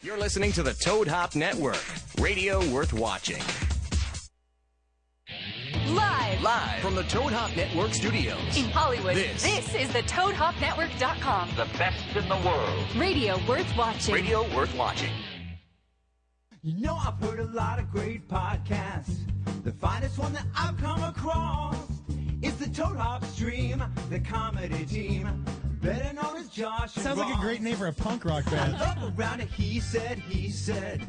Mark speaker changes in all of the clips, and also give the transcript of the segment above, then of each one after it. Speaker 1: You're listening to the Toad Hop Network, radio worth watching.
Speaker 2: Live
Speaker 1: Live from the Toad Hop Network studios.
Speaker 2: in Hollywoad.
Speaker 1: This.
Speaker 2: is the ToadHopNetwork.com.
Speaker 1: The best in the world.
Speaker 2: Radio worth watching.
Speaker 1: Radio worth watching.
Speaker 3: You know, I've heard a lot of great podcasts. The finest one that I've come across is the Toad Hop Stream, the comedy team, better known as Josh. and
Speaker 4: Sounds like a
Speaker 3: Ross.
Speaker 4: great name for a punk rock
Speaker 3: I
Speaker 4: band.
Speaker 3: love around it, he said, he said.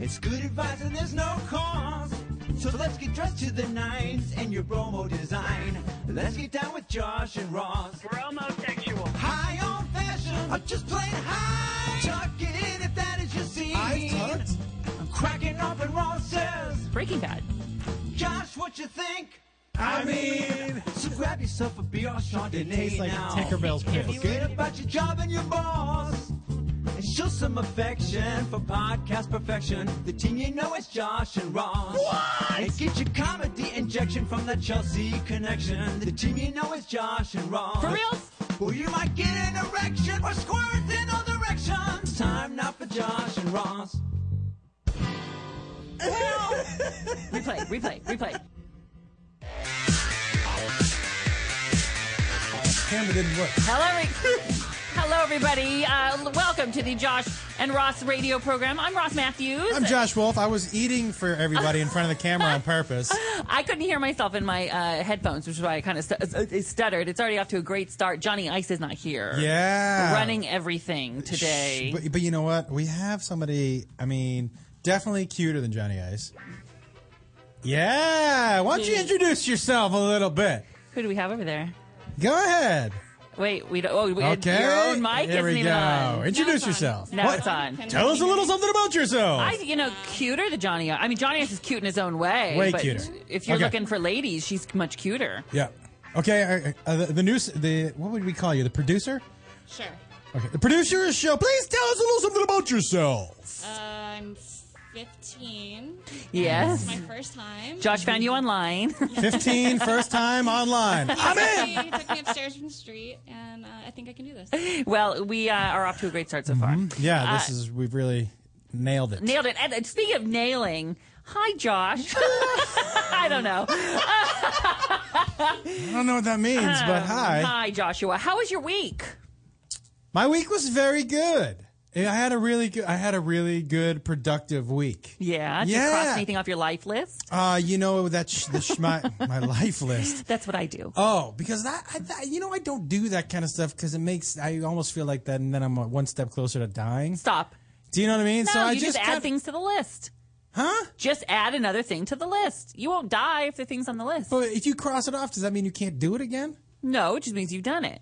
Speaker 3: It's good advice and there's no cost. So let's get dressed to the nines and your promo design. Let's get down with Josh and Ross.
Speaker 5: We're homosexual.
Speaker 3: High on fashion, or just plain high. Tuck it in if that is your scene.
Speaker 4: Eyes tucked?
Speaker 3: I'm cracking up and Ross says.
Speaker 6: Breaking Bad.
Speaker 3: Josh, what you think? I mean, so grab yourself a beer or Chardonnay
Speaker 4: Tastes like
Speaker 3: now.
Speaker 4: Tinkerbell's piss.
Speaker 3: Forget about your job and your boss. And show some affection for podcast perfection. The team you know is Josh and Ross. What? And get your comedy injection from the Chelsea connection. The team you know is Josh and Ross.
Speaker 6: For reals?
Speaker 3: Or you might get an erection or squirt in all directions. Time now for Josh and Ross.
Speaker 6: Replay, replay, replay.
Speaker 4: Camera didn't work.
Speaker 6: Hello, every- Hello everybody. Uh, welcome to the Josh and Ross radio program. I'm Ross Matthews.
Speaker 4: I'm Josh Wolf. I was eating for everybody in front of the camera on purpose.
Speaker 6: I couldn't hear myself in my uh, headphones, which is why I kind of stu- uh, stuttered. It's already off to a great start. Johnny Ice is not here.
Speaker 4: Yeah.
Speaker 6: Running everything today.
Speaker 4: But, but you know what? We have somebody, I mean, definitely cuter than Johnny Ice. Yeah. Why don't you introduce yourself a little bit?
Speaker 6: Who do we have over there?
Speaker 4: Go ahead.
Speaker 6: Wait, we don't. Oh, we,
Speaker 4: Okay.
Speaker 6: Your own
Speaker 4: Here
Speaker 6: mic isn't uh,
Speaker 4: we
Speaker 6: even
Speaker 4: go.
Speaker 6: on.
Speaker 4: Introduce yourself.
Speaker 6: Now
Speaker 4: What-
Speaker 6: it's on.
Speaker 4: Tell us a little something about yourself.
Speaker 6: I, you know, cuter than Johnny. I mean, Johnny Ice is cute in his own way.
Speaker 4: Way
Speaker 6: but
Speaker 4: cuter.
Speaker 6: If you're
Speaker 4: Okay.
Speaker 6: looking for ladies, she's much cuter.
Speaker 4: yeah. Okay. Uh, uh, the, the news, the, what would we call you? The producer?
Speaker 7: Sure.
Speaker 4: Okay. The producer of the show, please tell us a little something about yourself.
Speaker 7: Uh, I'm 15. It's
Speaker 6: Yes.
Speaker 7: my first time.
Speaker 6: Josh found you online.
Speaker 4: 15, first time online.
Speaker 7: He took me- He took me upstairs from the street, and uh, I think I can do this.
Speaker 6: well, we uh, are off to a great start so far.
Speaker 4: Hmm? Mm-hmm.
Speaker 6: Uh,
Speaker 4: Yeah, this is, we've really nailed it.
Speaker 6: Nailed it. And, and speaking of nailing, hi, Josh. I don't know.
Speaker 4: I don't know what that means,
Speaker 6: Uh,
Speaker 4: but hi.
Speaker 6: Hi, Joshua. How was your week?
Speaker 4: My week was very good. I had a really good, I had a really good productive week.
Speaker 6: Yeah. Did
Speaker 4: Yeah.
Speaker 6: you cross anything off your life list?
Speaker 4: Uh, you know, that's sh- the sh- my, my life list.
Speaker 6: That's what I do.
Speaker 4: Oh, because that, I, that, you know, I don't do that kind of stuff because it makes, I almost feel like that and then I'm uh, one step closer to dying.
Speaker 6: Stop.
Speaker 4: Do you know what I mean?
Speaker 6: No,
Speaker 4: I
Speaker 6: you just, add
Speaker 4: kinda-
Speaker 6: things to the list.
Speaker 4: Huh?
Speaker 6: Just add another thing to the list. You won't die if the thing's on the list.
Speaker 4: But if you cross it off, does that mean you can't do it again?
Speaker 6: No, it just means you've done it.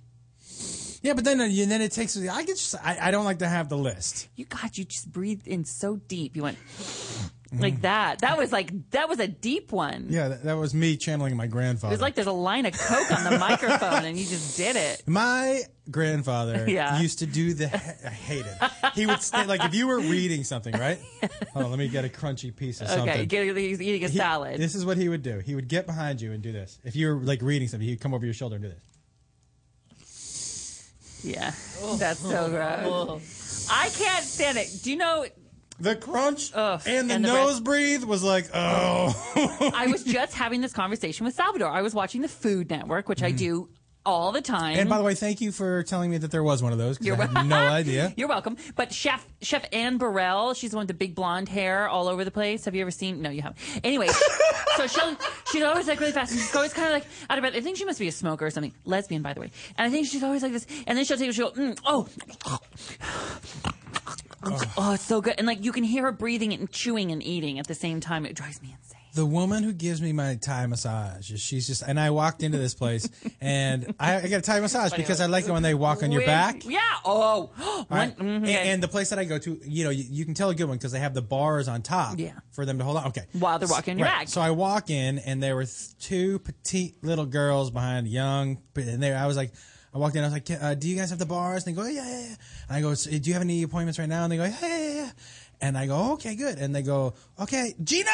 Speaker 4: Yeah, but then and then it takes. I get. Just, I, I don't like to have the list.
Speaker 6: You God, you just breathed in so deep. You went
Speaker 4: Mm. Mm-hmm.
Speaker 6: like that. That was like that was a deep one.
Speaker 4: Yeah, that, that was me channeling my grandfather.
Speaker 6: It was like there's a line of coke on the microphone, and you just did it.
Speaker 4: my grandfather
Speaker 6: Yeah.
Speaker 4: used to do the. I hate it. He would stay like if you were reading something, right? Hold on, let me get a crunchy piece of
Speaker 6: Okay,
Speaker 4: something.
Speaker 6: get, he's eating a
Speaker 4: He-
Speaker 6: salad.
Speaker 4: This is what he would do. He would get behind you and do this. If you were like reading something, he'd come over your shoulder and do this.
Speaker 6: yeah, that's so gross. I can't stand it. Do you know?
Speaker 4: The crunch
Speaker 6: Ugh,
Speaker 4: and the
Speaker 6: and the breath.
Speaker 4: nose breathe was like, oh.
Speaker 6: I was just having this conversation with Salvador. I was watching the Food Network, which I do all the time.
Speaker 4: Mm. and by the way, thank you for telling me that there was one of those. 'cause I had no idea.
Speaker 6: You're welcome. But Chef Chef Anne Burrell, she's the one with the big blonde hair all over the place. Have you ever seen? No, you haven't. Anyway, so she'll she's always like really fast, and she's always kind of like out of breath. I think she must be a smoker or something. Lesbian, by the way. And I think she's always like this. And then she'll take she'll go, mm, oh. Oh, it's so good. And like you can hear her breathing and chewing and eating at the same time. It drives me insane.
Speaker 4: the woman who gives me my Thai massage, she's just, and I walked into this place and I, I get a Thai massage because I like it when they walk on your
Speaker 6: Wait,
Speaker 4: back.
Speaker 6: Yeah. Oh. One-
Speaker 4: Right?
Speaker 6: mhm,
Speaker 4: And,
Speaker 6: okay.
Speaker 4: and the place that I go to, you know, you, you can tell a good one because they have the bars on top
Speaker 6: Yeah.
Speaker 4: for them to hold on. Okay.
Speaker 6: While they're walking on your
Speaker 4: Right.
Speaker 6: back.
Speaker 4: So I walk in and there were th- two petite little girls behind young, and there I was like, I walked in, I was like, uh, do you guys have the bars? And they go, yeah, yeah, yeah. And I go, "So, do you have any appointments right now? And they go, yeah, yeah, yeah. And I go, okay, good. And they go, okay, Gina!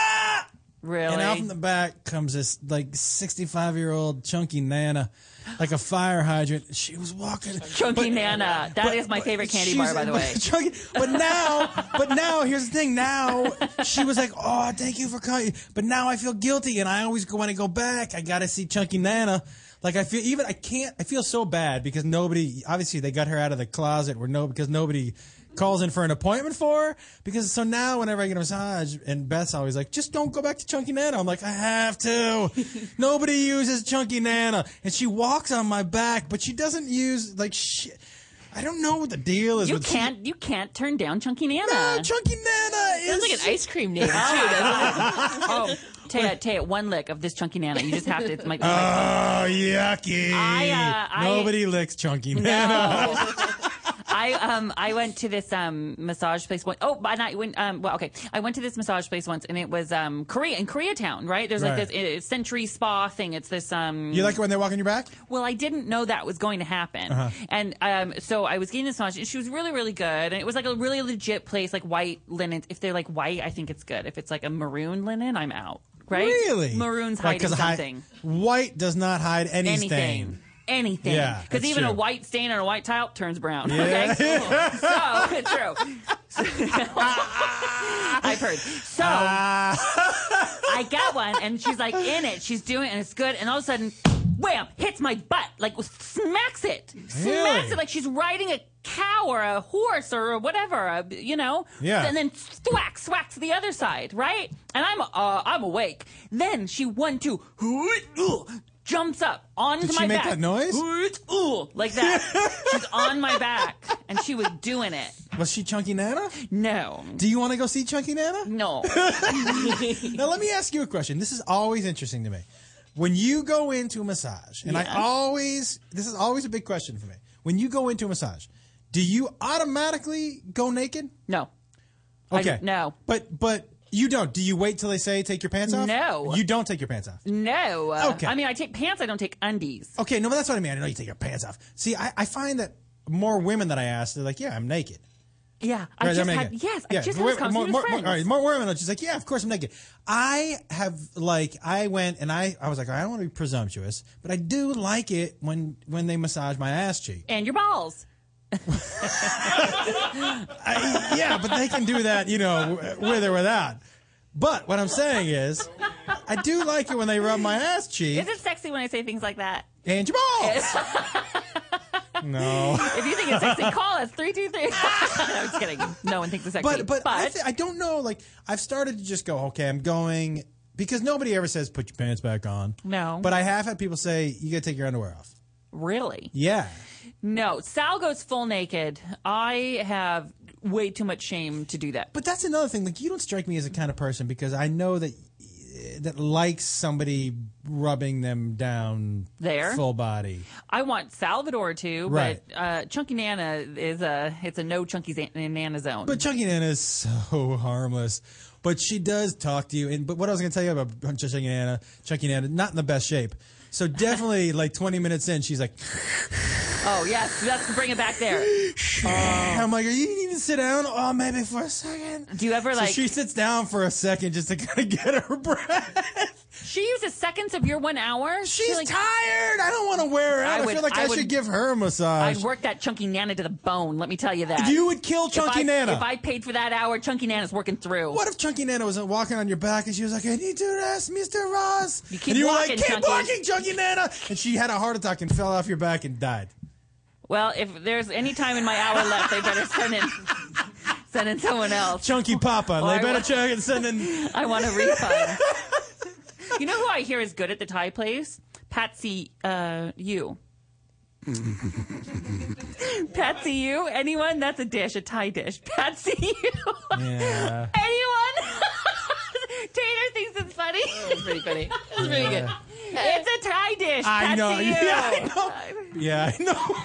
Speaker 6: Really?
Speaker 4: And out from the back comes this like 65 year old chunky nana, like a fire hydrant. She was walking.
Speaker 6: Chunky Nana. That is
Speaker 4: but-
Speaker 6: my
Speaker 4: but
Speaker 6: favorite candy
Speaker 4: she's-
Speaker 6: bar, by the
Speaker 4: but-
Speaker 6: way.
Speaker 4: chunky- but now, but now, here's the thing. Now she was like, "Oh, thank you for coming," but now I feel guilty, and I always go when I go back, I gotta see Chunky Nana. Like I feel even I can't. I feel so bad because nobody. Obviously, they got her out of the closet where no because nobody calls in for an appointment for her because so now whenever I get a massage and Beth's always like just don't go back to Chunky Nana I'm like I have to nobody uses Chunky Nana and she walks on my back but she doesn't use like shit I don't know what the deal is
Speaker 6: You
Speaker 4: with
Speaker 6: can't you can't turn down Chunky Nana.
Speaker 4: no, Chunky Nana is
Speaker 5: Sounds like an ice cream name.
Speaker 6: oh, Taya, Taya, one lick of this Chunky Nana. You just have to. It's my,
Speaker 4: Oh, yucky!
Speaker 6: I, uh, I-
Speaker 4: Nobody licks Chunky Nana.
Speaker 6: I um I went to this um massage place one oh but I went um well okay I went to this massage place once and it was um Korea in Koreatown right there's
Speaker 4: Right.
Speaker 6: like this uh, century spa thing it's this um
Speaker 4: You like it when they walk on your back? Uh-huh.
Speaker 6: well I didn't know that was going to happen and um so I was getting this massage and she was really really good and it was like a really legit place like white linen if they're like white I think it's good if it's like a maroon linen I'm out right
Speaker 4: Really?
Speaker 6: maroon's
Speaker 4: Like,
Speaker 6: hiding
Speaker 4: 'cause hi-
Speaker 6: something
Speaker 4: white does not hide any
Speaker 6: anything.
Speaker 4: stain.
Speaker 6: Anything.
Speaker 4: Yeah,
Speaker 6: Because
Speaker 4: that's
Speaker 6: even a
Speaker 4: true.
Speaker 6: white stain on a white tile turns brown. Okay. so it's true. I've heard. So
Speaker 4: Ah.
Speaker 6: I got one and she's like in it. She's doing it and it's good. And all of a sudden, wham, hits my butt. Like smacks it. Smacks
Speaker 4: Really?
Speaker 6: it like she's riding a cow or a horse or whatever, uh, you know?
Speaker 4: Yeah.
Speaker 6: And then thwack, swack to the other side, right? And I'm uh, I'm awake. Then she one two jumps up onto
Speaker 4: Did she
Speaker 6: my
Speaker 4: make
Speaker 6: back.
Speaker 4: that noise?
Speaker 6: Ooh, like that. She's on my back and she was doing it.
Speaker 4: Was she Chunky Nana?
Speaker 6: No.
Speaker 4: Do you want to go see Chunky Nana?
Speaker 6: No.
Speaker 4: Now, let me ask you a question. This is always interesting to me. When you go into a massage, and
Speaker 6: Yes.
Speaker 4: I always, this is always a big question for me. When you go into a massage, do you automatically go naked?
Speaker 6: No. I-
Speaker 4: Okay.
Speaker 6: no.
Speaker 4: But, but you don't. Do you wait till they say take your pants off?
Speaker 6: No.
Speaker 4: You don't take your pants off.
Speaker 6: No. Uh,
Speaker 4: Okay.
Speaker 6: I mean, I take pants, I don't take undies.
Speaker 4: Okay, no, but that's what I mean. I know you take your pants off. See, I, I find that more women that I ask, they're like, "Yeah, I'm naked."
Speaker 6: Yeah. I
Speaker 4: Right,
Speaker 6: just
Speaker 4: I'm
Speaker 6: had,
Speaker 4: naked.
Speaker 6: yes,
Speaker 4: Yeah,
Speaker 6: I
Speaker 4: but
Speaker 6: just had this
Speaker 4: wait, more,
Speaker 6: conversation
Speaker 4: more,
Speaker 6: with
Speaker 4: more-
Speaker 6: friends.
Speaker 4: all right, more women. are just like, "Yeah, of course I'm naked." I have like, I went and I, I was like, I don't want to be presumptuous, but I do like it when when they massage my ass cheek.
Speaker 6: And your balls.
Speaker 4: I, yeah, but they can do that, you know, w- with or without. But what I'm saying is, I do like it when they rub my ass cheek
Speaker 6: Is it sexy when I say things like that?
Speaker 4: and your balls. no.
Speaker 6: If you think it's sexy, call us 323. no, I'm just kidding. No one thinks it's sexy.
Speaker 4: but but, I, th- I don't know. Like I've started to just go, okay, I'm going because nobody ever says put your pants back on.
Speaker 6: No.
Speaker 4: But I have had people say you got to take your underwear off.
Speaker 6: really?
Speaker 4: Yeah.
Speaker 6: No. Sal goes full naked. I have way too much shame to do that.
Speaker 4: But that's another thing. Like you don't strike me as the kind of person because I know that that likes somebody rubbing them down
Speaker 6: There?
Speaker 4: full body.
Speaker 6: I want Salvador to,
Speaker 4: Right.
Speaker 6: but uh, Chunky Nana is a it's a no Chunky Zan- Nana zone.
Speaker 4: But Chunky Nana is so harmless. But she does talk to you. And but what I was going to tell you about Chunky Nana, Chunky Nana, not in the best shape. So definitely, like 20 minutes in, she's like.
Speaker 6: oh yes, that's bring it back there. Oh.
Speaker 4: I'm like, are you need to sit down? Oh, maybe for a second.
Speaker 6: Do you ever
Speaker 4: So
Speaker 6: like
Speaker 4: she sits down for a second just to kind of get her breath.
Speaker 6: She uses seconds of your one hour. She,
Speaker 4: She's
Speaker 6: like,
Speaker 4: tired. I don't want to wear her out.
Speaker 6: I
Speaker 4: I,
Speaker 6: would-
Speaker 4: feel like
Speaker 6: I
Speaker 4: I,
Speaker 6: would-
Speaker 4: should give her a
Speaker 6: I'd
Speaker 4: massage.
Speaker 6: work that chunky nana to the bone. Let me tell you that.
Speaker 4: you would kill
Speaker 6: If
Speaker 4: Chunky
Speaker 6: I-
Speaker 4: Nana.
Speaker 6: If I paid for that hour, Chunky Nana's working through.
Speaker 4: what if Chunky Nana was walking on your back and she was like, I need to rest, Mr. Ross?
Speaker 6: You keep
Speaker 4: and you were
Speaker 6: walking,
Speaker 4: like, keep
Speaker 6: Chunky.
Speaker 4: walking, Chunky Nana. And she had a heart attack and fell off your back and died.
Speaker 6: Well, if there's any time in my hour left, they better send in send in someone else.
Speaker 4: Chunky Papa.
Speaker 6: I
Speaker 4: they better
Speaker 6: wa-
Speaker 4: check and send in.
Speaker 6: I want a refund. you know who I hear is good at the Thai place? Patsy, uh, you. Patsy, you. Anyone? That's a dish, a Thai dish. Patsy, you.
Speaker 4: Yeah.
Speaker 6: Anyone? Tater thinks it's funny.
Speaker 5: Pretty funny. That's pretty good.
Speaker 6: It's a Thai dish.
Speaker 4: I
Speaker 6: That's
Speaker 4: know.
Speaker 6: You.
Speaker 4: Yeah, I know. Yeah, I know.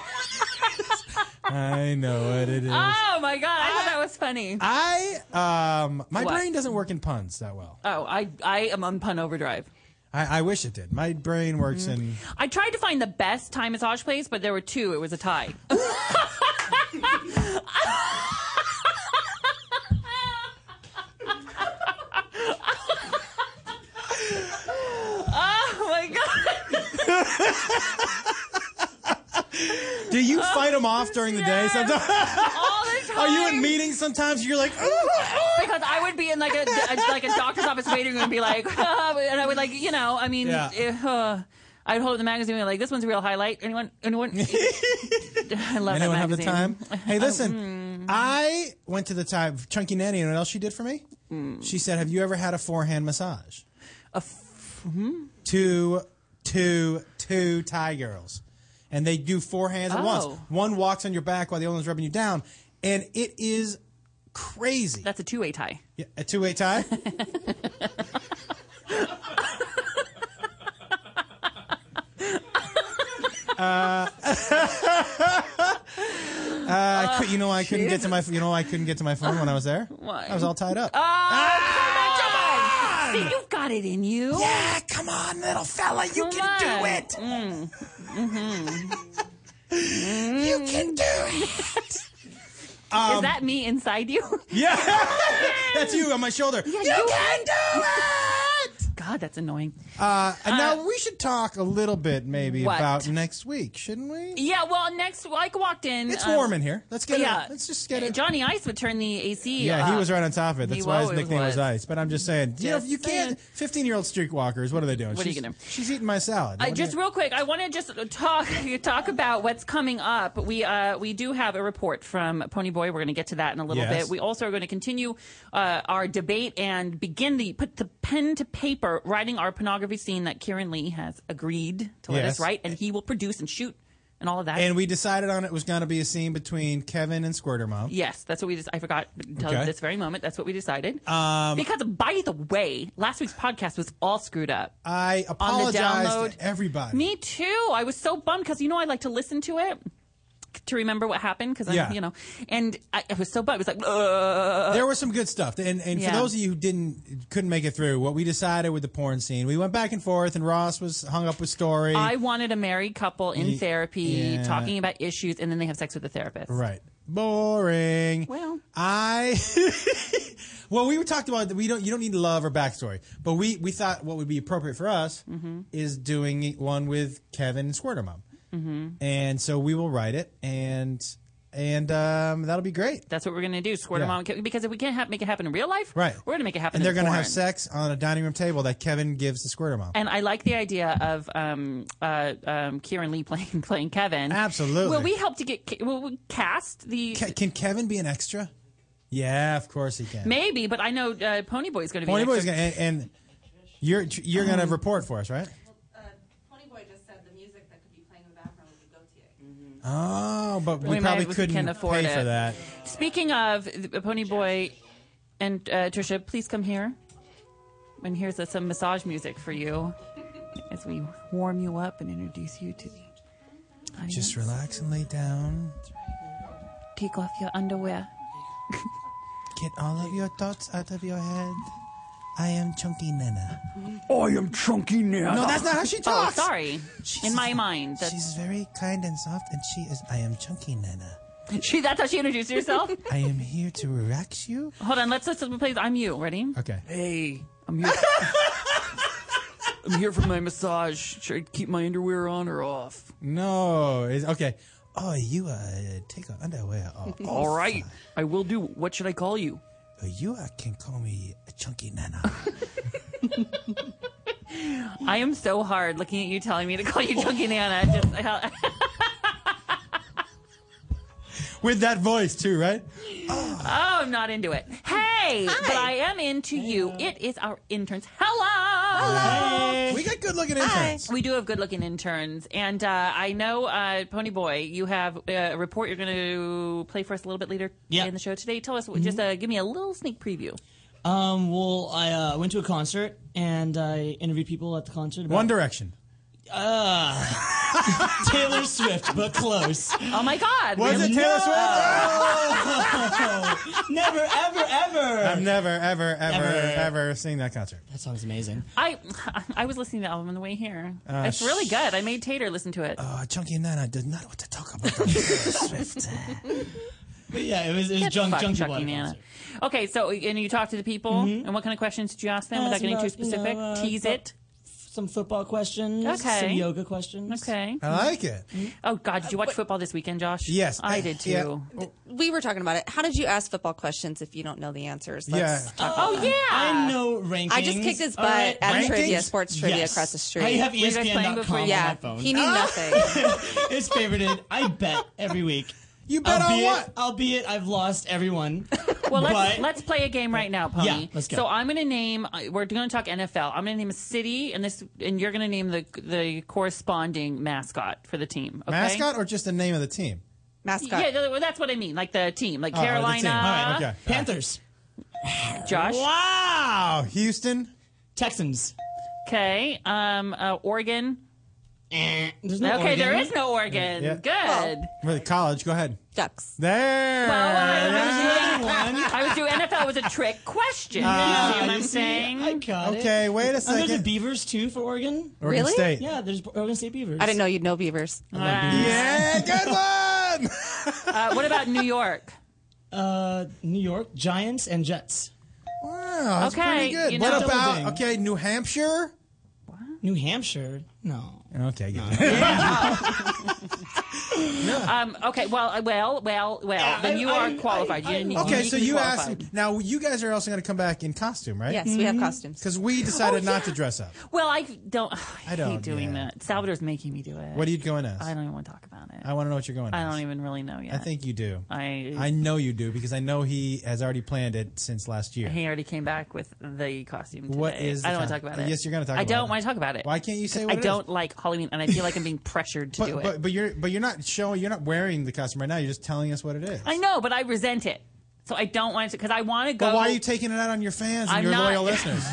Speaker 4: I know what it is.
Speaker 6: Oh my god! I thought that was funny.
Speaker 4: I um my
Speaker 6: What?
Speaker 4: brain doesn't work in puns that well.
Speaker 6: oh, I I am on pun overdrive.
Speaker 4: I, I wish it did. My brain works in
Speaker 6: I tried to find the best Thai massage place, but there were two. It was a tie. Oh
Speaker 4: Do you fight them off during the day
Speaker 6: Oh, yes.
Speaker 4: sometimes?
Speaker 6: all the time.
Speaker 4: Are you in meetings sometimes? You're like, "Ugh."
Speaker 6: because I would be in like a, a- like a doctor's office waiting room and be like, uh, and I would like you know, I mean,
Speaker 4: Yeah.
Speaker 6: eh, uh, I'd hold up the magazine and be like, this one's a real highlight. Anyone, anyone? I love
Speaker 4: anyone
Speaker 6: that
Speaker 4: have the
Speaker 6: magazine. Oh, mm.
Speaker 4: time? Hey, listen, I went to the time. Chunky Nanny, you know what else she did for me?
Speaker 6: Mm.
Speaker 4: She said, "Have you ever had a forehand massage?"
Speaker 6: hmm?
Speaker 4: Two, two, two Thai girls, and they do four hands at once.
Speaker 6: Oh.
Speaker 4: One walks on your back while the other one's rubbing you down, and it is crazy.
Speaker 6: That's a two-way tie.
Speaker 4: Yeah, a two way tie. Uh, uh, I could, you know, why I couldn't get to my. You know, why I couldn't get to my phone when I was there.
Speaker 6: Why? Oh,
Speaker 4: I was all tied up.
Speaker 6: See,
Speaker 4: Ah!
Speaker 6: you've got it in you.
Speaker 4: yeah, come on, little fella, you
Speaker 6: Come
Speaker 4: can do
Speaker 6: on. Mm.
Speaker 4: it.
Speaker 6: Mm-hmm.
Speaker 4: you can do it. Um,
Speaker 6: Is that me inside you?
Speaker 4: Yeah, that's you on my shoulder. you
Speaker 6: you-
Speaker 4: can do it.
Speaker 6: God, that's annoying.
Speaker 4: Uh,
Speaker 6: Uh,
Speaker 4: And now we should talk a little bit maybe
Speaker 6: What?
Speaker 4: about next week, shouldn't we?
Speaker 6: Yeah. Well, next, like, walked in.
Speaker 4: It's
Speaker 6: um,
Speaker 4: warm in here. Let's get
Speaker 6: Yeah.
Speaker 4: it. Let's just get it.
Speaker 6: Johnny Ice would turn the uh, AC.
Speaker 4: yeah, he
Speaker 6: up.
Speaker 4: was right on top of it.
Speaker 6: He
Speaker 4: That's why his
Speaker 6: always
Speaker 4: nickname was.
Speaker 6: was.
Speaker 4: Ice. But I'm just saying, you know,
Speaker 6: Just
Speaker 4: you can't. 15 year old streakwalkers. What are they doing?
Speaker 6: What are you
Speaker 4: she's,
Speaker 6: gonna-
Speaker 4: She's eating my salad.
Speaker 6: I,
Speaker 4: What
Speaker 6: just
Speaker 4: are you-
Speaker 6: real quick, I want to just talk talk about what's coming up. We uh, we do have a report from Pony Boy. We're going to get to that in a little
Speaker 4: Yes.
Speaker 6: bit. We also are going to continue uh, our debate and begin the put the pen to paper writing our pornography scene that Kieran Lee has agreed to let
Speaker 4: Yes.
Speaker 6: us write, and he will produce and shoot and all of that.
Speaker 4: and we decided on it was going to be a scene between Kevin and Squirter Mom.
Speaker 6: Yes, that's what we just. I forgot until
Speaker 4: Okay.
Speaker 6: this very moment. That's what we decided. Um, because, by the way, last week's podcast was all screwed up.
Speaker 4: I
Speaker 6: on the
Speaker 4: apologize
Speaker 6: download.
Speaker 4: to everybody.
Speaker 6: Me too. I was so bummed because you know I like to listen to it to remember what happened because
Speaker 4: Yeah.
Speaker 6: I'm you know, and I, I was so bummed. It was like, "Ugh."
Speaker 4: there was some good stuff, and and
Speaker 6: Yeah.
Speaker 4: for those of you who didn't couldn't make it through, what we decided with the porn scene, we went back and forth, and Ross was hung up with story.
Speaker 6: I wanted a married couple in
Speaker 4: Ye-
Speaker 6: therapy
Speaker 4: yeah.
Speaker 6: talking about issues, and then they have sex with the therapist.
Speaker 4: Right. Boring.
Speaker 6: Well.
Speaker 4: I. well, we talked about that we don't you don't need love or backstory, but we we thought what would be appropriate for us
Speaker 6: Mm-hmm.
Speaker 4: is doing one with Kevin and Squirter Mom,
Speaker 6: Mm-hmm.
Speaker 4: and so we will write it and and um, that'll be great.
Speaker 6: That's what we're gonna do. Squirt
Speaker 4: Yeah.
Speaker 6: mom because if we can't ha- make it happen in real life,
Speaker 4: Right.
Speaker 6: We're gonna make it happen.
Speaker 4: And they're
Speaker 6: in
Speaker 4: gonna have
Speaker 6: porn.
Speaker 4: sex on a dining room table that Kevin gives to Squirter Mom.
Speaker 6: And I like the idea of um, uh, um, Kieran Lee playing playing Kevin.
Speaker 4: Absolutely.
Speaker 6: Will we help to get Ke- will we cast the
Speaker 4: Ca- can Kevin be an extra? Yeah, of course he can.
Speaker 6: maybe? But I know uh, Pony Boy's going to be.
Speaker 4: Pony
Speaker 6: an
Speaker 4: Boy's
Speaker 6: extra.
Speaker 4: gonna and, and you're you're gonna
Speaker 8: Um,
Speaker 4: report for us, right?
Speaker 8: Ponyboy uh, just said the music that could be playing in the background would be Gautier.
Speaker 4: Oh, but we,
Speaker 6: Mm-hmm. We might-
Speaker 4: probably
Speaker 6: we
Speaker 4: couldn't
Speaker 6: can afford
Speaker 4: pay
Speaker 6: it.
Speaker 4: for that.
Speaker 6: Speaking of the Pony Boy and uh, Trisha, please come here. And here's uh, some massage music for you as we warm you up and introduce you to the. audience.
Speaker 4: Just relax and lay down.
Speaker 6: take off your underwear.
Speaker 4: Get all of your thoughts out of your head. I am Chunky Nana.
Speaker 3: I am Chunky Nana.
Speaker 4: No, that's not how she
Speaker 6: Oh,
Speaker 4: talks.
Speaker 6: sorry. In my mind, that's,
Speaker 4: She's very kind and soft, and she is. I am Chunky Nana.
Speaker 6: she, that's how she introduced herself.
Speaker 4: I am here to relax you.
Speaker 6: Hold on, let's let's play. I'm you. Ready?
Speaker 4: Okay.
Speaker 9: Hey, I'm here. I'm here for my massage. Should I keep my underwear on or off?
Speaker 4: No. It's, okay. Oh, you uh, take your underwear off.
Speaker 9: All right, I will do. What should I call you?
Speaker 4: Uh, You uh, can call me Chunky Nana.
Speaker 6: I am so hard looking at you telling me to call you Chunky Nana. Just I-
Speaker 4: With that voice, too, right?
Speaker 6: oh, I'm not into it. Hey, but I am into you. It is our interns. Hello.
Speaker 4: We got good looking interns.
Speaker 6: We do have good looking interns, and uh, I know uh, Pony Boy, you have uh, a report you're going to play for us a little bit later
Speaker 10: Yeah.
Speaker 6: in the show today. Tell
Speaker 9: Mm-hmm.
Speaker 6: us, just uh, give me a little sneak preview.
Speaker 10: Um, well, I uh, went to a concert and I interviewed people at the concert. About
Speaker 4: One Direction.
Speaker 10: Ah. Taylor Swift, but close.
Speaker 6: Oh my God!
Speaker 4: Was it
Speaker 6: Really?
Speaker 4: Taylor Swift?
Speaker 10: Oh. Never, ever, ever.
Speaker 4: I've never, ever, ever,
Speaker 10: Never.
Speaker 4: ever seen that concert.
Speaker 10: That song's amazing.
Speaker 6: I I was listening to the album on the way here.
Speaker 9: Uh,
Speaker 6: it's really good. I made Tater listen to it.
Speaker 4: Uh, Chunky Nana does not want to talk about
Speaker 9: Oh,
Speaker 4: Taylor Swift.
Speaker 10: But yeah, it was it was
Speaker 6: Get
Speaker 10: junk,
Speaker 6: fucked,
Speaker 10: junky
Speaker 6: Chucky
Speaker 10: Boy
Speaker 6: Nana.
Speaker 10: concert.
Speaker 6: Okay, so and you talked to the people, and what kind of questions did you ask them? Without
Speaker 10: Mm-hmm. Asked
Speaker 6: getting too
Speaker 10: about, you know,
Speaker 6: specific,
Speaker 10: uh,
Speaker 6: tease
Speaker 10: about-
Speaker 6: it.
Speaker 10: some football questions,
Speaker 6: Okay.
Speaker 10: some yoga questions.
Speaker 6: Okay.
Speaker 4: I like it.
Speaker 6: Oh God, did you watch football this weekend, Josh?
Speaker 4: Yes.
Speaker 6: I did too.
Speaker 4: Yeah.
Speaker 5: We were talking about it. How did you ask football questions if you don't know the answers? Let's
Speaker 4: Yeah.
Speaker 5: talk about
Speaker 6: Oh yeah.
Speaker 10: I know rankings.
Speaker 5: I just kicked his
Speaker 10: all
Speaker 5: butt at
Speaker 4: Rankings?
Speaker 5: trivia, sports trivia
Speaker 10: Yes.
Speaker 5: across the street.
Speaker 10: I have E
Speaker 6: you guys playing before?
Speaker 10: ESPN.com on
Speaker 5: yeah,
Speaker 10: my phone. Ah!
Speaker 5: he knew nothing.
Speaker 10: it's favorited. I bet every week.
Speaker 4: You bet on
Speaker 10: albeit,
Speaker 4: what?
Speaker 10: Albeit I've lost everyone.
Speaker 6: Well, let's
Speaker 10: But-
Speaker 6: let's play a game right now, Pony.
Speaker 10: Yeah, let's go.
Speaker 6: So I'm going to name. uh, We're going to talk NFL. I'm going to name a city, and this, and you're going to name the the corresponding mascot for the team. Okay?
Speaker 4: Mascot or just the name of the team?
Speaker 5: Mascot.
Speaker 6: Yeah, th- well, that's what I mean. Like the team, like
Speaker 4: Oh, the team.
Speaker 6: Carolina,
Speaker 4: All right, okay.
Speaker 10: Panthers,
Speaker 6: Josh.
Speaker 4: Wow, Houston.
Speaker 10: Texans.
Speaker 6: Okay, um, uh, Oregon.
Speaker 10: Eh, There's
Speaker 6: okay,
Speaker 10: no
Speaker 6: there
Speaker 10: Oregon.
Speaker 6: is no Oregon.
Speaker 4: Yeah.
Speaker 6: Good.
Speaker 4: Wait, college. Go ahead.
Speaker 5: Ducks.
Speaker 4: There.
Speaker 6: Well,
Speaker 10: One.
Speaker 6: I was doing NFL was a trick question. you see what
Speaker 10: Ah,
Speaker 6: I'm
Speaker 10: you see,
Speaker 6: saying?
Speaker 10: I got it.
Speaker 4: okay, wait a
Speaker 10: And there's the
Speaker 4: second.
Speaker 10: Beavers too for Oregon.
Speaker 4: Oregon
Speaker 5: Really?
Speaker 4: State.
Speaker 10: Yeah, there's Oregon State Beavers.
Speaker 5: I didn't know you'd know beavers.
Speaker 4: Yeah, good one.
Speaker 6: Uh, what about New York?
Speaker 10: Uh, New York Giants and Jets.
Speaker 4: Wow, Oh, that's
Speaker 6: Okay,
Speaker 4: pretty good.
Speaker 6: you
Speaker 4: what
Speaker 6: know-
Speaker 4: about
Speaker 10: Building.
Speaker 4: okay, New Hampshire?
Speaker 10: New Hampshire. No.
Speaker 4: Okay, good.
Speaker 6: Um, okay, well, uh, well, well, well.
Speaker 10: Yeah,
Speaker 6: then
Speaker 10: I-
Speaker 6: you
Speaker 10: I-
Speaker 6: are qualified.
Speaker 10: I-
Speaker 6: you didn't
Speaker 10: I-
Speaker 4: okay, so you
Speaker 6: qualified. Mm-hmm.
Speaker 4: asked. Now you guys are also going to come back in costume, right?
Speaker 5: Yes, we have costumes. Oh,
Speaker 4: Because we decided not to dress up.
Speaker 6: Well, I don't. I,
Speaker 4: don't,
Speaker 6: hate doing
Speaker 4: yeah.
Speaker 6: that. Salvador's making me do it.
Speaker 4: What are you going as?
Speaker 6: I don't even want to talk about it.
Speaker 4: I want to know what you're going.
Speaker 6: I
Speaker 4: as.
Speaker 6: don't even really know yet.
Speaker 4: I think you do.
Speaker 6: I.
Speaker 4: I know you do because I know he has already planned it since last year.
Speaker 6: he already came back with the costume. Today.
Speaker 4: What is the
Speaker 6: I don't want to
Speaker 4: co-
Speaker 6: talk about it.
Speaker 4: Yes, you're gonna talk
Speaker 6: I
Speaker 4: about
Speaker 6: don't
Speaker 4: it.
Speaker 6: want to talk about it.
Speaker 4: Why can't you say
Speaker 6: I
Speaker 4: what it is?
Speaker 6: don't like Halloween, and I feel like I'm being pressured to
Speaker 4: But,
Speaker 6: do it.
Speaker 4: but but you're but you're not showing. You're not wearing the costume right now. You're just telling us what it is.
Speaker 6: I know, but I resent it. So I don't want to because I want to go.
Speaker 4: But why are you taking it out on your fans and
Speaker 6: I'm
Speaker 4: your
Speaker 6: not-
Speaker 4: loyal listeners?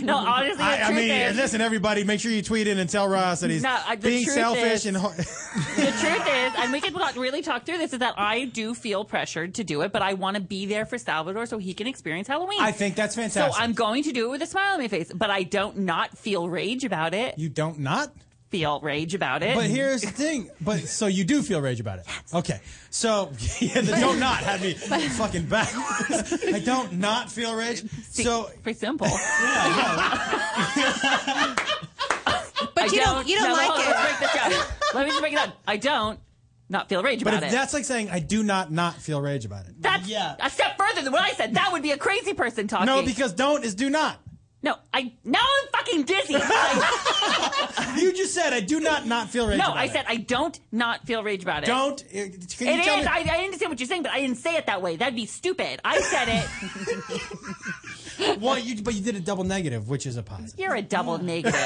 Speaker 6: no, honestly, the
Speaker 4: I, I
Speaker 6: truth
Speaker 4: mean,
Speaker 6: is,
Speaker 4: listen, everybody, make sure you tweet in and tell Ross that he's
Speaker 6: No, I- the
Speaker 4: being
Speaker 6: truth
Speaker 4: selfish
Speaker 6: is-
Speaker 4: and. Ho-
Speaker 6: the truth is, and we can talk, really talk through this, is that I do feel pressured to do it, but I want to be there for Salvador so he can experience Halloween.
Speaker 4: I think that's
Speaker 6: so.
Speaker 4: fantastic.
Speaker 6: I'm going to do it with a smile on my face, but I don't not feel rage about it.
Speaker 4: You don't not.
Speaker 6: feel rage about it.
Speaker 4: But here's the thing. But so you do feel rage about it. Okay. So yeah, the don't not had me fucking backwards. I don't not feel rage. So
Speaker 6: pretty simple.
Speaker 5: But you don't, you don't
Speaker 6: no,
Speaker 5: like
Speaker 6: hold on,
Speaker 5: it.
Speaker 6: Let's break this down. Let me just break it down. I don't not feel rage
Speaker 4: but
Speaker 6: about
Speaker 4: if
Speaker 6: it.
Speaker 4: that's like saying I do not not feel rage about it.
Speaker 6: That's
Speaker 10: Yeah.
Speaker 6: a step further than what I said. That would be a crazy person talking.
Speaker 4: No, because don't is do not.
Speaker 6: no, I now I'm fucking dizzy. I-
Speaker 4: You just said I do not not feel rage
Speaker 6: no,
Speaker 4: about
Speaker 6: I
Speaker 4: it.
Speaker 6: said I don't not feel rage about it.
Speaker 4: don't. uh, Can you
Speaker 6: It is.
Speaker 4: tell me?
Speaker 6: I, I understand what you're saying, but I didn't say it that way. That'd be stupid. I said it.
Speaker 4: well, you, but you did a double negative, which is a positive.
Speaker 6: You're a double negative.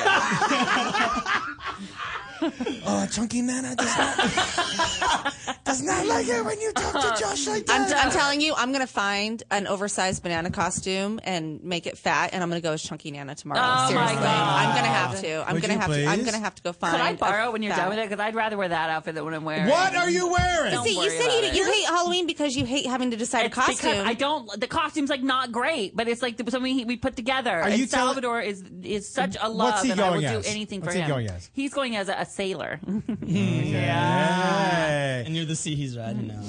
Speaker 4: Oh, Chunky Nana does not, does not like it when you talk to Josh like that.
Speaker 5: I'm, t- I'm telling you, I'm gonna find an oversized banana costume and make it fat, and I'm gonna go as Chunky Nana tomorrow.
Speaker 6: Oh, my
Speaker 5: Seriously,
Speaker 6: God.
Speaker 5: I'm gonna have to. I'm
Speaker 4: Would
Speaker 5: gonna
Speaker 4: you
Speaker 5: have to. I'm
Speaker 4: please?
Speaker 5: gonna have to go find.
Speaker 6: Could I
Speaker 5: a
Speaker 6: borrow when you're
Speaker 5: fat-
Speaker 6: done with it? Because I'd rather wear that outfit than what I'm wearing.
Speaker 4: what are you wearing?
Speaker 6: Don't
Speaker 5: See, you
Speaker 6: worry
Speaker 5: said
Speaker 6: about
Speaker 5: you,
Speaker 6: it.
Speaker 5: you hate Halloween because you hate having to decide a
Speaker 6: It's because
Speaker 5: costume.
Speaker 6: I don't. The costume's like not great, but it's like the- something he- we put together. Are
Speaker 4: you
Speaker 6: and
Speaker 4: telling-
Speaker 6: Salvador is is such a love,
Speaker 4: he
Speaker 6: and I will
Speaker 4: going as?
Speaker 6: do anything
Speaker 4: What's
Speaker 6: for
Speaker 4: he
Speaker 6: him.
Speaker 4: going as?
Speaker 6: He's going as a, a sailor.
Speaker 4: Hey.
Speaker 10: Mm, And you're the sea he's
Speaker 6: Mm-hmm.
Speaker 10: riding now.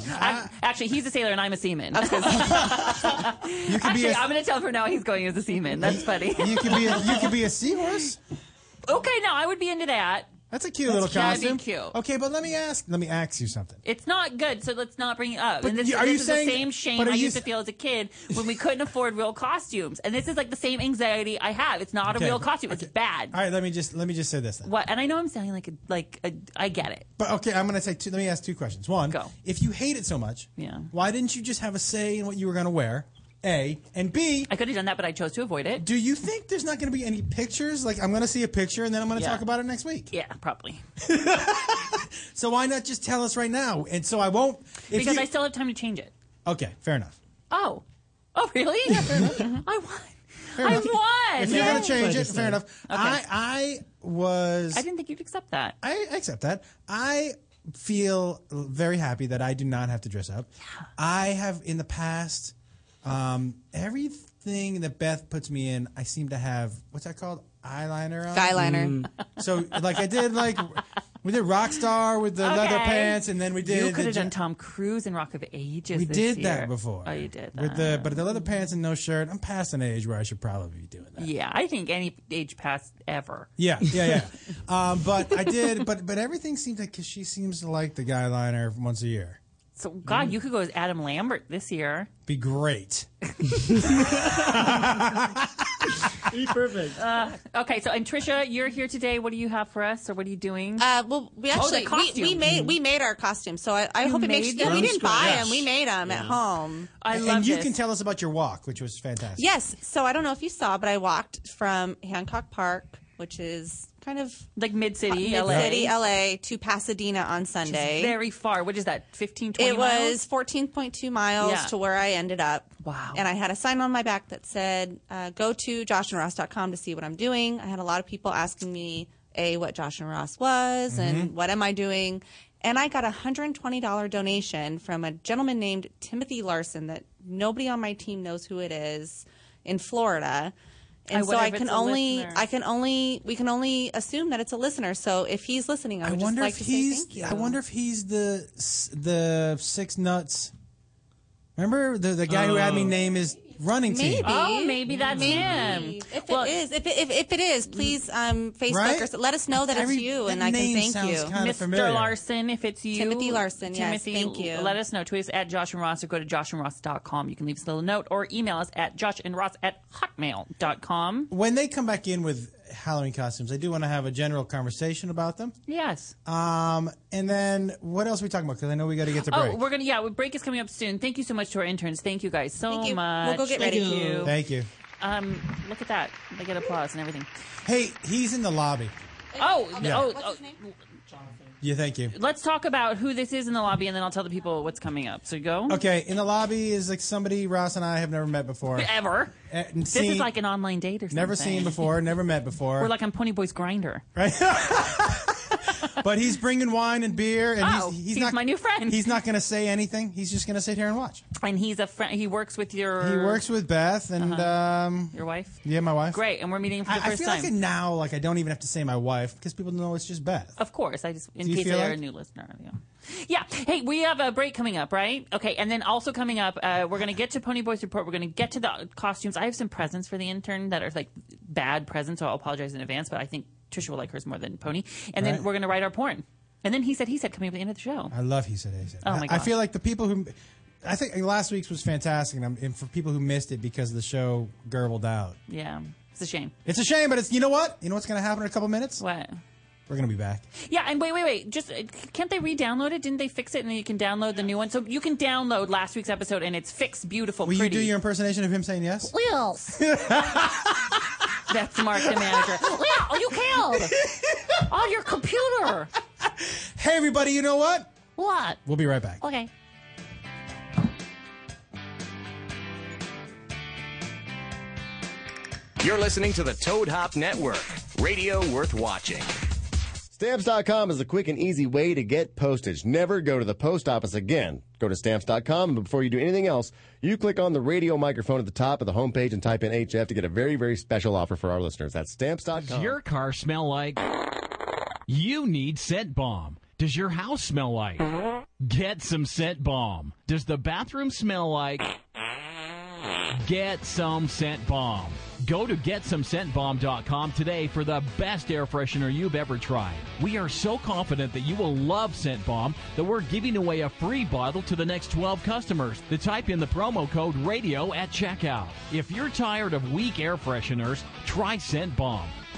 Speaker 4: Ah.
Speaker 6: I'm- actually, he's a sailor and I'm a seaman.
Speaker 4: You could be
Speaker 6: actually,
Speaker 4: a,
Speaker 6: I'm going to tell for now he's going as a seaman. That's funny.
Speaker 4: you could be a, you could be a seahorse.
Speaker 6: okay, no, I would be into that.
Speaker 4: That's a cute little
Speaker 6: That'd be
Speaker 4: costume.
Speaker 6: cute.
Speaker 4: Okay, but let me ask. Let me ask you something.
Speaker 6: It's not good, so let's not bring it up.
Speaker 4: But
Speaker 6: and this,
Speaker 4: you- are
Speaker 6: this
Speaker 4: you
Speaker 6: is
Speaker 4: saying-
Speaker 6: the same shame
Speaker 4: but are
Speaker 6: I
Speaker 4: you
Speaker 6: used to
Speaker 4: s-
Speaker 6: feel as a kid when we couldn't afford real costumes. And this is like the same anxiety I have. It's not
Speaker 4: Okay,
Speaker 6: a real costume.
Speaker 4: okay.
Speaker 6: It's bad.
Speaker 4: All right, let me just let me just say this. Then.
Speaker 6: What? And I know I'm sounding like a, like a, I get it.
Speaker 4: But okay, I'm gonna say. Two, let me ask two questions. One,
Speaker 6: Go.
Speaker 4: if you hate it so much,
Speaker 6: Yeah.
Speaker 4: why didn't you just have a say in what you were gonna wear? A and B.
Speaker 6: I could have done that, but I chose to avoid it.
Speaker 4: Do you think there's not gonna be any pictures? Like I'm gonna see a picture and then I'm gonna
Speaker 6: Yeah.
Speaker 4: talk about it next week.
Speaker 6: Yeah, probably.
Speaker 4: So why not just tell us right now? And so I won't. If
Speaker 6: Because
Speaker 4: you-
Speaker 6: I still have time to change it.
Speaker 4: okay, fair enough.
Speaker 6: Oh. Oh, really? I won. I
Speaker 4: enough.
Speaker 6: won.
Speaker 4: If you're gonna
Speaker 6: Yay.
Speaker 4: change it, fair enough. I I was.
Speaker 6: I didn't think you'd accept that.
Speaker 4: I accept that. I feel very happy that I do not have to dress up. I have in the past um, everything that Beth puts me in. I seem to have what's that called? eyeliner on.
Speaker 5: Skyliner.
Speaker 4: So like I did like we did Rockstar with the leather
Speaker 6: Okay.
Speaker 4: pants, and then we did
Speaker 6: You could
Speaker 4: the
Speaker 6: have done
Speaker 4: Ju-
Speaker 6: Tom Cruise in Rock of Ages.
Speaker 4: we
Speaker 6: this
Speaker 4: did
Speaker 6: year.
Speaker 4: that before.
Speaker 6: Oh, you did.
Speaker 4: with the but the leather pants and no shirt. I'm past an age where I should probably be doing. that.
Speaker 6: Yeah, I think any age past ever.
Speaker 4: Yeah, yeah, yeah. um, but I did, but but everything seems like because she seems to like the guy liner once a year.
Speaker 6: So God, you could go as Adam Lambert this year.
Speaker 4: Be great.
Speaker 11: perfect.
Speaker 6: Uh, okay, so and Trisha, you're here today. What do you have for us, or what are you doing?
Speaker 5: Uh, well, we
Speaker 6: Oh,
Speaker 5: actually we,
Speaker 6: the
Speaker 5: we
Speaker 6: costume.
Speaker 5: made we made our costumes, so I, I
Speaker 6: You
Speaker 5: hope it makes.
Speaker 6: made
Speaker 5: Yeah, we
Speaker 6: them?
Speaker 5: didn't buy
Speaker 4: Yes.
Speaker 5: them. We made them at home.
Speaker 6: I
Speaker 4: and
Speaker 6: love
Speaker 4: you
Speaker 6: this.
Speaker 4: can tell us about your walk, which was fantastic.
Speaker 5: Yes. So I don't know if you saw, but I walked from Hancock Park, which is kind of uh,
Speaker 6: like mid city,
Speaker 5: mid
Speaker 6: LA.
Speaker 5: city LA, to Pasadena on
Speaker 6: Which is
Speaker 5: Sunday.
Speaker 6: Very far. What is that? 15, 20
Speaker 5: it was
Speaker 6: miles?
Speaker 5: 14.2 miles
Speaker 6: Yeah.
Speaker 5: to where I ended up.
Speaker 6: Wow.
Speaker 5: And I had a sign on my back that said, uh, go to joshandross.com to see what I'm doing. I had a lot of people asking me, A, what Josh and Ross was
Speaker 6: Mm-hmm.
Speaker 5: and what am I doing? And I got a $120 donation from a gentleman named Timothy Larson that nobody on my team knows who it is in Florida. And
Speaker 6: I
Speaker 5: so
Speaker 6: wonder
Speaker 5: I
Speaker 6: if
Speaker 5: can
Speaker 6: it's a
Speaker 5: only,
Speaker 6: listener.
Speaker 5: I can only, we can only assume that it's a listener. So if he's listening, I
Speaker 4: I
Speaker 5: would
Speaker 4: wonder
Speaker 5: just
Speaker 4: if
Speaker 5: like to
Speaker 4: he's.
Speaker 5: say thank you.
Speaker 4: I wonder if he's the s- the six nuts. Remember the the guy who had
Speaker 5: Oh.
Speaker 4: me name his running team.
Speaker 6: Oh, maybe that's
Speaker 5: Mm.
Speaker 6: him.
Speaker 5: If
Speaker 6: Well,
Speaker 5: it is, if it, if, if it is, please um, Facebook
Speaker 4: Right?
Speaker 5: or so, let us know that
Speaker 4: Every-
Speaker 5: it's you,
Speaker 4: that
Speaker 5: and I
Speaker 4: name
Speaker 5: can thank
Speaker 4: sounds
Speaker 5: you.
Speaker 4: kind of
Speaker 6: Mr.
Speaker 4: familiar.
Speaker 6: Larson, if it's you.
Speaker 5: Timothy Larson, yes,
Speaker 6: Timothy,
Speaker 5: thank you.
Speaker 6: Let us know. Tweet us at Josh and Ross or go to joshandross.com. You can leave us a little note or email us at joshandross at hotmail.com.
Speaker 4: When they come back in with Halloween costumes, I do want to have a general conversation about them.
Speaker 6: Yes.
Speaker 4: Um, and then what else are we talking about? Because I know we got to get to break.
Speaker 6: Oh, we're going to, yeah, break is coming up soon. Thank you so much to our interns. Thank you guys so
Speaker 5: Thank you.
Speaker 6: much.
Speaker 5: We'll go get
Speaker 6: Thank
Speaker 5: ready.
Speaker 6: you.
Speaker 4: Thank you.
Speaker 6: Um, look at that. They get applause and everything.
Speaker 4: Hey, he's in the lobby.
Speaker 6: Oh,
Speaker 4: Yeah.
Speaker 6: oh,
Speaker 5: What's
Speaker 6: oh,
Speaker 5: his name?
Speaker 4: Yeah, thank you.
Speaker 6: let's talk about who this is in the lobby and then I'll tell the people what's coming up. So go.
Speaker 4: Okay, in the lobby is like somebody Ross and I have never met before.
Speaker 6: Ever.
Speaker 4: Eh, and
Speaker 6: This
Speaker 4: seen-
Speaker 6: is like an online date or something.
Speaker 4: never seen before, never met before.
Speaker 6: We're like on Pony Boy's grinder.
Speaker 4: but he's bringing wine and beer, and
Speaker 6: Oh,
Speaker 4: he's, he's,
Speaker 6: he's
Speaker 4: not
Speaker 6: my new friend.
Speaker 4: He's not going to say anything. He's just going to sit here and watch.
Speaker 6: And he's a friend. He works with your.
Speaker 4: He works with Beth and um,
Speaker 6: Uh-huh. your wife.
Speaker 4: yeah, my wife.
Speaker 6: Great, and we're meeting for the
Speaker 4: I, I
Speaker 6: first
Speaker 4: feel
Speaker 6: time.
Speaker 4: like now, like I don't even have to say my wife because people know it's just Beth.
Speaker 6: of course, I just in
Speaker 4: Do you
Speaker 6: case
Speaker 4: feel
Speaker 6: they're
Speaker 4: like-
Speaker 6: a new listener. Yeah. Yeah. Hey, we have a break coming up, right? Okay, and then also coming up, uh, we're gonna get to Pony Boy's report. We're gonna get to the costumes. I have some presents for the intern that are like bad presents, so I'll apologize in advance. But I think Trisha will like hers more than Pony. And
Speaker 4: Right.
Speaker 6: then we're gonna write our porn. And then he said he said coming up at the end of the show.
Speaker 4: I love he said he said.
Speaker 6: Oh my
Speaker 4: I- I
Speaker 6: gosh.
Speaker 4: feel like the people who, I think last week's was fantastic, and, I'm, and for people who missed it because the show gurgled out,
Speaker 6: yeah, it's a shame.
Speaker 4: it's a shame. But it's you know what? You know what's going to happen in a couple minutes?
Speaker 6: What?
Speaker 4: We're going to be back.
Speaker 6: Yeah, and wait, wait, wait. Just uh, can't they re-download it? Didn't they fix it? And then you can download the new one. So you can download last week's episode, and it's fixed, beautiful,
Speaker 4: Will
Speaker 6: pretty.
Speaker 4: you do your impersonation of him saying yes?
Speaker 6: wheels? That's Mark, the manager. Wow, you killed on your computer.
Speaker 4: Hey, everybody! You know what?
Speaker 6: What?
Speaker 4: We'll be right back.
Speaker 6: Okay.
Speaker 1: You're listening to the Toad Hop Network, radio worth watching.
Speaker 12: Stamps.com is the quick and easy way to get postage. Never go to the post office again. Go to stamps.com, but before you do anything else, you click on the radio microphone at the top of the homepage and type in HF to get a very, very special offer for our listeners. That's stamps.com.
Speaker 13: Does your car smell like? You need scent bomb. Does your house smell like? Get some scent bomb. Does the bathroom smell like? Get some scent bomb. Go to getsomescentbomb.com today for the best air freshener you've ever tried. We are so confident that you will love Scent Bomb that we're giving away a free bottle to the next 12 customers that type in the promo code radio at checkout. If you're tired of weak air fresheners, try Scent Bomb.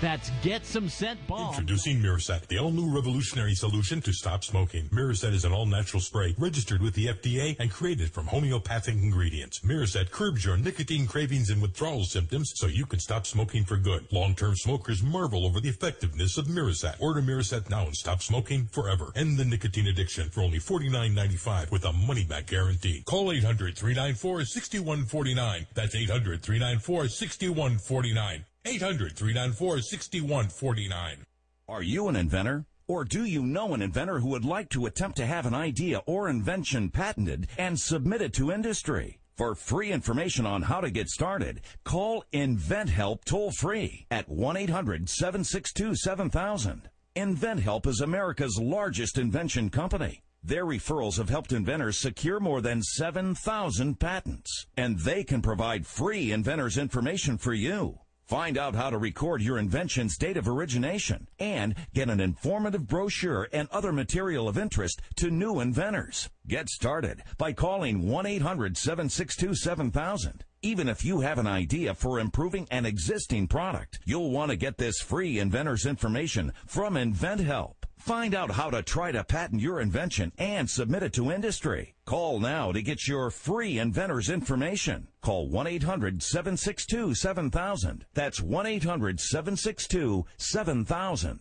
Speaker 14: That's Get Some Scent Bomb.
Speaker 15: Introducing Miraset, the all new revolutionary solution to stop smoking. Miraset is an all natural spray registered with the FDA and created from homeopathic ingredients. Miraset curbs your nicotine cravings and withdrawal symptoms so you can stop smoking for good. Long term smokers marvel over the effectiveness of Miraset. Order Miraset now and stop smoking forever. End the nicotine addiction for only $49.95 with a money back guarantee. Call 800 394 6149. That's 800 394 6149. 800 394 6149.
Speaker 16: Are you an inventor? Or do you know an inventor who would like to attempt to have an idea or invention patented and submitted to industry? For free information on how to get started, call InventHelp toll free at 1 800 762 7000. InventHelp is America's largest invention company. Their referrals have helped inventors secure more than 7,000 patents, and they can provide free inventors information for you. Find out how to record your invention's date of origination and get an informative brochure and other material of interest to new inventors. Get started by calling 1-800-762-7000. Even if you have an idea for improving an existing product, you'll want to get this free inventor's information from InventHelp. Find out how to try to patent your invention and submit it to industry. Call now to get your free inventor's information. Call 1-800-762-7000. That's 1-800-762-7000.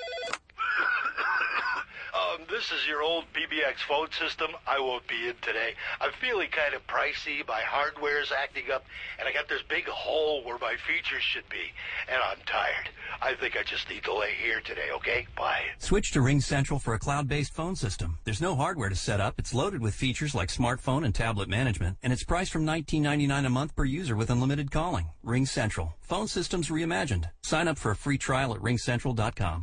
Speaker 13: Um, this is your old PBX phone system. I won't be in today. I'm feeling kind of pricey. My hardware's acting up, and I got this big hole where my features should be. And I'm tired. I think I just need to lay here today, okay? Bye.
Speaker 17: Switch to Ring Central for a cloud-based phone system. There's no hardware to set up. It's loaded with features like smartphone and tablet management, and it's priced from $19.99 a month per user with unlimited calling. Ring Central. Phone systems reimagined. Sign up for a free trial at ringcentral.com.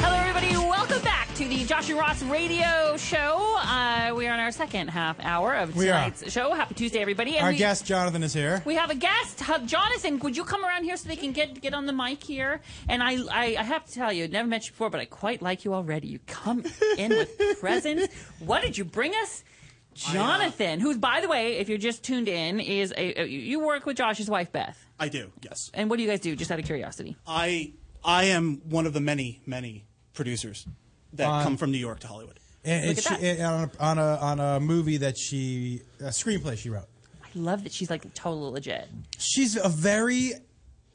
Speaker 6: Hello, everybody. Welcome back to the Josh and Ross Radio Show. Uh, we are on our second half hour of
Speaker 4: We are.
Speaker 6: tonight's show. Happy Tuesday, everybody.
Speaker 4: Our
Speaker 6: we,
Speaker 4: guest Jonathan is here.
Speaker 6: We have a guest, Hub Jonathan. Would you come around here so they can get get on the mic here? And I, I, I have to tell you, never mentioned before, but I quite like you already. You come in with presents. What did you bring us?
Speaker 18: uh,
Speaker 6: Jonathan, who's, by the way, if you're just tuned in, is a, you- you work with Josh's wife Beth.
Speaker 18: I do. Yes.
Speaker 6: And what do you guys do? Just out of curiosity.
Speaker 18: I I am one of the many many producers that
Speaker 4: Uh,
Speaker 18: come from New York to Hollywood.
Speaker 4: And, and
Speaker 18: Look at
Speaker 4: she,
Speaker 18: that.
Speaker 4: and on, a, on, a, on a movie that she, a screenplay she wrote.
Speaker 6: I love that she's like total legit.
Speaker 4: She's a very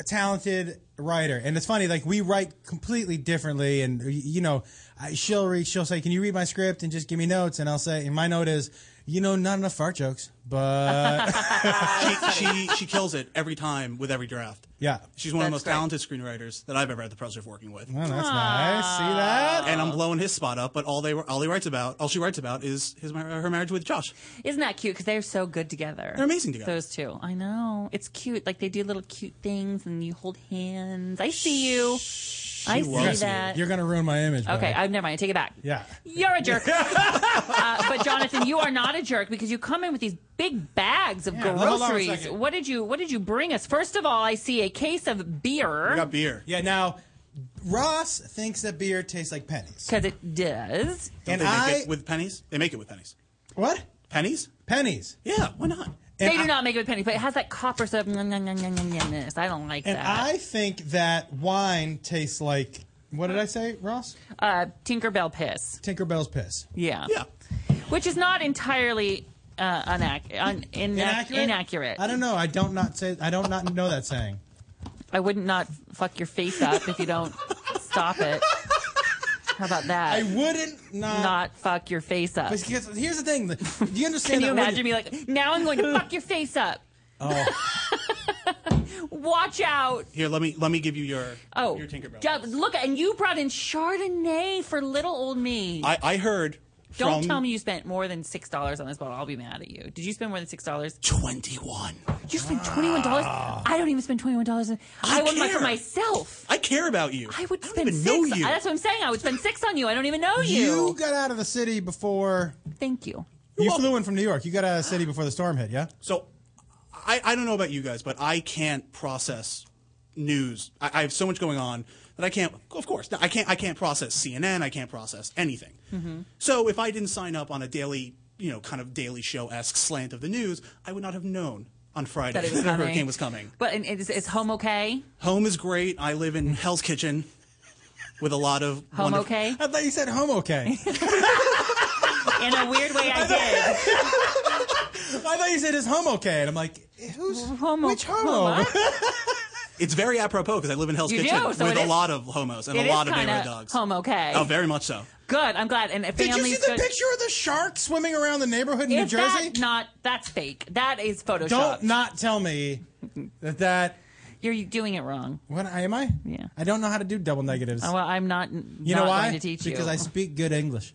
Speaker 4: talented writer, and it's funny. Like we write completely differently, and y- you know, I, she'll read, she'll say, "Can you read my script and just give me notes?" And I'll say, and my note is, you know, not enough fart jokes, but
Speaker 18: she, she she kills it every time with every draft.
Speaker 4: uh, yeah,
Speaker 18: She's one of the most talented screenwriters that I've ever had the pleasure of working with.
Speaker 4: Well, that's nice. See that?
Speaker 18: And I'm blowing his spot up, but all they were all he writes about, all she writes about is his mar- her marriage with Josh.
Speaker 6: Isn't that cute? Because they're so good together.
Speaker 18: They're amazing together.
Speaker 6: Those two. I know. It's cute. Like they do little cute things and you hold hands. I see you. I see that.
Speaker 4: You're gonna ruin my image.
Speaker 6: Okay,
Speaker 4: buddy.
Speaker 6: I, never mind. I take it back.
Speaker 4: yeah.
Speaker 6: You're a jerk. uh, but Jonathan, you are not a jerk because you come in with these big bags of
Speaker 18: Yeah, hold on a
Speaker 6: groceries.
Speaker 18: second.
Speaker 6: What did you What did you bring us? First of all, I see a case of beer.
Speaker 18: We got beer.
Speaker 4: Yeah. Now, Ross thinks that beer tastes like pennies
Speaker 6: because it does.
Speaker 18: Don't
Speaker 4: And
Speaker 18: they make
Speaker 4: I-
Speaker 18: it with pennies? They make it with pennies.
Speaker 4: What?
Speaker 18: Pennies?
Speaker 4: Pennies.
Speaker 18: Yeah, why not?
Speaker 6: They do not make it with pennies, but it has that copper stuff. I don't like
Speaker 4: and
Speaker 6: that.
Speaker 4: I think that wine tastes like what did I say, Ross?
Speaker 6: Uh, Tinkerbell piss.
Speaker 4: Tinkerbell's piss.
Speaker 6: Yeah. Yeah. Which is not entirely uh, unac- un- in- inaccurate?
Speaker 4: I don't know. I don't not say. I don't not know that saying.
Speaker 6: I wouldn't not fuck your face up if you don't stop it. How about that? I
Speaker 4: wouldn't not,
Speaker 6: fuck your face up.
Speaker 4: But here's here's the thing. Do you
Speaker 6: Can
Speaker 4: understand?
Speaker 6: you
Speaker 4: that when
Speaker 6: imagine me like, now I'm going to fuck your face up.
Speaker 4: Oh,
Speaker 6: Watch out.
Speaker 18: Here, let me let me give you your
Speaker 6: Oh,
Speaker 18: your Tinkerbell.
Speaker 6: Dub- look, and you brought in Chardonnay for little old me.
Speaker 18: I, I heard
Speaker 6: don't
Speaker 18: from
Speaker 6: tell me you spent more than six dollars on this bottle. I'll be mad at you. Did you spend more than six dollars? Twenty-one. You spent twenty-one dollars. I don't even spend twenty-one dollars. I, want one for
Speaker 18: care.
Speaker 6: myself.
Speaker 18: I care about you.
Speaker 6: I would spend
Speaker 18: even
Speaker 6: six.
Speaker 18: know you.
Speaker 6: That's what I'm saying. I would spend six on you. I don't even know you.
Speaker 4: you got out of the city before.
Speaker 6: Thank you.
Speaker 4: You flew in from New York. You got out of the city before the storm hit. Yeah.
Speaker 18: So I, I don't know about you guys, but I can't process news. I, I have so much going on that I can't. Of course, I can't. I can't process CNN. I can't process anything.
Speaker 12: Mm-hmm.
Speaker 18: So if I didn't sign up on a daily, you know, kind of daily show esque slant of the news, I would not have known on Friday
Speaker 6: That
Speaker 18: that,
Speaker 6: it was
Speaker 18: a
Speaker 6: coming.
Speaker 18: hurricane was coming.
Speaker 6: But and is, is home okay?
Speaker 18: Home is great. I live in Hell's Kitchen with a lot of
Speaker 6: Home
Speaker 18: wonderful-
Speaker 6: okay?
Speaker 4: I thought you said home okay.
Speaker 6: In a weird way, I did.
Speaker 4: I thought you said is home okay, and I'm like, Who's
Speaker 6: homo? Which
Speaker 4: homo?
Speaker 18: It's very apropos because I live in Hell's
Speaker 6: You
Speaker 18: Kitchen
Speaker 6: do, so
Speaker 18: with
Speaker 6: it
Speaker 18: a
Speaker 6: is-
Speaker 18: lot of homos and
Speaker 6: it
Speaker 18: a
Speaker 6: is
Speaker 18: lot of
Speaker 6: kinda
Speaker 18: neighborhood dogs.
Speaker 6: Home okay?
Speaker 18: Oh, very much so.
Speaker 6: Good. I'm glad. And
Speaker 4: Did you see
Speaker 6: families
Speaker 4: the
Speaker 6: good.
Speaker 4: picture of the shark swimming around the neighborhood in
Speaker 6: Is
Speaker 4: New Jersey?
Speaker 6: that not that's fake? That is Photoshop.
Speaker 4: Don't not tell me that that
Speaker 6: you're doing it wrong.
Speaker 4: What am I?
Speaker 6: Yeah,
Speaker 4: I don't know how to do double negatives.
Speaker 6: Oh, well, I'm not.
Speaker 4: you know
Speaker 6: not
Speaker 4: why?
Speaker 6: Going to teach
Speaker 4: because
Speaker 6: you.
Speaker 4: I speak good English.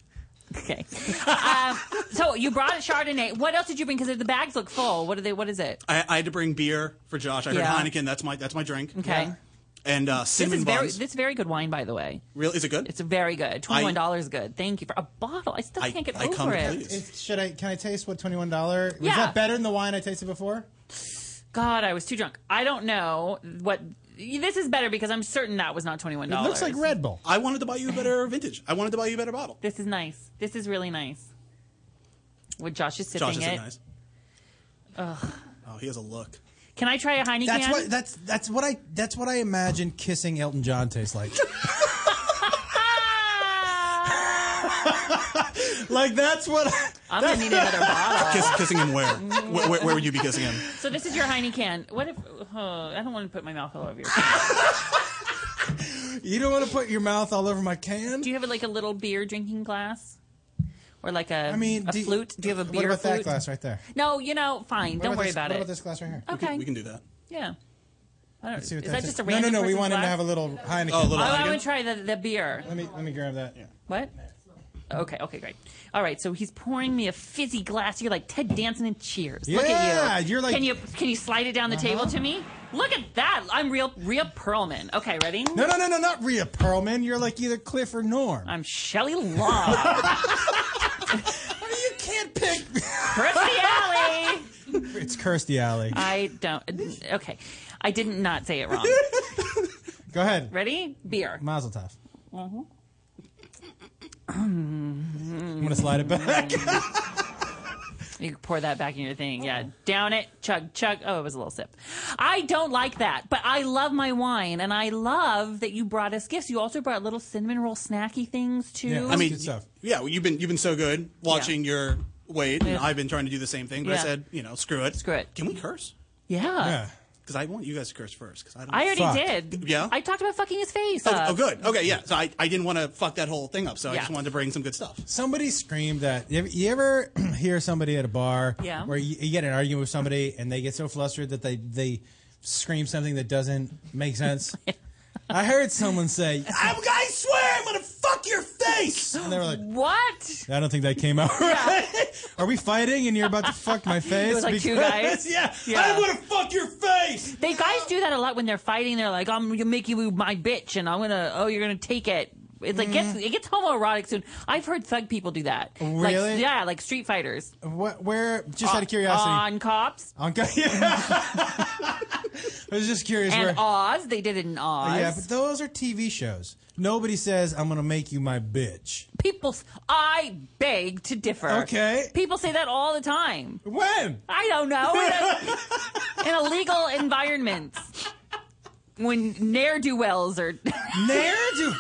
Speaker 6: Okay. um, so you brought a Chardonnay. What else did you bring? Because the bags look full. What are they? What is it?
Speaker 18: I, I had to bring beer for Josh. I heard
Speaker 6: Yeah.
Speaker 18: Heineken. That's my that's my drink.
Speaker 6: Okay. Yeah.
Speaker 18: And uh,
Speaker 6: This
Speaker 18: cinnamon
Speaker 6: is very.
Speaker 18: buns.
Speaker 6: This is very good wine, by the way.
Speaker 18: Real? Is it good?
Speaker 6: It's very good. Twenty one dollars is good. Thank you for a bottle. I still
Speaker 18: I-
Speaker 6: can't get
Speaker 18: I
Speaker 6: over
Speaker 18: come
Speaker 6: it.
Speaker 4: It's- should I? Can I taste what twenty one dollar? Was
Speaker 6: Yeah.
Speaker 4: that better than the wine I tasted before?
Speaker 6: God, I was too drunk. I don't know what. This is better because I'm certain that was not twenty one dollars.
Speaker 4: Red Bull.
Speaker 18: I wanted to buy you a better vintage. I wanted to buy you a better bottle.
Speaker 6: This is nice. This is really nice. What Josh is sipping
Speaker 18: Josh isn't
Speaker 6: it.
Speaker 18: nice.
Speaker 6: Ugh.
Speaker 18: Oh, he has a look.
Speaker 6: Can I try a Heineken?
Speaker 4: That's what. That's that's what I. That's what I imagine kissing Elton John tastes like. like that's what.
Speaker 6: I'm gonna need another bottle.
Speaker 18: Kiss, kissing him where? where, where? Where would you be kissing him?
Speaker 6: So this is your Heineken. What if? Oh, I don't want to put my mouth all over your.
Speaker 4: You don't want to put your mouth all over my can.
Speaker 6: Do you have like a little beer drinking glass, or like a?
Speaker 4: I mean,
Speaker 6: a
Speaker 4: do you-
Speaker 6: flute. Do you have a
Speaker 4: What
Speaker 6: beer
Speaker 4: about
Speaker 6: flute?
Speaker 4: that glass right there?
Speaker 6: No, you know, fine.
Speaker 4: What
Speaker 6: don't worry
Speaker 4: this-
Speaker 6: about
Speaker 4: what
Speaker 6: it.
Speaker 4: about this glass right here?
Speaker 6: Okay.
Speaker 18: We can do that.
Speaker 6: Yeah. I don't.
Speaker 4: Let's see what
Speaker 6: is
Speaker 4: that
Speaker 6: that just
Speaker 4: tastes-
Speaker 6: a
Speaker 4: No, no,
Speaker 6: random
Speaker 4: no, we
Speaker 6: person's
Speaker 4: wanted to
Speaker 6: glass?
Speaker 4: have a little Heineken.
Speaker 6: Oh,
Speaker 4: Oh, a little
Speaker 6: I
Speaker 4: Heineken.
Speaker 6: want to try the, the beer.
Speaker 4: Let me let me grab that.
Speaker 6: What? Okay. Okay. Great. All right. So he's pouring me a fizzy glass. You're like Ted Danson and Cheers. Look at you.
Speaker 4: Yeah, you're like-
Speaker 6: Can you can you slide it down the table
Speaker 4: Uh-huh.
Speaker 6: to me? Look at that. I'm real Rhea Perlman. Okay. Ready?
Speaker 4: No, no, no, no, not Rhea Perlman. You're like either Cliff or Norm.
Speaker 6: I'm Shelley Long.
Speaker 4: you can't pick.
Speaker 6: Christy Alley.
Speaker 4: It's Kirstie Alley.
Speaker 6: I don't. Okay. I didn't not say it wrong.
Speaker 4: Go ahead.
Speaker 6: Ready? Beer.
Speaker 4: Mazel tov.
Speaker 6: Mm-hmm.
Speaker 4: I'm gonna slide it back.
Speaker 6: You can pour that back in your thing. Yeah.
Speaker 18: Oh.
Speaker 6: Down it. Chug, chug. Oh, it was a little sip. I don't like that, but I love my wine, and I love that you brought us gifts. You also brought little cinnamon roll snacky things, too.
Speaker 18: I mean, yeah. well, You've been you've been so good watching your weight, and
Speaker 6: Yeah.
Speaker 18: I've been trying to do the same thing. But I
Speaker 6: Yeah.
Speaker 18: said, you know, screw it. Screw
Speaker 6: it.
Speaker 18: Can we curse?
Speaker 6: Yeah. Yeah.
Speaker 18: Because I want you guys to curse first. Because I don't.
Speaker 6: I already
Speaker 18: Fuck.
Speaker 6: did.
Speaker 18: Yeah.
Speaker 6: I talked about fucking his face.
Speaker 18: Oh,
Speaker 6: up.
Speaker 18: oh, good. Okay, yeah. So I, I didn't want to fuck that whole thing up, so I
Speaker 6: Uh, Yeah.
Speaker 18: just wanted to bring some good stuff.
Speaker 4: Somebody screamed that. You ever, you ever hear somebody at a bar
Speaker 6: Yeah.
Speaker 4: where you, you get in an argument with somebody and they get so flustered that they they scream something that doesn't make sense? I heard someone say, I, I swear I'm gonna fuck your face! And they were like,
Speaker 6: What?
Speaker 4: I don't think that came out right. Are we fighting and you're about to fuck my face?
Speaker 6: It was like two
Speaker 4: Because-
Speaker 6: guys.
Speaker 4: yeah.
Speaker 6: Yeah.
Speaker 4: I'm gonna fuck your face!
Speaker 6: They guys do that a lot when they're fighting. They're like, "I'm gonna make you my bitch," and I'm gonna, "Oh, you're gonna take it." It's like gets it gets homoerotic soon. I've heard thug people do that. Like,
Speaker 4: Really?
Speaker 6: yeah, like street fighters. Uh,
Speaker 4: What, where, just out of curiosity.
Speaker 6: on cops
Speaker 4: On co- I was just curious
Speaker 6: and
Speaker 4: where.
Speaker 6: Oz. They did it in Oz.
Speaker 4: Yeah, but those are TV shows. Nobody says I'm gonna make you my bitch.
Speaker 6: people, s- I beg to differ.
Speaker 4: Okay.
Speaker 6: people say that all the time.
Speaker 4: When?
Speaker 6: I don't know. In a, in a legal environment, when ne'er do wells are
Speaker 4: ne'er do.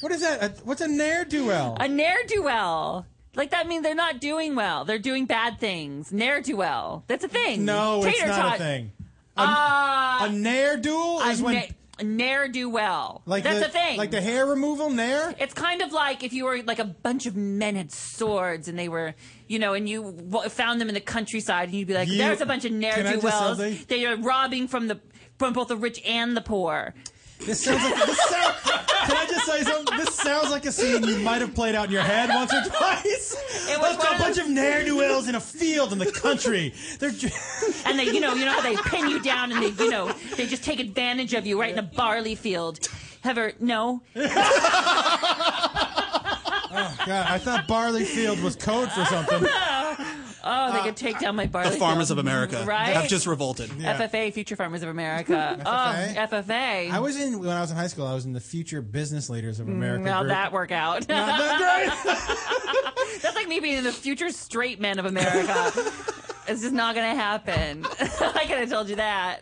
Speaker 4: What is that? A- What's a ne'er do well?
Speaker 6: A ne'er do well. Like that means they're not doing well. They're doing bad things. Ne'er do well. That's a thing.
Speaker 4: No, it's
Speaker 6: Tater
Speaker 4: not
Speaker 6: tot.
Speaker 4: a thing. A,
Speaker 6: Uh,
Speaker 4: a ne'er duel is
Speaker 6: a
Speaker 4: when
Speaker 6: ne- ne'er do well.
Speaker 4: like
Speaker 6: that's
Speaker 4: the,
Speaker 6: a thing.
Speaker 4: like the hair removal ne'er.
Speaker 6: it's kind of like if you were like a bunch of men had swords and they were, you know, and you w- found them in the countryside and you'd be like,
Speaker 4: You-
Speaker 6: "There's a bunch of
Speaker 4: Can I
Speaker 6: ne'er
Speaker 4: just
Speaker 6: do
Speaker 4: say
Speaker 6: wells.
Speaker 4: something?
Speaker 6: They are robbing from the from both the rich and the poor."
Speaker 4: This sounds like this sound, Can I just say something? This sounds like a scene you might have played out in your head once or twice.
Speaker 6: It was
Speaker 4: Let's go,
Speaker 6: one
Speaker 4: a
Speaker 6: of
Speaker 4: bunch
Speaker 6: those-
Speaker 4: of ne'er do wells in a field in the country. They're ju-
Speaker 6: and they, you know, you know how they pin you down and they, you know, they just take advantage of you right in a barley field. Ever no?
Speaker 4: Oh, God, I thought barley field was code for something.
Speaker 6: oh, Oh, they could take down my barley.
Speaker 18: the farmers
Speaker 6: field.
Speaker 18: of America
Speaker 6: right?
Speaker 18: have just revolted.
Speaker 6: FFA, Future Farmers of America.
Speaker 4: FFA?
Speaker 6: Oh, FFA.
Speaker 4: I was in when I was in high school. I was in the Future Business Leaders of America.
Speaker 6: Now
Speaker 4: group.
Speaker 6: Mm, that work out.
Speaker 4: Not
Speaker 6: That's like me being in the future straight men of America. it's just not gonna happen. I could have told you that.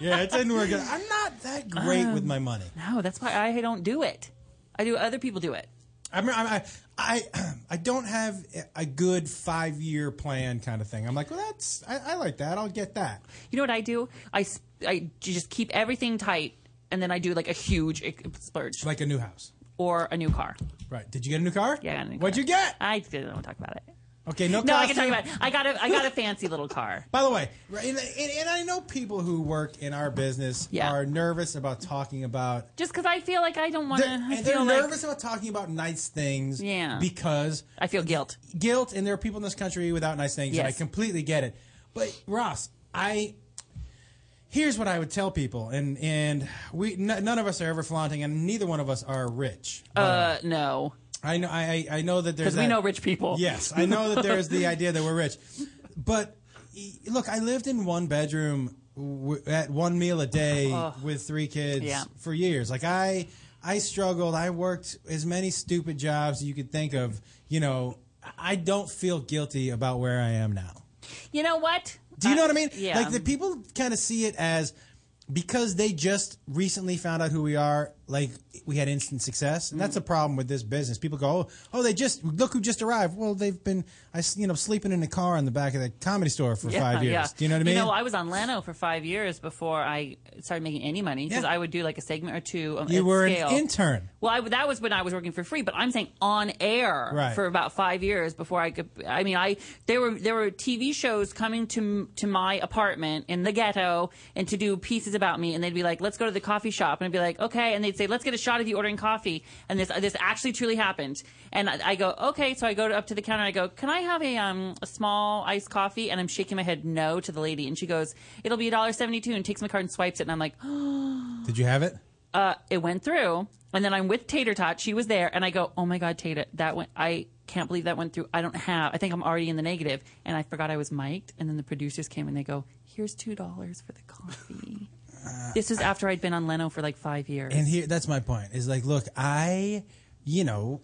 Speaker 4: yeah, it didn't work out. I'm not that great with my money.
Speaker 6: No, that's why I don't do it. I do other people do it.
Speaker 4: I mean, I, I, I- I don't have a good five year plan kind of thing. I'm like, well, that's I, I like that. I'll get that.
Speaker 6: You know what I do? I, s- I just keep everything tight, and then I do like a huge ex- splurge,
Speaker 4: like a new house
Speaker 6: or a new car.
Speaker 4: Right? Did you get a new car? Yeah. What'd you get?
Speaker 6: I don't want to talk about it.
Speaker 4: Okay, no.
Speaker 6: no, I can
Speaker 4: costume?
Speaker 6: talk about. It. I got a I got a fancy little car.
Speaker 4: By the way, right, and, and, and I know people who work in our business are nervous about talking about
Speaker 6: Just because I feel like I don't want to.
Speaker 4: They're-
Speaker 6: I
Speaker 4: and they're
Speaker 6: feel like-
Speaker 4: nervous about talking about nice things.
Speaker 6: Yeah.
Speaker 4: Because
Speaker 6: I feel guilt.
Speaker 4: Guilt, and there are people in this country without nice things, and I
Speaker 6: Yes.
Speaker 4: completely get it. But Ross, I here's what I would tell people, and and we n- none of us are ever flaunting, and neither one of us are rich.
Speaker 6: Uh, no.
Speaker 4: I know. I I I know that there's
Speaker 6: 'Cause we
Speaker 4: that-
Speaker 6: know rich people.
Speaker 4: Yes, I know that there is the idea that we're rich, but e- look, I lived in one bedroom w- at one meal a day
Speaker 6: Ugh.
Speaker 4: with three kids
Speaker 6: Oh. Yeah.
Speaker 4: for years. Like I I struggled. I worked as many stupid jobs as you could think of. You know, I don't feel guilty about where I am now.
Speaker 6: You know what? Uh,
Speaker 4: Do you know what I mean?
Speaker 6: yeah.
Speaker 4: Like the people kind of see it as because they just recently found out who we are, like we had instant
Speaker 6: Mm.
Speaker 4: success, and that's a problem with this business. People go, "Oh, oh, they just look who just arrived." Well, they've been, I s- you know, sleeping in a car in the back of the comedy store for
Speaker 6: Yeah,
Speaker 4: five years.
Speaker 6: yeah.
Speaker 4: Do you know what I mean?
Speaker 6: You know, I was on Leno for five years before I started making any money because I would do like a segment or two. um,
Speaker 4: you
Speaker 6: at
Speaker 4: were
Speaker 6: scale.
Speaker 4: an intern.
Speaker 6: Well, I, that was when I was working for free, but I'm saying on air
Speaker 4: Right.
Speaker 6: for about five years before I could. I mean, I there were there were TV shows coming to to my apartment in the ghetto and to do pieces about me, and they'd be like, "Let's go to the coffee shop," and I'd be like, "Okay," and they'd say, "Let's get a shot of you ordering coffee," and this this actually truly happened, and I, I go, "Okay," so I go to, up to the counter, and I go, "Can I have a um a small iced coffee?" and I'm shaking my head no to the lady, and she goes, "It'll be $1.72," and takes my card and swipes it, and I'm like. "Oh,
Speaker 4: Did you have it?
Speaker 6: uh, it went through, and then I'm with Tater Tot. She was there, and I go, "Oh my God, Tater, that went. I can't believe that went through. I don't have. I think I'm already in the negative, and I forgot I was mic'd. And then the producers came and they go, "Here's two dollars for the coffee." this is after I'd been on Leno for like five years.
Speaker 4: Uh, And here, that's my point. Is like, look, I, you know,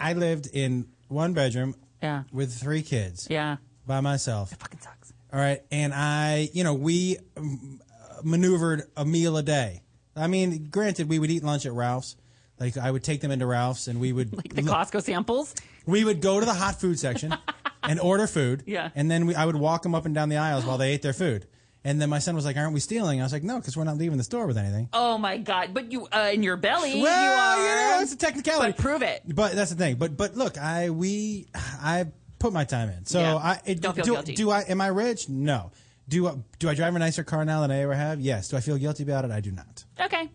Speaker 4: I lived in one bedroom,
Speaker 6: yeah,
Speaker 4: with three kids,
Speaker 6: yeah,
Speaker 4: by myself. It
Speaker 6: fucking sucks.
Speaker 4: All right, and I, you know, we um, maneuvered a meal a day. I mean, granted, we would eat lunch at Ralph's. Like I would take them into Ralph's, and we would like
Speaker 6: the Costco samples.
Speaker 4: We would go to the hot food section and order food.
Speaker 6: Yeah.
Speaker 4: and then we, I would walk them up and down the aisles while they ate their food. And then my son was like, "Aren't we stealing?" I was like, "No, because we're not leaving the store with anything."
Speaker 6: Oh my God! But you uh, in your belly,
Speaker 4: Well,
Speaker 6: you are.
Speaker 4: yeah, it's a technicality.
Speaker 6: But prove it.
Speaker 4: But that's the thing. But but look, I we I put my time in. So
Speaker 6: Yeah.
Speaker 4: I it,
Speaker 6: Don't feel
Speaker 4: do,
Speaker 6: guilty.
Speaker 4: do I am I rich? No. Do I, do I drive a nicer car now than I ever have? Yes. Do I feel guilty about it? I do not.
Speaker 6: Okay,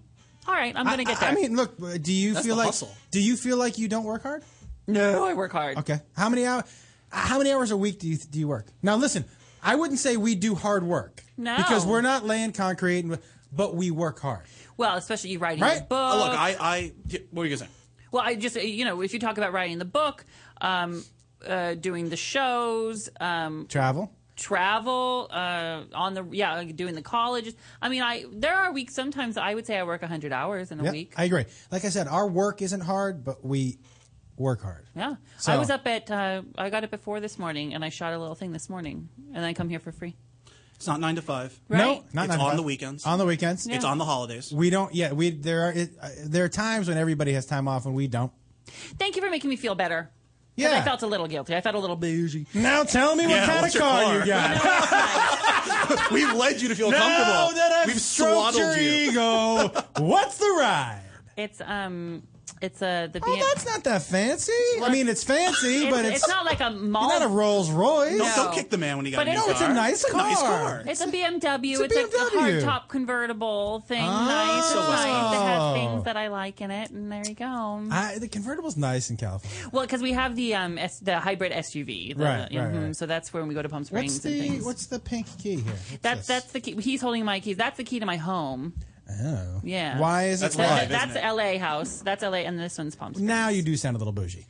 Speaker 6: all right. I'm gonna
Speaker 4: I-
Speaker 6: get there.
Speaker 4: I mean, look. Do you
Speaker 6: That's
Speaker 4: feel
Speaker 6: the
Speaker 4: like
Speaker 6: hustle.
Speaker 4: do you feel like you don't work hard?
Speaker 6: No, I work hard.
Speaker 4: Okay. How many hours? How many hours a week do you do you work? Now listen, I wouldn't say we do hard work.
Speaker 6: No.
Speaker 4: Because we're not laying concrete, and- but we work hard.
Speaker 6: well, especially you writing
Speaker 4: Right?
Speaker 6: a book.
Speaker 4: Oh, look,
Speaker 18: I, I, yeah, what were you gonna say?
Speaker 6: Well, I just you know, if you talk about writing the book, um, uh, doing the shows, um,
Speaker 4: Travel.
Speaker 6: travel, uh, on the yeah, like doing the colleges. I mean, I there are weeks sometimes I would say I work hundred hours in a
Speaker 4: Yeah,
Speaker 6: week.
Speaker 4: I agree. Like I said, our work isn't hard, but we work hard.
Speaker 6: Yeah,
Speaker 4: So-
Speaker 6: I was up at uh, I got up at four this morning and I shot a little thing this morning and I come here for free.
Speaker 18: It's not nine to five.
Speaker 6: Right. No,
Speaker 4: not
Speaker 18: it's
Speaker 4: nine to
Speaker 18: on
Speaker 4: five.
Speaker 18: the weekends.
Speaker 4: On the weekends,
Speaker 18: It's on the holidays.
Speaker 4: We don't. Yeah, we there are it, uh, there are times when everybody has time off and we don't.
Speaker 6: Thank you for making me feel better. 'Cause
Speaker 4: Yeah.
Speaker 6: I felt a little guilty. I felt a little bougie.
Speaker 4: Now tell me what
Speaker 6: Yeah,
Speaker 4: kind of
Speaker 6: what's your
Speaker 4: car,
Speaker 6: car?
Speaker 4: you got.
Speaker 18: We've led you to feel
Speaker 4: now
Speaker 18: comfortable.
Speaker 4: that I've
Speaker 18: We've
Speaker 4: stroked your
Speaker 18: swaddled you.
Speaker 4: ego, what's the ride?
Speaker 6: It's um, it's uh, the
Speaker 4: Oh, that's not that fancy. I mean, it's fancy,
Speaker 6: it's,
Speaker 4: but it's,
Speaker 6: it's, not like a mall.
Speaker 4: It's not a Rolls Royce.
Speaker 6: Don't- don't No. kick
Speaker 18: the man when he
Speaker 6: But it's-
Speaker 4: no, it's a nice car.
Speaker 6: It's a BMW.
Speaker 4: It's
Speaker 6: It's,
Speaker 4: a
Speaker 6: a,
Speaker 4: BMW.
Speaker 6: hard top convertible thing.
Speaker 4: Oh.
Speaker 6: nice. It's
Speaker 4: So what's-
Speaker 6: nice. It has
Speaker 4: Oh.
Speaker 6: things that I like in it, and there you go.
Speaker 4: I, the convertible's nice in California.
Speaker 6: well, because we have the um S, the hybrid SUV, the-
Speaker 4: Right, right,
Speaker 6: mhm,
Speaker 4: right.
Speaker 6: So that's when we go to Palm Springs
Speaker 4: What's
Speaker 6: and
Speaker 4: the
Speaker 6: things.
Speaker 4: what's the pink key here?
Speaker 6: that's that's the key. He's holding my keys. That's the key to my home.
Speaker 4: Oh,
Speaker 6: Yeah.
Speaker 4: Why is it
Speaker 6: that's,
Speaker 4: live,
Speaker 6: That's
Speaker 4: isn't it?
Speaker 6: LA house. That's LA, and this one's Palm Springs.
Speaker 4: Now you do sound a little bougie.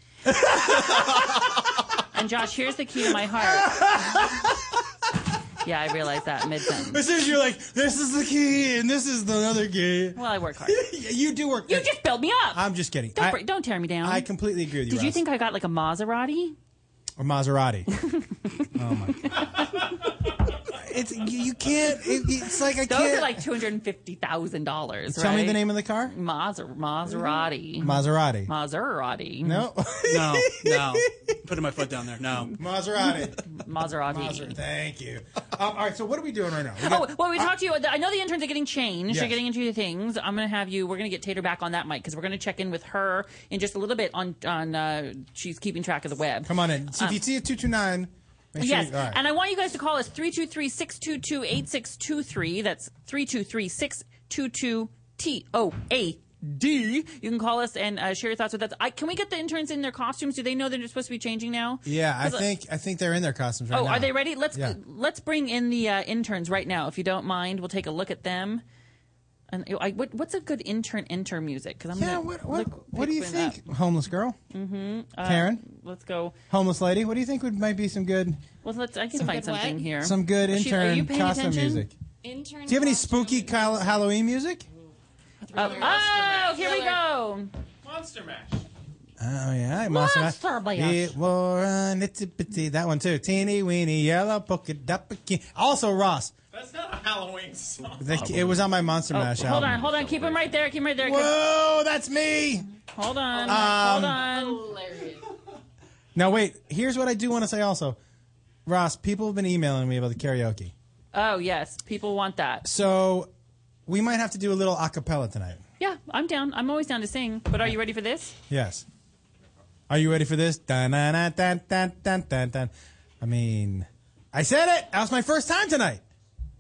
Speaker 6: And Josh, here's the key to my heart. yeah, I realized that mid sentence.
Speaker 4: As soon as you're like, this is the key and this is the other key.
Speaker 6: Well, I work hard.
Speaker 4: you do work.
Speaker 6: You just build me up.
Speaker 4: I'm just kidding.
Speaker 6: Don't,
Speaker 4: I-
Speaker 6: break- don't tear me down.
Speaker 4: I completely agree with you.
Speaker 6: Did you
Speaker 4: Ross.
Speaker 6: think I got like a Maserati?
Speaker 4: or Maserati? oh my! It's you, you can't. It, it's like I
Speaker 6: Those
Speaker 4: can't.
Speaker 6: are like two hundred and fifty thousand dollars.
Speaker 4: Tell me the name of the car.
Speaker 6: Maser- Maserati.
Speaker 4: Maserati.
Speaker 6: Maserati.
Speaker 4: No.
Speaker 18: no, no. Putting my foot down there. No.
Speaker 4: Maserati.
Speaker 6: Maserati.
Speaker 4: Maser- Thank you. Um, all right. So what are we doing right now? We
Speaker 6: Oh,
Speaker 4: got-
Speaker 6: well, we talked to you. I know the interns are getting changed.
Speaker 4: Yes.
Speaker 6: You're getting into your things. I'm going to have you. We're going to get Tater back on that mic because we're going to check in with her in just a little bit on on. Uh, she's keeping track of the web.
Speaker 4: Come on in. So if
Speaker 6: Um,
Speaker 4: you see a two two nine, make sure.
Speaker 6: yes,
Speaker 4: You, all right.
Speaker 6: and I want you guys to call us 323 622 8623. That's 323 622 T O A D. You can call us and uh, share your thoughts with us. I, can we get the interns in their costumes? Do they know they're supposed to be changing now?
Speaker 4: yeah, I
Speaker 6: 'Cause, uh,
Speaker 4: think I think they're in their costumes right
Speaker 6: oh,
Speaker 4: now.
Speaker 6: are they ready? Let's
Speaker 4: Yeah.
Speaker 6: let's bring in the uh, interns right now, if you don't mind. We'll take a look at them. And I, what, what's a good intern enter music? Because I'm
Speaker 4: Yeah,
Speaker 6: gonna
Speaker 4: what- what- what do you think? Homeless girl,
Speaker 6: hmm
Speaker 4: Karen?
Speaker 6: Let's go.
Speaker 4: homeless lady. What do you think would might be some good?
Speaker 6: Well, let's. I can
Speaker 4: Some
Speaker 6: find
Speaker 4: good
Speaker 6: something
Speaker 4: what?
Speaker 6: here.
Speaker 4: Some good
Speaker 6: Are she- are
Speaker 4: intern
Speaker 6: you paying
Speaker 4: costume
Speaker 6: attention?
Speaker 4: music.
Speaker 7: Intern.
Speaker 4: Do you have any spooky Kyle- Halloween music?
Speaker 6: Uh, oh, here we go.
Speaker 12: Monster Mash.
Speaker 4: Oh yeah,
Speaker 12: Monster Mash.
Speaker 4: It wore a nitsy bitsy that one too. Teeny weeny yellow polka dot bikini. Also Ross,
Speaker 12: That's not a Halloween song.
Speaker 4: the, it was on my Monster
Speaker 6: Oh,
Speaker 4: Mash
Speaker 6: hold
Speaker 4: album.
Speaker 6: on, hold on. Keep him right there. Keep him right there.
Speaker 4: Whoa, that's me. Um,
Speaker 6: Hold on. hold on.
Speaker 4: Now wait, here's what I do want to say also, Ross. People have been emailing me about the karaoke,
Speaker 6: Oh yes, people want that.
Speaker 4: so we might have to do a little acapella tonight.
Speaker 6: Yeah, I'm down. I'm always down to sing. But are you ready for this?
Speaker 4: Yes. Are you ready for this? Dun, dun, dun, dun, dun, dun, dun, dun. I mean, I said it. That was my first time tonight.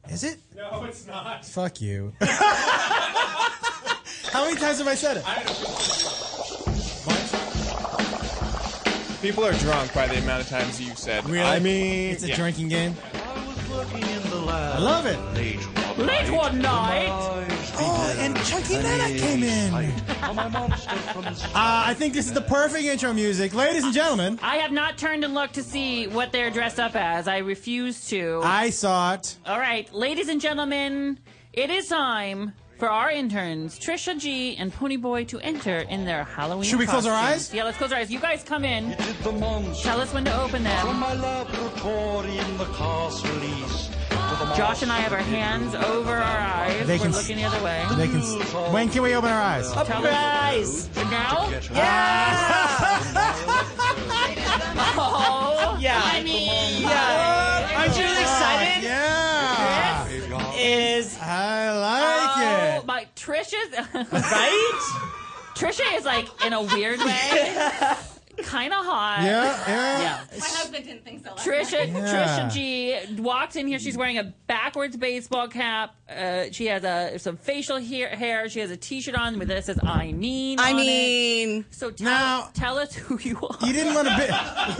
Speaker 4: Is it?
Speaker 12: No, it's not.
Speaker 4: Fuck you. How many times have I said it?
Speaker 12: People are drunk by the amount of times you said.
Speaker 4: Really?
Speaker 12: I mean,
Speaker 4: it's a
Speaker 12: yeah.
Speaker 4: drinking game.
Speaker 12: I
Speaker 4: love it.
Speaker 6: Late one night.
Speaker 4: Oh, and Chunky Nana came in. uh, I think this is the perfect intro music, ladies and gentlemen.
Speaker 6: I have not turned and looked to see what they're dressed up as. I refuse to.
Speaker 4: I saw it.
Speaker 6: All right, ladies and gentlemen, it is time for our interns, Trisha G and Ponyboy, to enter in their Halloween.
Speaker 4: Should we close our
Speaker 6: costumes. Yeah, let's close our eyes. You guys come in. Tell us when to open them. Josh and I have our hands over our eyes.
Speaker 4: They
Speaker 6: We're
Speaker 4: can s-
Speaker 6: looking the other way.
Speaker 4: They can. s- When can we open our eyes?
Speaker 6: Tell us- Now? Oh,
Speaker 12: yeah.
Speaker 6: I mean,
Speaker 12: yeah. Aren't you excited?
Speaker 4: Yeah.
Speaker 12: Is
Speaker 4: I like
Speaker 6: Oh, my Trisha's right. Trisha is like in a weird way, kind of hot.
Speaker 4: Yeah, yeah.
Speaker 8: My husband didn't think so. last
Speaker 6: Trisha
Speaker 8: night.
Speaker 6: Trisha G walks in here. She's wearing a backwards baseball cap. Uh, she has a some facial hair, hair. She has a T-shirt on with that says "I mean."
Speaker 5: I
Speaker 6: on it.
Speaker 5: mean,
Speaker 6: so tell, tell us who you are.
Speaker 4: You didn't want to.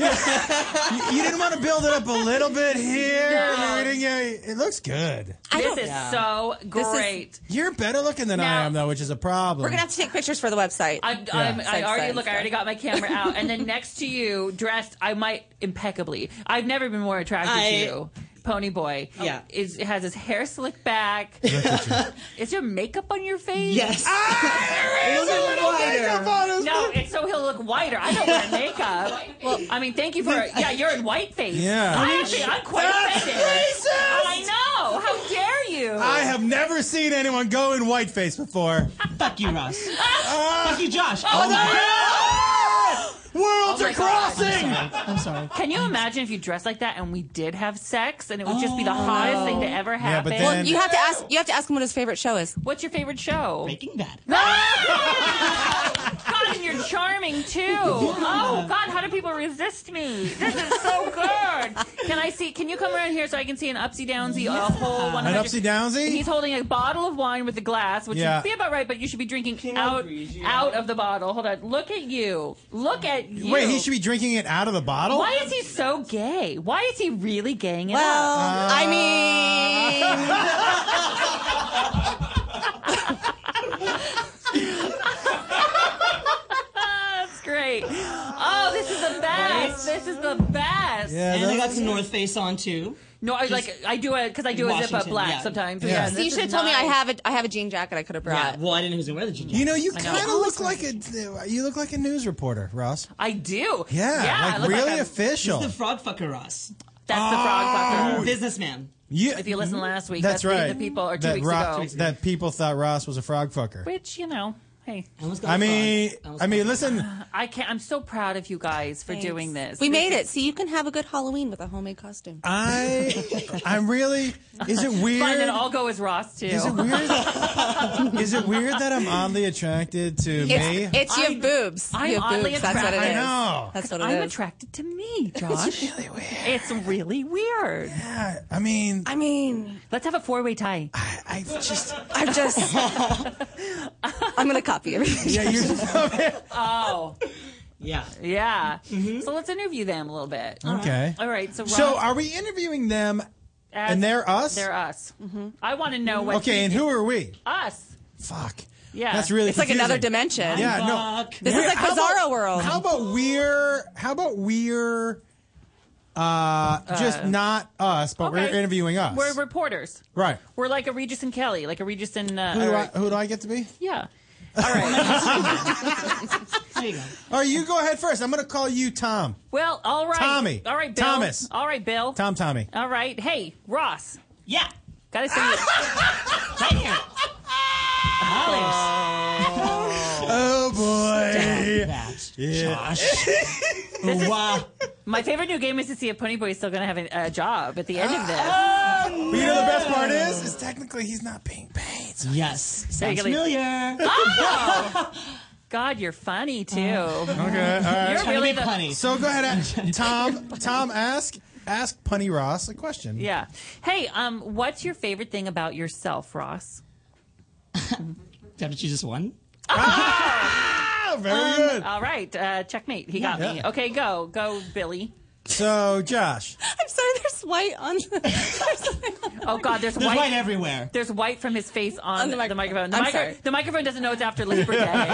Speaker 4: You, you didn't want to build it up a little bit here.
Speaker 6: No.
Speaker 4: I mean, we didn't get- it looks good.
Speaker 6: this is so
Speaker 5: This is-
Speaker 6: great.
Speaker 4: You're better looking than I
Speaker 6: Now-
Speaker 4: am, though, which is a
Speaker 5: We're
Speaker 4: problem.
Speaker 5: gonna have to take pictures for the website.
Speaker 6: I, I'm, I already look. I already got my camera out, and then next to you, dressed, I might impeccably. I've never been more attracted
Speaker 5: I-
Speaker 6: to you, Pony Boy.
Speaker 5: Yeah.
Speaker 6: is has his hair slicked back. is there makeup on your face?
Speaker 12: Yes.
Speaker 6: Ah,
Speaker 12: there is a little Wider. makeup on his
Speaker 6: no, it's so he'll look whiter. I don't wear makeup. well, I mean, thank you for. Yeah, you're in white face.
Speaker 4: Yeah.
Speaker 6: I actually, I'm quite
Speaker 4: That's
Speaker 6: offended. Oh,
Speaker 4: racist!
Speaker 6: I know. How dare you?
Speaker 4: I have never seen anyone go in whiteface before. Fuck you, Ross. Fuck you, Josh. Oh, no! Worlds
Speaker 6: Oh my
Speaker 4: are
Speaker 6: God.
Speaker 4: crossing.
Speaker 6: I'm sorry. Can you imagine if you dressed like that and we did have sex and it would just be the hottest thing to ever
Speaker 4: Yeah,
Speaker 6: happen?
Speaker 4: but
Speaker 5: Oh, Well, you have to ask. You have to ask him what his favorite show is.
Speaker 6: What's your favorite show? Breaking Bad. God, and you're charming too. Oh God, how do people resist me? This is so good. Can I see? Can you come around here so I can see an upsy downsy? A whole one.
Speaker 4: An upsy downsy?
Speaker 6: He's holding a bottle of wine with a glass, which
Speaker 4: Yeah.
Speaker 6: would be about right, but you should be drinking out out of the bottle. Hold on. Look at you. Look at you.
Speaker 4: Wait, he should be drinking it out of the bottle.
Speaker 6: Why is he so gay? Why is he really gaying it
Speaker 5: Well,
Speaker 6: up?
Speaker 5: I mean-
Speaker 4: Uh.
Speaker 6: That's great. Oh, this is the best. This is the best.
Speaker 10: and I got some North Face on too.
Speaker 6: No, I like I do it because I do a zip up
Speaker 10: Washington,
Speaker 6: black
Speaker 10: yeah.
Speaker 6: sometimes.
Speaker 10: Yeah.
Speaker 6: Yeah,
Speaker 10: See,
Speaker 6: this
Speaker 5: you should have
Speaker 6: is
Speaker 5: told me I
Speaker 6: nice.
Speaker 5: have a I have a jean jacket I could have brought.
Speaker 10: Well, I didn't know who's gonna wear the jean
Speaker 4: You know, you
Speaker 6: I know.
Speaker 4: kind of look like a you look like a news reporter, Ross.
Speaker 6: I do.
Speaker 4: Yeah,
Speaker 6: yeah.
Speaker 4: like
Speaker 6: I look
Speaker 4: really
Speaker 6: I'm-
Speaker 4: official.
Speaker 10: He's the frog fucker, Ross.
Speaker 6: That's the frog fucker.
Speaker 10: He's a businessman.
Speaker 4: Yeah,
Speaker 6: If you listen last week,
Speaker 4: that's
Speaker 6: that's,
Speaker 4: right.
Speaker 6: The people or two
Speaker 4: that
Speaker 6: weeks
Speaker 4: Ro-
Speaker 6: ago.
Speaker 4: that people thought Ross was a frog fucker.
Speaker 6: Which you know, hey.
Speaker 4: I mean, I mean, listen.
Speaker 6: I can't. I'm so proud of you guys for
Speaker 5: Thanks.
Speaker 6: doing this.
Speaker 5: We
Speaker 6: This
Speaker 5: made
Speaker 6: is-
Speaker 5: it. See, you can have a good Halloween with a homemade costume.
Speaker 4: I I'm really. Is it weird?
Speaker 6: Fine, then I'll go as Ross too.
Speaker 4: Is it weird? is it weird that I'm oddly attracted to me?
Speaker 5: It's, it's your boobs.
Speaker 6: I'm
Speaker 5: your
Speaker 6: oddly
Speaker 5: boobs. That's what it is.
Speaker 6: attracted. I know.
Speaker 5: That's what it is.
Speaker 6: I'm attracted to me, Josh. It's really weird. It's really weird.
Speaker 4: Yeah, I mean,
Speaker 5: I mean,
Speaker 6: let's have a four-way tie.
Speaker 4: I, I've just,
Speaker 5: I've just, I'm gonna copy everything.
Speaker 4: Yeah, you're.
Speaker 6: oh,
Speaker 10: yeah,
Speaker 6: yeah. So let's interview them a little bit.
Speaker 4: Mm-hmm. Okay.
Speaker 6: All right. So, Ross,
Speaker 4: So are we interviewing them?
Speaker 6: as-
Speaker 4: and they're us?
Speaker 6: They're us.
Speaker 5: Mm-hmm.
Speaker 6: I want to know what.
Speaker 4: Okay, and who are we?
Speaker 6: Us.
Speaker 4: Fuck.
Speaker 6: Yeah.
Speaker 4: That's really
Speaker 5: It's like another
Speaker 4: confusing.
Speaker 5: dimension.
Speaker 4: Yeah, no.
Speaker 5: Fuck. This is like
Speaker 4: how about-
Speaker 5: Bizarro World.
Speaker 4: How about we're how about we're uh just
Speaker 6: Uh,
Speaker 4: not us, but
Speaker 6: okay.
Speaker 4: we're interviewing us.
Speaker 6: We're reporters.
Speaker 4: right.
Speaker 6: We're like a Regis and Kelly, like a Regis and. Uh,
Speaker 4: Who do,
Speaker 6: or-
Speaker 4: I, who do I get to be?
Speaker 6: yeah.
Speaker 4: All right, you go ahead first. I'm going to call you Tom.
Speaker 6: Well, all right.
Speaker 4: Tommy.
Speaker 6: All right, Bill.
Speaker 4: Thomas.
Speaker 6: All right, Bill.
Speaker 4: Tom Tommy.
Speaker 6: All right. Hey, Ross.
Speaker 10: Yeah.
Speaker 6: Gotta see you.
Speaker 10: right here.
Speaker 4: Oh boy. Yeah.
Speaker 6: This is-
Speaker 10: wow.
Speaker 6: My favorite new game is to see if Ponyboy is still going to have a a job at the end of this.
Speaker 4: But you know the best part is, is technically he's not being paid. so-
Speaker 10: Yes.
Speaker 6: So you're
Speaker 10: Sounds
Speaker 6: gonna-
Speaker 10: familiar.
Speaker 6: Oh! God, you're funny too. Okay,
Speaker 4: Okay, all right.
Speaker 6: You're really the
Speaker 4: So go ahead, uh, Tom. Tom, ask ask Punny Ross a question.
Speaker 6: Yeah. Hey, um, what's your favorite thing about yourself, Ross?
Speaker 10: Have to choose just one.
Speaker 4: Ah, very
Speaker 6: Um,
Speaker 4: good.
Speaker 6: All right, uh, checkmate. He got me.
Speaker 4: Yeah.
Speaker 6: Okay, go, go, Billy.
Speaker 4: So Josh,
Speaker 5: I'm sorry, there's white on
Speaker 6: Oh God, there's,
Speaker 10: There's
Speaker 6: white.
Speaker 10: white everywhere.
Speaker 6: There's white from his face on, the, microphone. the microphone.
Speaker 10: I'm sorry.
Speaker 6: the microphone doesn't know it's after Labor Day.
Speaker 4: I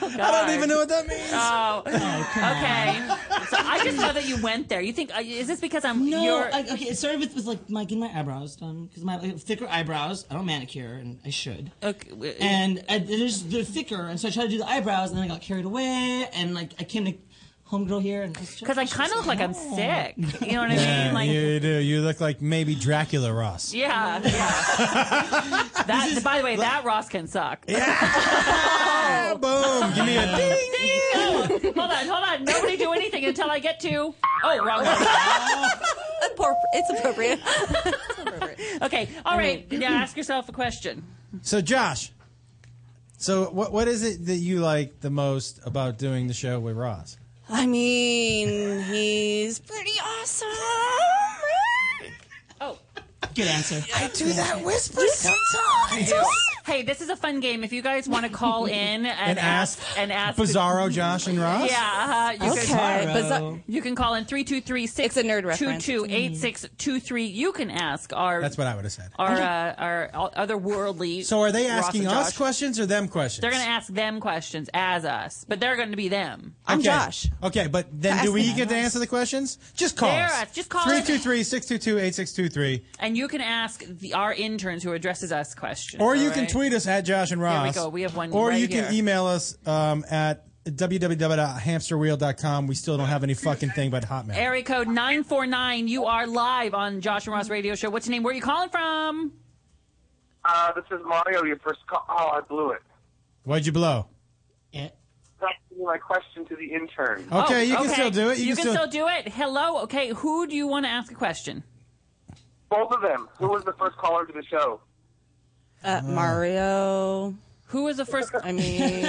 Speaker 4: don't even know what that means.
Speaker 6: Oh, okay. So I just know that you went there. You think uh, is this because I'm
Speaker 10: No,
Speaker 6: You're,
Speaker 10: I, okay. It started with, with like my getting my eyebrows done because my like, thicker eyebrows. I don't manicure, and I should.
Speaker 6: okay,
Speaker 10: And I, they're, just, they're thicker, and so I tried to do the eyebrows, and then I got carried away, and like I came to homegirl here, and
Speaker 6: because I kind of look like I'm sick. You know what I mean?
Speaker 4: Yeah,
Speaker 6: like,
Speaker 4: you do. You look like maybe Dracula Ross.
Speaker 6: Yeah, yeah. that, by the way, that Ross can suck.
Speaker 4: Ah, boom! Give me a ding.
Speaker 6: hold on, hold on. Nobody do anything until I get to. Oh, wrong one.
Speaker 5: It's appropriate.
Speaker 6: Okay, all right. Now ask yourself a question.
Speaker 4: So Josh, so what what is it that you like the most about doing the show with Ross?
Speaker 5: I mean, he's pretty awesome.
Speaker 10: good answer.
Speaker 4: I do that whisper sometimes.
Speaker 6: Hey, this is a fun game. If you guys want to call in and,
Speaker 4: And ask
Speaker 6: and ask
Speaker 4: Bizarro Josh and Ross.
Speaker 6: Yeah, uh, you
Speaker 5: Okay,
Speaker 6: can,
Speaker 5: bizarro.
Speaker 6: you can call in 323 It's a nerd
Speaker 5: reference.
Speaker 6: 228623. You can ask our
Speaker 4: That's what I would have said.
Speaker 6: our uh, our otherworldly.
Speaker 4: So are they
Speaker 6: Ross
Speaker 4: asking
Speaker 6: and
Speaker 4: us
Speaker 6: Josh.
Speaker 4: questions or them questions?
Speaker 6: They're going to ask them questions as us, but they're going to be them.
Speaker 4: okay. Okay, but then
Speaker 6: Ask
Speaker 4: do we
Speaker 6: them.
Speaker 4: get to answer the questions? Just call
Speaker 6: They're
Speaker 4: us.
Speaker 6: us. Just call us.
Speaker 4: 323-622-8623.
Speaker 6: And you can ask the, our interns who addresses us questions.
Speaker 4: Or you
Speaker 6: all
Speaker 4: can
Speaker 6: right?
Speaker 4: tweet us at Josh and
Speaker 6: we
Speaker 4: Ross.
Speaker 6: go. We have one
Speaker 4: Or
Speaker 6: right
Speaker 4: you can
Speaker 6: here.
Speaker 4: email us um, at www.hamsterwheel.com. We still don't have any fucking thing but Hotmail.
Speaker 6: Area code 949. You are live on Josh and Ross Radio Show. What's your name? Where are you calling from?
Speaker 19: Uh, this is Mario. Your first call. Oh, I blew it.
Speaker 4: Why'd you blow?
Speaker 19: That's my question to the intern.
Speaker 4: Okay, you can still do it. You
Speaker 6: Oh, You,
Speaker 4: can
Speaker 6: can,
Speaker 4: still-
Speaker 6: still... do it. Hello. Okay, who do you want to ask a question?
Speaker 19: Both of them. Who was the first caller to the show?
Speaker 5: Uh, Mario.
Speaker 6: Who was the first?
Speaker 5: I mean,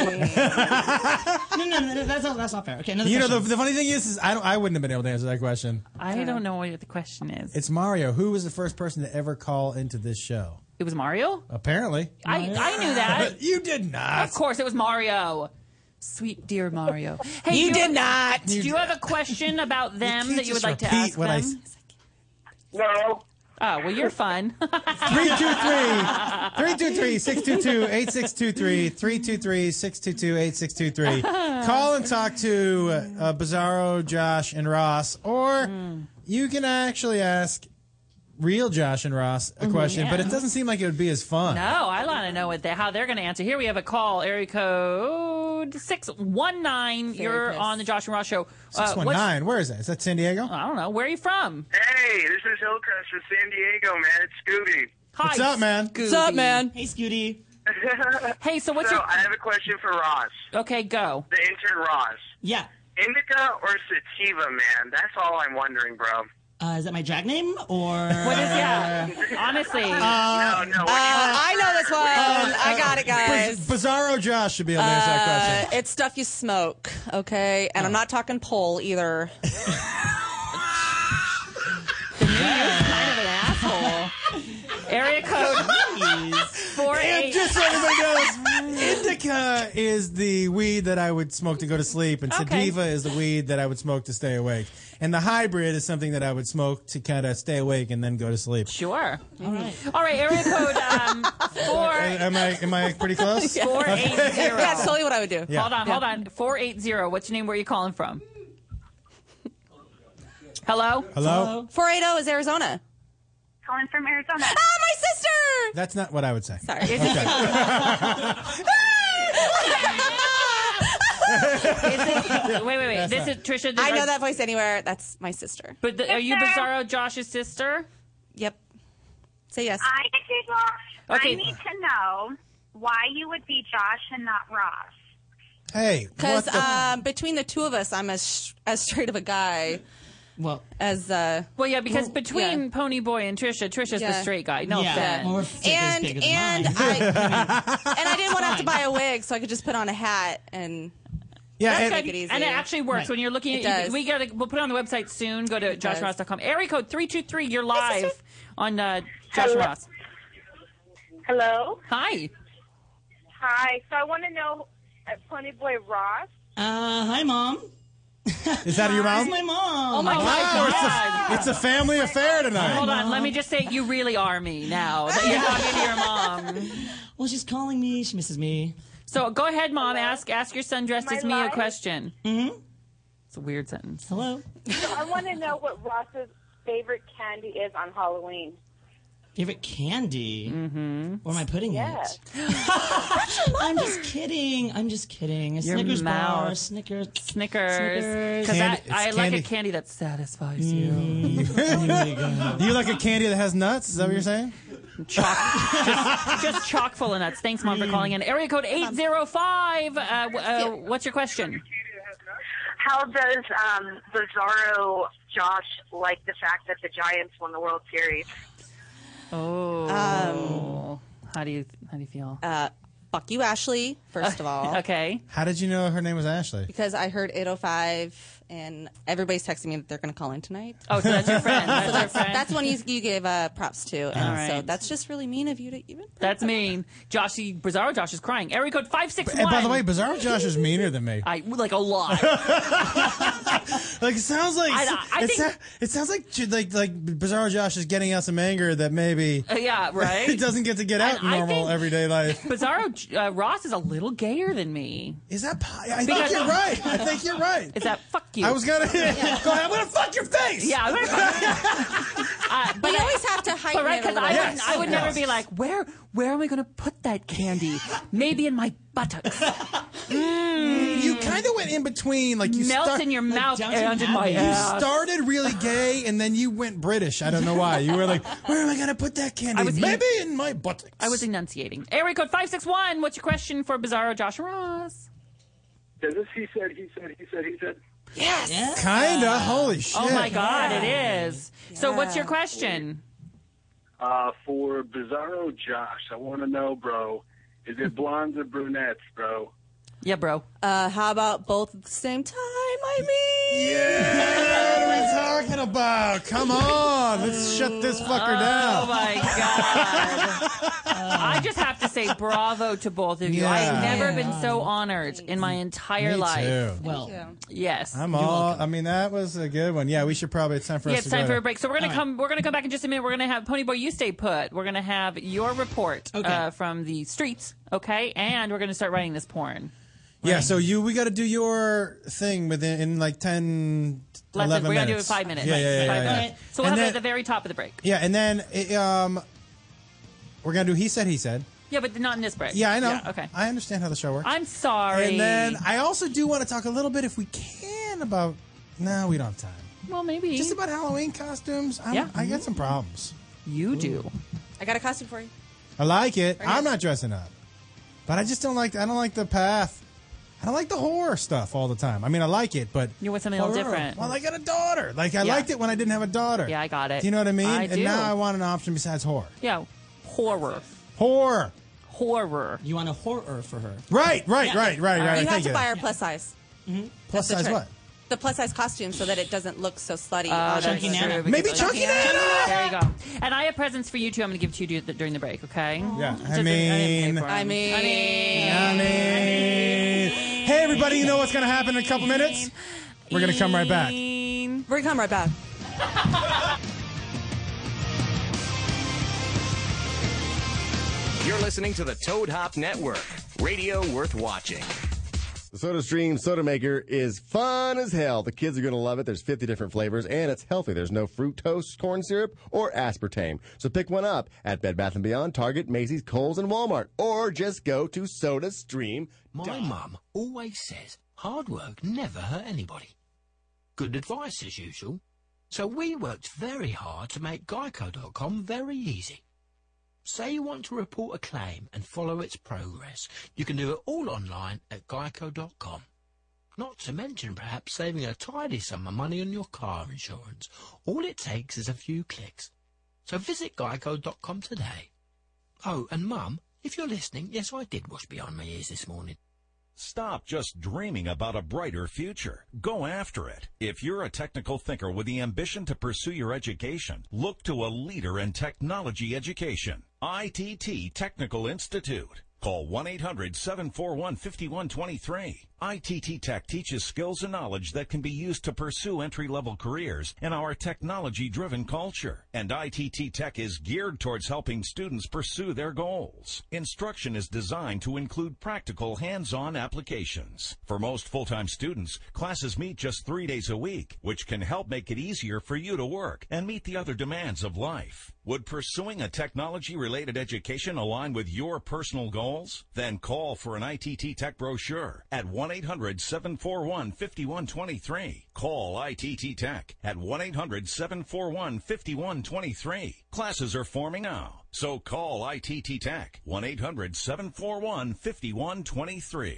Speaker 10: no, no, no, that's not that's not fair. Okay, another
Speaker 4: You know, the,
Speaker 10: question.
Speaker 4: the funny thing is, is I, don't, I wouldn't have been able to answer that question.
Speaker 6: I don't know what the question is.
Speaker 4: It's Mario. Who was the first person to ever call into this show?
Speaker 6: It was Mario?
Speaker 4: Apparently.
Speaker 6: I, I knew that.
Speaker 4: you did not.
Speaker 6: Of course, it was Mario. Sweet dear Mario. Hey,
Speaker 5: You
Speaker 6: do
Speaker 5: did not.
Speaker 6: Do you have a question about them
Speaker 4: can't
Speaker 6: that you would
Speaker 4: just
Speaker 6: like to
Speaker 4: repeat
Speaker 6: ask
Speaker 4: what I
Speaker 6: them?
Speaker 19: No.
Speaker 6: Oh, well, you're fun.
Speaker 4: 323-622-8623, 323-622-8623. Call and talk to uh, Bizarro, Josh, and Ross, or
Speaker 20: Hmm.
Speaker 4: you can actually ask real Josh and Ross a
Speaker 20: Mm-hmm.
Speaker 6: Mhm,
Speaker 4: question, but
Speaker 6: yeah.
Speaker 4: it doesn't seem like it would be as fun.
Speaker 20: Uh,
Speaker 6: No, I want to know what they, how they're going to answer. Here we have a call, area code 619. You're
Speaker 4: pissed.
Speaker 6: on the Josh and Ross show. Uh, what's-
Speaker 4: 619, where is that? Is that San Diego?
Speaker 6: I don't know. Where are you from?
Speaker 19: Hey, this is Hillcrest from San Diego, man. It's Scooby.
Speaker 4: What's up, man?
Speaker 6: What's up, man?
Speaker 10: Hey, Scooty.
Speaker 6: hey, so what's
Speaker 19: so
Speaker 6: your-
Speaker 19: I have a question for Ross,
Speaker 6: Okay, go.
Speaker 19: the intern Ross.
Speaker 10: Yeah.
Speaker 19: Indica or sativa, man? That's all I'm wondering, bro.
Speaker 10: Uh, is that my drag name or
Speaker 6: what is yeah? Honestly, Oh,
Speaker 5: Uh,
Speaker 19: no, no.
Speaker 20: I know this one. I got it, guys.
Speaker 4: Uh, Biz- Bizarro Josh should be able to answer that question. Oh.
Speaker 20: Uh, it's stuff you smoke, okay? And I'm not talking pole either.
Speaker 6: kind of an asshole.
Speaker 20: Uh,
Speaker 6: Area code four
Speaker 4: And
Speaker 6: eight.
Speaker 4: just so everybody knows, indica is the weed that I would smoke to go to sleep, and sativa is the weed that I would smoke to stay awake. And the hybrid is something that I would smoke to kind of stay awake and then go to sleep.
Speaker 6: Sure. All right. Mm-hmm. All right. Area code um, four
Speaker 4: Am I am I pretty close?
Speaker 6: Four eight zero.
Speaker 4: Okay.
Speaker 20: what I would do.
Speaker 4: Yeah.
Speaker 6: Hold on,
Speaker 4: Yeah.
Speaker 6: hold on. Four eight zero. What's your name? Where are you calling from? Hello.
Speaker 4: Hello?
Speaker 20: 480 is Arizona.
Speaker 8: Calling from Arizona.
Speaker 20: Ah, my sister!
Speaker 4: That's not what I would say.
Speaker 20: Sorry.
Speaker 4: Okay.
Speaker 6: wait, wait, wait. This is Trisha.
Speaker 20: I know that voice anywhere. That's my sister.
Speaker 6: But the, are you Bizarro Josh's sister?
Speaker 20: Yep. Say yes.
Speaker 8: I, Google,
Speaker 6: Okay.
Speaker 8: I need to know why you would be Josh and not Ross.
Speaker 4: Hey,
Speaker 20: because um, between the two of us, I'm as sh- as straight of a guy.
Speaker 10: Well,
Speaker 20: as uh,
Speaker 6: well, yeah, because between Pony Boy and Trisha, Trisha's the
Speaker 20: Yeah.
Speaker 6: straight guy. No
Speaker 20: Yeah.
Speaker 6: offense.
Speaker 20: Well, we're And- bigger than and mine. and I didn't want to have to buy a wig, so I could just put on a hat and
Speaker 4: Yeah,
Speaker 20: That's
Speaker 6: and,
Speaker 20: make it easy.
Speaker 6: and it actually works
Speaker 20: Right.
Speaker 6: when you're looking
Speaker 20: It
Speaker 6: at
Speaker 20: does.
Speaker 6: we got to we'll put it on the website soon. Go to
Speaker 20: It does.
Speaker 6: joshross.com. Area code 323, you're live on uh, Josh
Speaker 8: Hello.
Speaker 6: Ross.
Speaker 8: Hello.
Speaker 6: Hi.
Speaker 8: Hi. So I want to know, uh, Pony Boy Ross.
Speaker 10: Uh, hi, mom.
Speaker 4: Is that your mom?
Speaker 10: That's my mom.
Speaker 6: Oh my
Speaker 4: Wow, it's, a, it's a family affair tonight.
Speaker 6: Hold on, let me just say you really are me now. That you're talking to your mom.
Speaker 10: Well, she's calling me. She misses me.
Speaker 6: So go ahead, mom. Ask ask your son dressed
Speaker 8: Am
Speaker 6: as
Speaker 8: I
Speaker 6: me a
Speaker 8: live?
Speaker 6: question.
Speaker 10: Mm-hmm.
Speaker 6: It's a weird sentence.
Speaker 10: Hello.
Speaker 8: So I want to know what Ross's favorite candy is on Halloween.
Speaker 10: Favorite candy? Mm-hmm. Or am I putting
Speaker 8: Yes.
Speaker 10: it? I'm just kidding. I'm just kidding. A
Speaker 6: Your
Speaker 10: Snickers bar,
Speaker 6: mouth.
Speaker 10: Snickers.
Speaker 6: Snickers. Because I,
Speaker 10: Candy-
Speaker 6: I
Speaker 10: it's
Speaker 6: like a
Speaker 10: candy.
Speaker 6: candy that satisfies
Speaker 4: Do you like a candy that has nuts? Is that what you're saying?
Speaker 6: just, just chock full of nuts. Thanks, mom, for calling in. Area code eight zero five. Uh, w- uh, what's your question?
Speaker 8: How does um, Bizarro Josh like the fact that the Giants won the World Series?
Speaker 6: Oh.
Speaker 20: Um,
Speaker 6: how do you how do you feel?
Speaker 20: Uh, fuck you, Ashley. First of all,
Speaker 6: okay.
Speaker 4: How did you know her name was Ashley?
Speaker 20: Because I heard 805, and everybody's texting me that they're going to call in tonight.
Speaker 6: Oh, so that's your friend. That's
Speaker 20: so
Speaker 6: your
Speaker 20: that's,
Speaker 6: friend.
Speaker 20: that's one you, you gave uh, props to, and
Speaker 6: All
Speaker 20: so
Speaker 6: right.
Speaker 20: that's just really mean of you to even.
Speaker 6: That's mean. Joshy Bizarro Josh is crying. Area code five six one.
Speaker 4: And by the way, Bizarro Josh is meaner than me.
Speaker 6: I like a lot.
Speaker 4: Like it sounds like
Speaker 6: I- I
Speaker 4: it,
Speaker 6: think-
Speaker 4: sou- it sounds like like like Bizarro Josh is getting out some anger that maybe
Speaker 6: Uh, yeah, right?
Speaker 4: it doesn't get to get out in
Speaker 6: I- I
Speaker 4: normal
Speaker 6: think-
Speaker 4: everyday life.
Speaker 6: Bizarro uh, Ross is a little gayer than me.
Speaker 4: Is that? I think you're right. I think you're right.
Speaker 6: Is that fuck you?
Speaker 4: I was gonna go ahead. I'm gonna fuck your face.
Speaker 6: Yeah, I'm gonna fuck Uh,
Speaker 20: But you always have to
Speaker 6: but
Speaker 20: heighten
Speaker 6: right,
Speaker 20: it a
Speaker 6: because
Speaker 20: little
Speaker 6: I,
Speaker 20: bit.
Speaker 6: would, I would never be like, where, where am I going to put that candy? Maybe in my buttocks.
Speaker 4: You kind of went in between, like you
Speaker 6: Melts
Speaker 4: start-
Speaker 6: in your
Speaker 4: like,
Speaker 6: mouth
Speaker 4: Downton
Speaker 6: and in my
Speaker 4: Abbey.
Speaker 6: ass.
Speaker 4: You started really gay, and then you went British. I don't know why. You were like, "Where am I gonna put that candy?
Speaker 6: I was
Speaker 4: Maybe in my buttocks."
Speaker 6: I was enunciating. Area code five six one. What's your question for Bizarro Josh Ross?
Speaker 19: Does this he said, he said, he said, he said?
Speaker 6: Yes.
Speaker 4: Kinda. Holy shit!
Speaker 6: Oh my God, it is. So what's your question?
Speaker 19: Uh, for Bizarro Josh, I want to know, bro, is it blondes or brunettes, bro?
Speaker 6: Yeah, bro.
Speaker 20: Uh, how about both at the same time? I mean,
Speaker 4: Yeah. What are we talking about? Come on, let's shut this fucker down.
Speaker 6: Oh my God. I just have to say bravo to both of you.
Speaker 4: Yeah.
Speaker 6: I've never
Speaker 4: Yeah.
Speaker 6: been so honored in my entire
Speaker 4: Me
Speaker 6: life.
Speaker 4: too.
Speaker 6: Well, yes.
Speaker 4: I'm all. I mean, that was a good one. Yeah, we should probably. It's time for
Speaker 6: yeah,
Speaker 4: us
Speaker 6: it's
Speaker 4: to
Speaker 6: time
Speaker 4: go
Speaker 6: for
Speaker 4: to-
Speaker 6: a break. So we're gonna come. We're gonna come back in just a minute. We're gonna have Pony Boy. You stay put. We're gonna have your report uh, from the streets. Okay, and we're gonna start writing this porn.
Speaker 4: Yeah, so you we got to do your thing within in like 10,
Speaker 6: Less
Speaker 4: 11
Speaker 6: than, we're
Speaker 4: minutes.
Speaker 6: gonna do it in five minutes.
Speaker 4: Yeah, yeah, yeah,
Speaker 6: five
Speaker 4: yeah,
Speaker 6: minutes.
Speaker 4: yeah.
Speaker 6: So
Speaker 4: and
Speaker 6: we'll have it
Speaker 4: then,
Speaker 6: at the very top of the break.
Speaker 4: yeah, and then it, um, we're gonna do he said he said.
Speaker 6: Yeah, but not in this break.
Speaker 4: Yeah, I know.
Speaker 6: okay.
Speaker 4: I understand how the show works.
Speaker 6: I'm sorry.
Speaker 4: And then I also do want to talk a little bit, if we can, about. No, we don't have time.
Speaker 6: well, maybe
Speaker 4: Just about Halloween costumes. I'm,
Speaker 5: Yeah.
Speaker 4: I got some problems.
Speaker 6: You do.
Speaker 5: I got a costume for you.
Speaker 4: I like it.
Speaker 5: Right.
Speaker 4: I'm not dressing up, but I just don't like. I don't like the path. I don't like the horror stuff all the time. I mean, I like it, but
Speaker 6: You want something a little
Speaker 4: Horror.
Speaker 6: different.
Speaker 4: Well, I got a daughter. Like I
Speaker 6: Yeah.
Speaker 4: liked it when I didn't have a daughter.
Speaker 6: Yeah, I got it.
Speaker 4: Do you know what I mean?
Speaker 6: I
Speaker 4: and
Speaker 6: do.
Speaker 4: now I want an option besides horror.
Speaker 6: Yeah, horror.
Speaker 4: Horror.
Speaker 6: Horror.
Speaker 10: You want a horror for her?
Speaker 4: Right, right, right, right, right.
Speaker 5: you
Speaker 4: I think
Speaker 5: have to
Speaker 4: it- Mm-hmm.
Speaker 5: buy our plus size.
Speaker 4: Plus
Speaker 5: That's the
Speaker 4: size
Speaker 5: trick.
Speaker 4: what?
Speaker 5: The plus size costume so that it doesn't look so slutty.
Speaker 6: Oh,
Speaker 5: on
Speaker 6: that's
Speaker 5: Uh, Chunky
Speaker 6: true,
Speaker 5: Nana.
Speaker 6: because-
Speaker 5: Maybe Chunky Nana!
Speaker 6: There you go. And I have presents for you too. I'm going to give to you d- during the break. Okay.
Speaker 4: Yeah.
Speaker 6: Just-
Speaker 4: I mean,
Speaker 6: I mean, I
Speaker 4: I mean. Hey, everybody! You know what's going to happen in a couple minutes? We're going to come right back.
Speaker 5: We're gonna come right back.
Speaker 1: You're listening to the Toad Hop Network, radio worth watching.
Speaker 21: The SodaStream Soda Maker is fun as hell. The kids are going to love it. There's 50 different flavors, and it's healthy. There's no fructose, corn syrup, or aspartame. So pick one up at Bed Bath & Beyond, Target, Macy's, Kohl's, and Walmart. Or just go to SodaStream.
Speaker 22: My mum always says hard work never hurt anybody. Good advice as usual. So we worked very hard to make Geico.com very easy. Say you want to report a claim and follow its progress. You can do it all online at Geico.com. Not to mention perhaps saving a tidy sum of money on your car insurance. All it takes is a few clicks. So visit Geico.com today. Oh, and Mum, if you're listening, yes, I did wash behind my ears this morning.
Speaker 16: Stop just dreaming about a brighter future. Go after it. If you're a technical thinker with the ambition to pursue your education, look to a leader in technology education. ITT Technical Institute. Call 1-800-741-5123. ITT Tech teaches skills and knowledge that can be used to pursue entry-level careers in our technology-driven culture. And ITT Tech is geared towards helping students pursue their goals. Instruction is designed to include practical hands-on applications. For most full-time students, classes meet just three days a week, which can help make it easier for you to work and meet the other demands of life. Would pursuing a technology-related education align with your personal goals? Then call for an ITT Tech brochure at 1-800-741-5123. Call ITT Tech at 1-800-741-5123. Classes are forming now, so call ITT Tech 1-800-741-5123.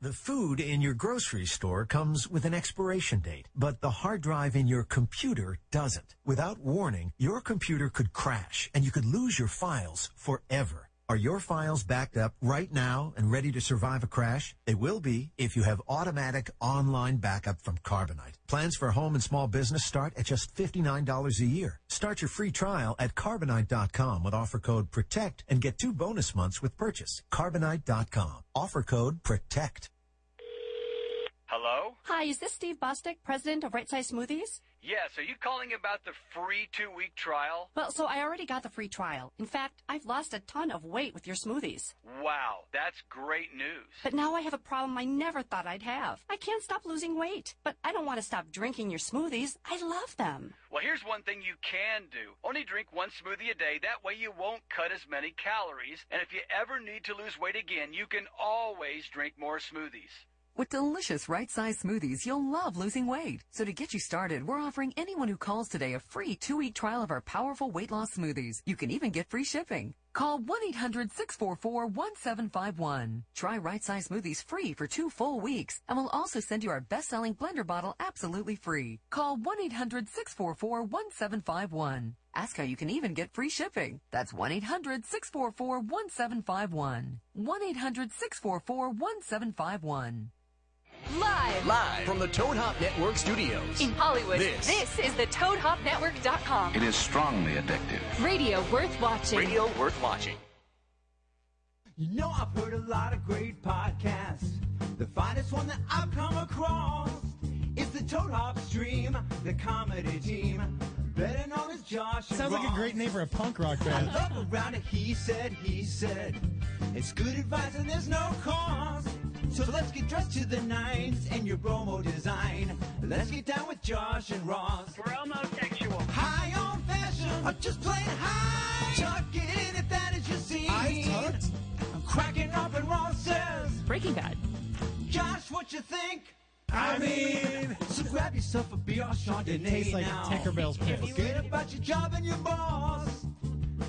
Speaker 23: The food in your grocery store comes with an expiration date, but the hard drive in your computer doesn't. Without warning, your computer could crash and you could lose your files forever. Are your files backed up right now and ready to survive a crash? They will be if you have automatic online backup from Carbonite. Plans for home and small business start at just $59 a year. Start your free trial at carbonite.com with offer code PROTECT and get two bonus months with purchase. Carbonite.com. Offer code PROTECT.
Speaker 24: Hello?
Speaker 25: Hi, is this Steve Bostick, president of Right Size Smoothies?
Speaker 24: Yes, are you calling about the free two week trial?
Speaker 25: Well, so I already got the free trial. In fact, I've lost a ton of weight with your smoothies.
Speaker 24: Wow, that's great news.
Speaker 25: But now I have a problem I never thought I'd have. I can't stop losing weight, but I don't want to stop drinking your smoothies. I love them.
Speaker 24: Well, here's one thing you can do only drink one smoothie a day. That way, you won't cut as many calories. And if you ever need to lose weight again, you can always drink more smoothies.
Speaker 26: With delicious right size smoothies, you'll love losing weight. So, to get you started, we're offering anyone who calls today a free two week trial of our powerful weight loss smoothies. You can even get free shipping. Call 1 800 644 1751. Try right size smoothies free for two full weeks, and we'll also send you our best selling blender bottle absolutely free. Call 1 800 644 1751. Ask how you can even get free shipping. That's 1 800 644 1751. 1 800 644 1751.
Speaker 7: Live.
Speaker 1: Live from the Toad Hop Network studios.
Speaker 7: In Hollywood.
Speaker 1: This.
Speaker 7: is the ToadHopNetwork.com.
Speaker 1: It is strongly addictive.
Speaker 7: Radio worth watching.
Speaker 1: Radio worth watching.
Speaker 3: You know, I've heard a lot of great podcasts. The finest one that I've come across is the Toad Hop Stream, the comedy team, better known as Josh. and
Speaker 4: Sounds like a
Speaker 3: Ross.
Speaker 4: great name for a punk rock
Speaker 3: I
Speaker 4: band.
Speaker 3: love around it. He said, he said, it's good advice and there's no cost. So let's get dressed to the nines and your promo design. Let's get down with Josh and Ross. We're homosexual. High on fashion. Or just plain high. Tuck it in if that is your scene. I tucked. I'm cracking up and Ross says.
Speaker 6: Breaking Bad.
Speaker 3: Josh, what you think?
Speaker 4: I mean-
Speaker 3: so grab yourself a beer or Chardonnay
Speaker 4: It tastes like
Speaker 3: now.
Speaker 4: Tinker Bell's piss.
Speaker 3: Forget about your job and your boss.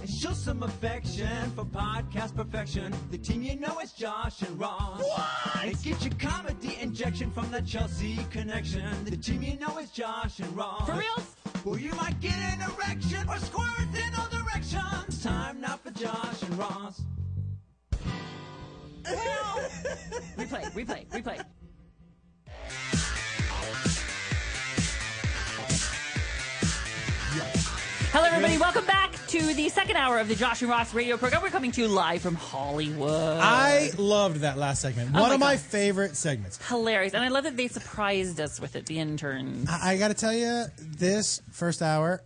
Speaker 3: And show some affection for podcast perfection. The team you know is Josh and Ross. What? And get your comedy injection from the Chelsea connection. The team you know is Josh and Ross.
Speaker 6: For real?
Speaker 3: Or you might get an erection or squirt in all directions. Time now for Josh and Ross.
Speaker 6: replay, replay, replay. Hello, everybody. Welcome back to the second hour of the Josh and Ross radio program. We're coming to you live from Hollywood.
Speaker 4: I loved that last segment.
Speaker 6: Oh
Speaker 4: One
Speaker 6: my
Speaker 4: of my
Speaker 6: God.
Speaker 4: favorite segments.
Speaker 6: hilarious, and I love that they surprised us with it. The interns.
Speaker 4: I, I got to tell you, this first hour,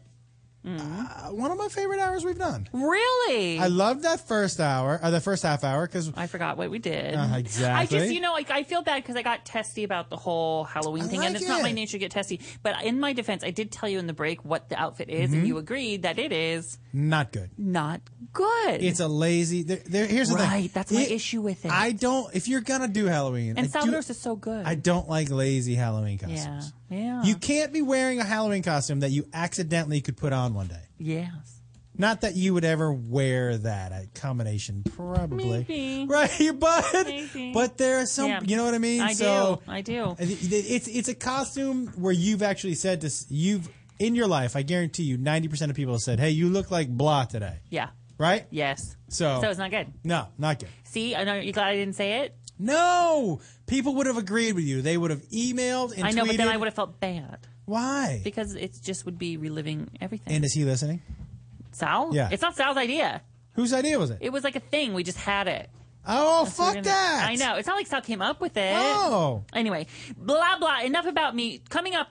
Speaker 6: Mm-hmm.
Speaker 4: uh, one of my favorite hours we've done.
Speaker 6: Really?
Speaker 4: I loved that first hour, or the first half hour, because
Speaker 6: I forgot what we did.
Speaker 4: exactly.
Speaker 6: I just, you know, like I feel bad because I got testy about the whole Halloween thing, and
Speaker 4: like
Speaker 6: it's not my
Speaker 4: it.
Speaker 6: nature to get testy. But in my defense, I did tell you in the break what the outfit is,
Speaker 4: Mhm.
Speaker 6: and you agreed that it is
Speaker 4: not good.
Speaker 6: not good.
Speaker 4: It's a lazy. There, there, here's the thing.
Speaker 6: Right, that's my issue with it.
Speaker 4: I don't. If you're gonna do Halloween,
Speaker 6: and
Speaker 4: I, do,
Speaker 6: Salvador's is so good.
Speaker 4: I don't like lazy Halloween costumes.
Speaker 6: yeah, yeah,
Speaker 4: You can't be wearing a Halloween costume that you accidentally could put on one day.
Speaker 6: yes.
Speaker 4: Not that you would ever wear that a combination, probably.
Speaker 6: Maybe.
Speaker 4: Right, but
Speaker 6: Maybe.
Speaker 4: but there are some.
Speaker 6: Yeah.
Speaker 4: You know what I mean?
Speaker 6: I
Speaker 4: so
Speaker 6: do. I do.
Speaker 4: it's it's a costume where you've actually said to s- you've in your life. I guarantee you, ninety percent of people have said, "Hey, you look like blah today."
Speaker 6: Yeah.
Speaker 4: Right?
Speaker 6: Yes.
Speaker 4: So
Speaker 6: So it's not good.
Speaker 4: no, not good.
Speaker 6: See, I know you glad I didn't say it.
Speaker 4: No, people would have agreed with you. They would have emailed and
Speaker 6: I know,
Speaker 4: tweeted.
Speaker 6: but then I would have felt bad
Speaker 4: Why?
Speaker 6: because it just would be reliving everything.
Speaker 4: And is he listening?
Speaker 6: Sal?
Speaker 4: Yeah.
Speaker 6: It's not Sal's idea.
Speaker 4: Whose idea was it?
Speaker 6: It was like a thing. We just had it.
Speaker 4: Oh,
Speaker 6: That's
Speaker 4: fuck
Speaker 6: what we're gonna-
Speaker 4: that! Oh.
Speaker 6: I know. It's not like Sal came up with it.
Speaker 4: No.
Speaker 6: Anyway, blah blah. Enough about me. Coming up,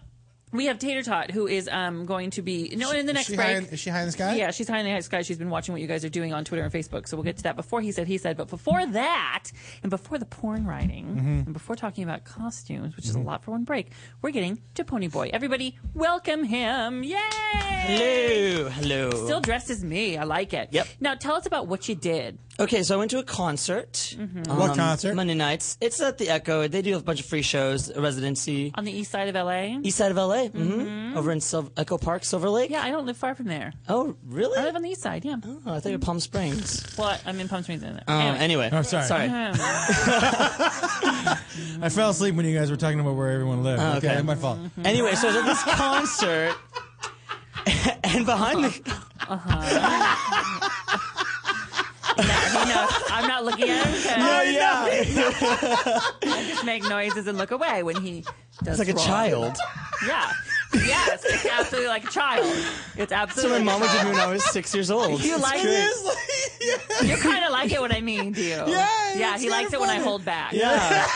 Speaker 6: we have Tater Tot, who is um going to be no in the next
Speaker 4: Is she
Speaker 6: break.
Speaker 4: high in- is she high in the sky?
Speaker 6: Yeah, she's high in the sky. She's been watching what you guys are doing on Twitter and Facebook. So we'll get to that before he said he said. But before that, and before the porn writing,
Speaker 4: Mm-hmm.
Speaker 6: and before talking about costumes, which is a lot for one break, we're getting to Pony Boy. Everybody, welcome him! Yay!
Speaker 10: Hello, hello.
Speaker 6: Still dressed as me. I like it. Yep. Now tell us about what you did.
Speaker 10: Okay, so I went to a concert.
Speaker 6: What
Speaker 10: concert? Um, Monday nights. It's at the Echo. They do have a bunch of free shows, a residency.
Speaker 6: On the east side of LA?
Speaker 10: East side of LA, hmm over in Sil- Echo Park, Silver Lake.
Speaker 6: Yeah, I don't live far from there.
Speaker 10: Oh, really?
Speaker 6: I live on the east side, yeah.
Speaker 10: Oh, I thought you were Palm Springs.
Speaker 6: Well, I'm in Palm Springs. Anyway. Mm-hmm.
Speaker 10: Oh, anyway. Oh, sorry. Sorry.
Speaker 4: I fell asleep when you guys were talking about where everyone lived.
Speaker 10: Oh,
Speaker 4: okay.
Speaker 10: okay.
Speaker 4: my fault.
Speaker 10: Anyway, so I was at this concert, and behind the
Speaker 6: Uh-huh. No, I'm not looking at him.
Speaker 10: No, you're
Speaker 6: I just make noises and look away when he does
Speaker 10: it's like a
Speaker 6: wrong.
Speaker 10: child.
Speaker 6: Yeah. Yes, it's absolutely like a child. It's
Speaker 10: So
Speaker 6: absolutely.
Speaker 10: my mom would do when I was six years old.
Speaker 6: You
Speaker 10: It's
Speaker 6: like
Speaker 10: great.
Speaker 6: You kind of like it when I mean, do you?
Speaker 10: Yeah,
Speaker 6: Yeah,
Speaker 10: it's
Speaker 6: he likes
Speaker 10: kinda
Speaker 6: it when I
Speaker 10: funny.
Speaker 6: hold back.
Speaker 10: Yeah.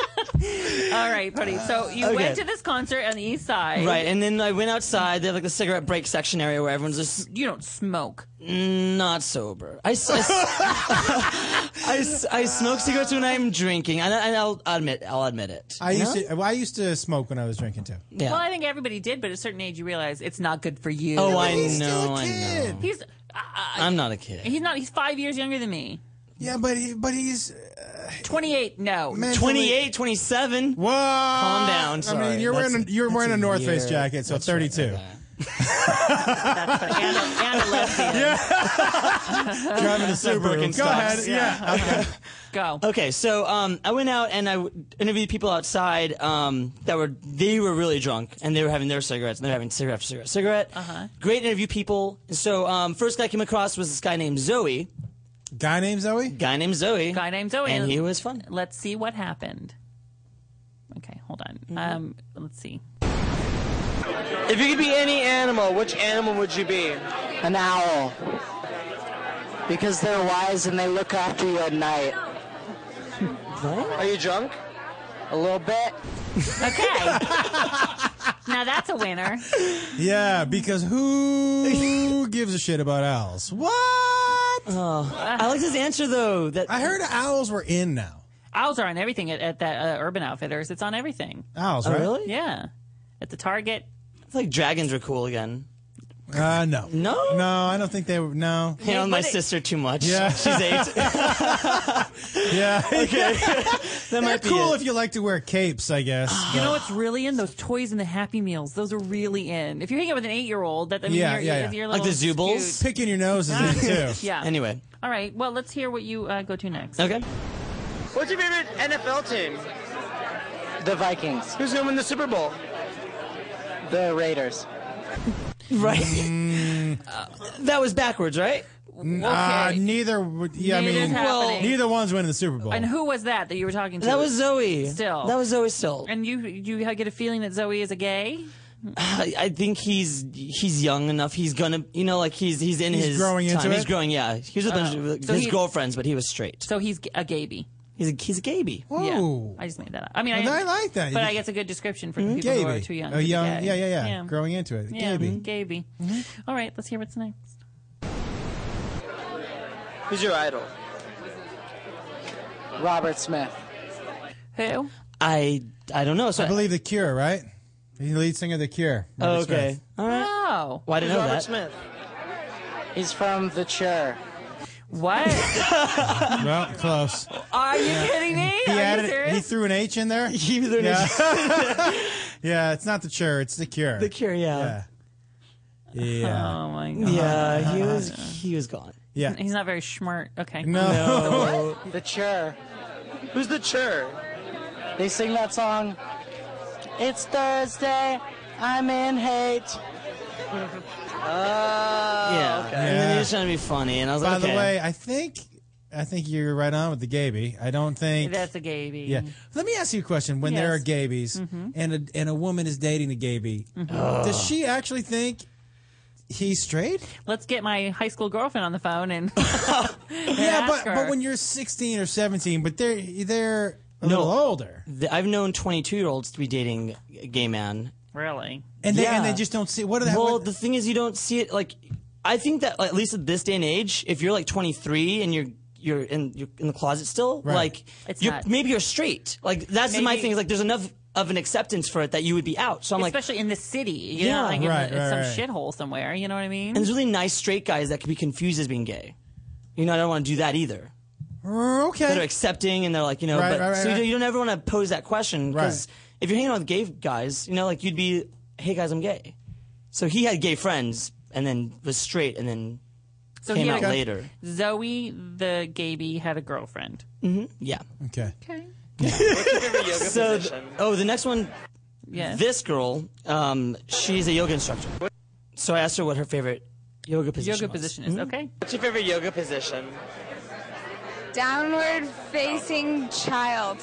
Speaker 6: All right, buddy. So you
Speaker 10: Okay.
Speaker 6: went to this concert on the east side.
Speaker 10: Right, and then I went outside. They have like the cigarette break section area where everyone's just
Speaker 6: you don't smoke.
Speaker 10: Not sober. I, s- I s- I s- I smoke cigarettes when I'm drinking, and, I, and I'll admit I'll admit it.
Speaker 4: I
Speaker 10: You
Speaker 4: used
Speaker 10: know?
Speaker 4: to. Well, I used to smoke when I was drinking too.
Speaker 10: Yeah.
Speaker 6: Well, I think everybody did, but at a certain age, you realize it's not good for you.
Speaker 10: Oh, I know, I know.
Speaker 6: He's uh,
Speaker 10: I'm not a kid.
Speaker 6: he's not. He's five years younger than me.
Speaker 4: Yeah, but he, but he's uh,
Speaker 6: 28. No,
Speaker 10: 28, 27.
Speaker 4: Whoa!
Speaker 10: Calm down. Sorry.
Speaker 4: I mean, you're
Speaker 10: That's-
Speaker 4: wearing a, you're
Speaker 10: that's
Speaker 4: wearing a North Face
Speaker 10: weird-
Speaker 4: jacket, so 32.
Speaker 10: Driving a Subaru.
Speaker 4: Go ahead. Yeah.
Speaker 6: Go.
Speaker 10: Okay, so um, I went out and I w- interviewed people outside um, that were they were really drunk and they were having their cigarettes and they were having cigarette after cigarette, cigarette.
Speaker 6: Uh huh.
Speaker 10: Great interview people. So um, first guy I came across was this guy named Zoe.
Speaker 4: Guy named Zoe?
Speaker 10: Guy named Zoe.
Speaker 6: Guy named Zoe.
Speaker 10: And he was fun.
Speaker 6: Let's see what happened. Okay, hold on.
Speaker 10: Mm-hmm.
Speaker 6: Um, let's see.
Speaker 10: If you could be any animal, which animal would you be?
Speaker 2: An owl. Because they're wise and they look after you at night.
Speaker 10: Are you drunk?
Speaker 2: A little bit.
Speaker 6: Now that's a winner.
Speaker 4: Yeah, because who gives a shit about owls? What?
Speaker 10: Oh, I like his answer though. That
Speaker 4: I heard owls were in now.
Speaker 6: Owls are on everything at, at that uh, Urban Outfitters. It's on everything.
Speaker 4: Owls,
Speaker 10: Oh,
Speaker 4: right?
Speaker 10: really?
Speaker 6: Yeah, at the Target.
Speaker 10: It's like dragons were cool again.
Speaker 4: Uh, no.
Speaker 10: No?
Speaker 4: No, I don't think they were. No.
Speaker 10: Hang on my sister too much.
Speaker 4: Yeah.
Speaker 10: She's eight.
Speaker 4: Yeah.
Speaker 10: Okay.
Speaker 4: That
Speaker 10: might be
Speaker 4: cool
Speaker 10: it.
Speaker 4: if you like to wear capes, I guess.
Speaker 6: You
Speaker 4: but-
Speaker 6: know what's really in those toys and the Happy Meals. Those are really in. If you're hanging out with an eight-year-old, that I mean,
Speaker 4: yeah,
Speaker 6: you're,
Speaker 4: yeah, yeah.
Speaker 6: you're, you're a little skewed.
Speaker 4: Picking your nose is in too.
Speaker 6: Yeah.
Speaker 10: Anyway.
Speaker 6: All right. Well, let's hear what you uh, go to next.
Speaker 10: Okay.
Speaker 2: What's your favorite NFL team? The Vikings. Who's going to win the Super Bowl? The Raiders.
Speaker 10: Right. that was backwards, Uh, right?
Speaker 4: Mm. Uh, neither. would- Yeah, I
Speaker 6: Neither's
Speaker 4: mean,
Speaker 6: happening.
Speaker 4: neither one's winning the Super Bowl.
Speaker 6: And who was that that you were talking to?
Speaker 10: That was Zoe.
Speaker 6: Still.
Speaker 10: That was Zoe Still.
Speaker 6: And you you get a feeling that Zoe is a gay.
Speaker 10: I I think he's he's young enough. He's gonna, you know, like he's he's in
Speaker 6: He's
Speaker 10: his
Speaker 6: growing
Speaker 10: time.
Speaker 6: into
Speaker 10: He's
Speaker 6: it?
Speaker 10: growing. Yeah, he was with a bunch
Speaker 6: Oh.
Speaker 10: of
Speaker 6: So
Speaker 10: his
Speaker 6: he-
Speaker 10: girlfriends, but he was straight.
Speaker 6: So he's a gaby.
Speaker 10: He's a, he's a gaby.
Speaker 6: Whoa. I just made that up. I mean,
Speaker 4: Well,
Speaker 6: I,
Speaker 4: I like that.
Speaker 6: But I guess a good description
Speaker 10: Mm-hmm.
Speaker 6: for the people who are
Speaker 4: Gaby.
Speaker 6: too young.
Speaker 4: A
Speaker 6: to be
Speaker 4: young,
Speaker 6: gay.
Speaker 4: yeah, yeah, yeah, Growing into it.
Speaker 6: Yeah, Mm-hmm.
Speaker 4: Gaby.
Speaker 6: Gaby.
Speaker 10: Mm-hmm.
Speaker 6: All right, let's hear what's next.
Speaker 2: Who's your idol? Robert Smith.
Speaker 6: Who?
Speaker 10: I I don't know. So
Speaker 4: I believe The Cure, right? The lead singer of The Cure. Robert
Speaker 10: okay.
Speaker 4: Smith.
Speaker 10: All right.
Speaker 6: Oh.
Speaker 10: Well, I didn't know
Speaker 2: Robert
Speaker 10: that.
Speaker 2: Smith. He's from The Chair.
Speaker 6: What?
Speaker 4: Well, close.
Speaker 6: Are you kidding me?
Speaker 4: He
Speaker 6: Are
Speaker 4: added.
Speaker 6: you
Speaker 4: it- He
Speaker 6: serious?
Speaker 4: threw an H in there.
Speaker 10: He threw an
Speaker 4: yeah. yeah, it's not the cure. It's the cure.
Speaker 10: The Cure, yeah.
Speaker 4: Yeah. Yeah.
Speaker 6: Oh my god.
Speaker 10: Yeah, he was he was gone.
Speaker 4: Yeah.
Speaker 6: He's not very smart. Okay.
Speaker 4: No.
Speaker 2: The Chair. Who's The Chair? They sing that song. It's Thursday. I'm in hate. Oh,
Speaker 10: yeah.
Speaker 2: okay.
Speaker 10: And then
Speaker 4: Yeah.
Speaker 10: he was trying to be funny, and I was
Speaker 4: By
Speaker 10: like, okay.
Speaker 4: the way, I think I think you're right on with the Gaby. I don't think
Speaker 6: That's a gaby.
Speaker 4: Yeah. Let me ask you a question. When there are
Speaker 6: Yes. Mm-hmm.
Speaker 4: gabies and a and a woman is dating a gaby, does she actually think he's straight?
Speaker 6: Let's get my high school girlfriend on the phone and
Speaker 4: yeah, but
Speaker 6: ask her.
Speaker 4: but when you're 16 or 17, but they're they're a
Speaker 10: No.
Speaker 4: little older,
Speaker 10: Th- I've known 22 year olds to be dating a gay man.
Speaker 6: really.
Speaker 4: and they and
Speaker 10: Yeah.
Speaker 4: they just don't see what are they,
Speaker 10: Well,
Speaker 4: what-
Speaker 10: the thing is, you don't see it. Like, I think that like, at least at this day and age, if you're like 23 and you're you're in you're in the closet still,
Speaker 4: Right.
Speaker 10: like
Speaker 6: It's
Speaker 10: you're,
Speaker 6: not.
Speaker 10: maybe you're straight. Like that's my
Speaker 6: Maybe-
Speaker 10: thing. Is like there's enough of an acceptance for it that you would be out. So I'm like,
Speaker 6: Especially in the city, you know,
Speaker 10: Yeah.
Speaker 6: like in the-
Speaker 10: Right,
Speaker 6: it's
Speaker 10: right,
Speaker 6: some
Speaker 10: right.
Speaker 6: shithole somewhere. You know what I mean?
Speaker 10: and there's really nice straight guys that could be confused as being gay. You know, I don't want to do that either.
Speaker 4: Uh, okay,
Speaker 10: That are accepting and they're like, you know,
Speaker 4: Right,
Speaker 10: but
Speaker 4: right, right,
Speaker 10: so you,
Speaker 4: right.
Speaker 10: don't- you don't ever want to pose that question because if you're hanging out with gay guys, you know, like you'd be, hey guys, I'm gay. So he had gay friends and then was straight and then
Speaker 6: So
Speaker 10: came
Speaker 6: he had
Speaker 10: out
Speaker 6: a-
Speaker 10: later.
Speaker 6: Zoe the gaby had a girlfriend.
Speaker 10: hmm Yeah.
Speaker 4: okay.
Speaker 10: so, th- oh, the next one.
Speaker 6: Yes.
Speaker 10: This girl, um, she's a yoga instructor. So I asked her what her favorite yoga position.
Speaker 6: Yoga
Speaker 10: was.
Speaker 6: position is
Speaker 10: Mhm.
Speaker 6: okay.
Speaker 10: What's your favorite yoga position?
Speaker 20: Downward facing child.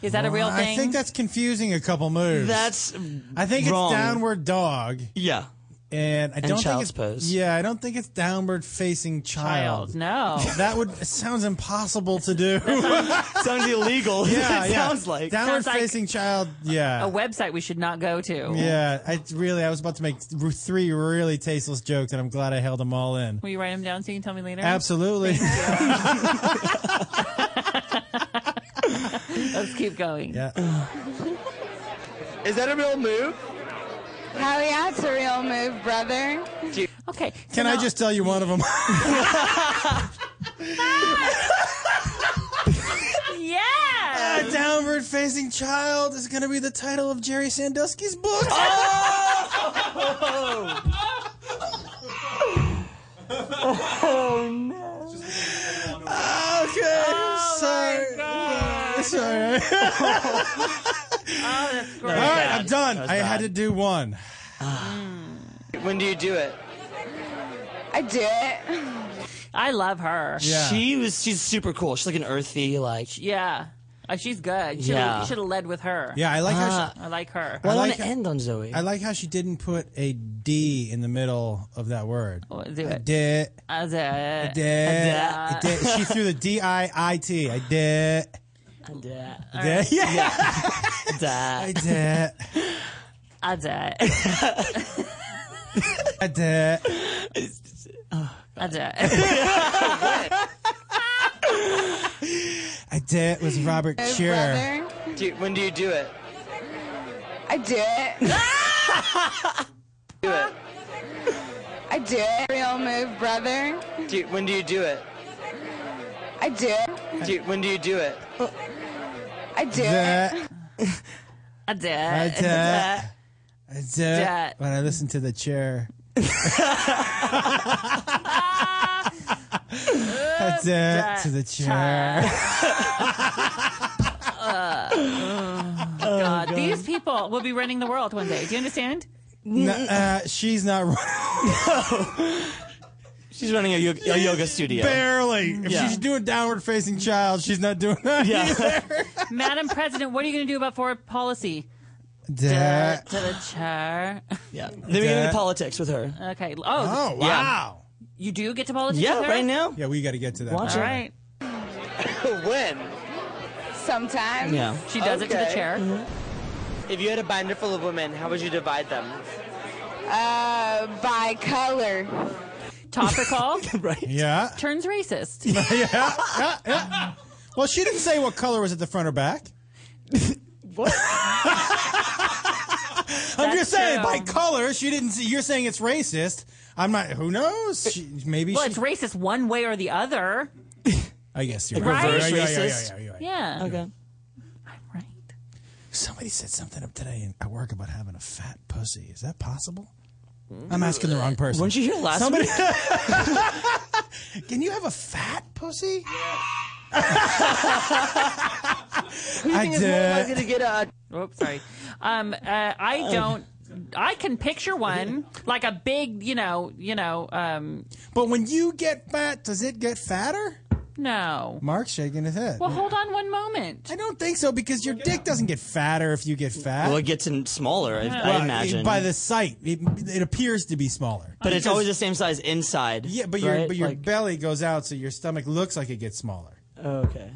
Speaker 6: Is that a real
Speaker 4: Well,
Speaker 6: thing?
Speaker 4: I think that's confusing a couple moves.
Speaker 10: That's
Speaker 4: I think
Speaker 10: wrong.
Speaker 4: it's downward dog,
Speaker 10: Yeah.
Speaker 4: and I
Speaker 10: And
Speaker 4: don't think
Speaker 10: child's
Speaker 4: it's
Speaker 10: pose.
Speaker 4: yeah, I don't think it's downward facing child.
Speaker 6: Child, no.
Speaker 4: That would it sounds impossible to do.
Speaker 10: sounds illegal.
Speaker 4: yeah,
Speaker 10: it
Speaker 4: yeah.
Speaker 10: sounds like.
Speaker 4: downward
Speaker 6: Sounds like-
Speaker 4: facing child. Yeah,
Speaker 6: a website we should not go to.
Speaker 4: yeah. I really, I was about to make th- three really tasteless jokes, and I'm glad I held them all in.
Speaker 6: Will you write them down so you can tell me later?
Speaker 4: Absolutely.
Speaker 6: Let's keep going.
Speaker 4: yeah.
Speaker 2: Is that a real move?
Speaker 20: Hell yeah, it's a real move, brother.
Speaker 6: Okay. so
Speaker 4: Can I
Speaker 6: now-
Speaker 4: just tell you one of them?
Speaker 6: Yeah.
Speaker 4: A downward facing child is going to be the title of Jerry Sandusky's book.
Speaker 10: Oh no.
Speaker 4: Okay, sorry. Sorry.
Speaker 6: Oh, that's great.
Speaker 4: All right, I'm done.
Speaker 10: That was
Speaker 4: I
Speaker 10: bad.
Speaker 4: had to do one.
Speaker 10: When do you do it?
Speaker 20: I do it.
Speaker 6: I love her.
Speaker 10: She was. She's super cool. She's like an earthy, like.
Speaker 6: yeah. Uh, she's good. Should
Speaker 10: Yeah.
Speaker 6: have led with her.
Speaker 4: Yeah, I like how
Speaker 6: Uh,
Speaker 4: she-
Speaker 6: I like her.
Speaker 4: I like
Speaker 6: how-
Speaker 4: how- I like how she didn't put a D in the middle of that word.
Speaker 6: do
Speaker 4: I
Speaker 6: it.
Speaker 4: did.
Speaker 6: I did. I
Speaker 4: I did. I did. She threw the D I I T. I did.
Speaker 6: I did.
Speaker 4: I did. Yeah. I did.
Speaker 6: I did.
Speaker 4: I did.
Speaker 6: I did.
Speaker 4: I did was Robert Shearer.
Speaker 10: Do, when do you do it?
Speaker 3: I did.
Speaker 10: Do it.
Speaker 3: I did. Real move, brother.
Speaker 10: Do, when do you do it?
Speaker 3: I did.
Speaker 10: Do, when do you do it?
Speaker 3: I did.
Speaker 6: I did.
Speaker 8: Uh,
Speaker 4: I did. I
Speaker 6: Did.
Speaker 4: did. When I listened to the chair. I did to the chair.
Speaker 6: Uh, oh, God.
Speaker 4: God.
Speaker 6: These people will be running the world one day. Do you understand?
Speaker 4: No, uh, she's not running.
Speaker 10: She's running a yoga, a yoga studio.
Speaker 4: Barely. If
Speaker 10: Yeah.
Speaker 4: she's doing downward facing child, she's not doing that. either.
Speaker 6: Madam President, what are you going to do about foreign policy?
Speaker 4: Duh.
Speaker 6: To the chair.
Speaker 10: Yeah. Then we get into politics with her.
Speaker 6: Okay. Oh,
Speaker 10: Oh, wow.
Speaker 6: You do get to politics
Speaker 10: Yeah,
Speaker 6: with her?
Speaker 10: right now.
Speaker 4: Yeah, we got to get to that.
Speaker 6: All right.
Speaker 3: when? Sometimes.
Speaker 10: Yeah.
Speaker 6: She does it to the chair.
Speaker 9: Mm-hmm. If you had a binder full of women, how would you divide them?
Speaker 3: Uh, by color.
Speaker 6: Topical.
Speaker 10: right.
Speaker 4: Yeah.
Speaker 6: Turns racist.
Speaker 4: yeah, yeah, yeah. Well, she didn't say what color was at the front or back. what? I'm just saying by color. She didn't. See, you're saying it's racist. I'm not. Who knows? She, maybe.
Speaker 6: Well,
Speaker 4: she,
Speaker 6: it's racist one way or the other.
Speaker 4: I guess you're
Speaker 6: Like
Speaker 4: right.
Speaker 6: reverse
Speaker 4: Yeah, yeah, yeah, yeah,
Speaker 6: racist.
Speaker 4: yeah, yeah, yeah.
Speaker 6: Yeah. Okay.
Speaker 4: Somebody said something up today at work about having a fat pussy. Is that possible?
Speaker 6: Mm.
Speaker 4: I'm asking the wrong person.
Speaker 10: Weren't you here last
Speaker 4: Somebody-
Speaker 10: week?
Speaker 4: Can you have a fat pussy?
Speaker 9: Who do you
Speaker 4: I
Speaker 9: think is more
Speaker 4: did. Oh.
Speaker 9: likely to get a?
Speaker 6: Oops, sorry. Um, uh, I don't. I can picture one like a big, you know, you know. Um,
Speaker 4: but when you get fat, does it get fatter?
Speaker 6: No.
Speaker 4: Mark's shaking his head.
Speaker 6: Well, hold on one moment.
Speaker 4: I don't think so because your dick doesn't get fatter if you get fat.
Speaker 10: Well, it gets in smaller, I,
Speaker 4: Well,
Speaker 10: I imagine.
Speaker 4: By the sight, it, it appears to be smaller.
Speaker 10: but it's
Speaker 4: Because-
Speaker 10: always the same size inside.
Speaker 4: Yeah, but
Speaker 10: right?
Speaker 4: your but your
Speaker 10: Like- Oh,
Speaker 4: belly goes out, so your stomach looks like it gets smaller.
Speaker 10: Okay.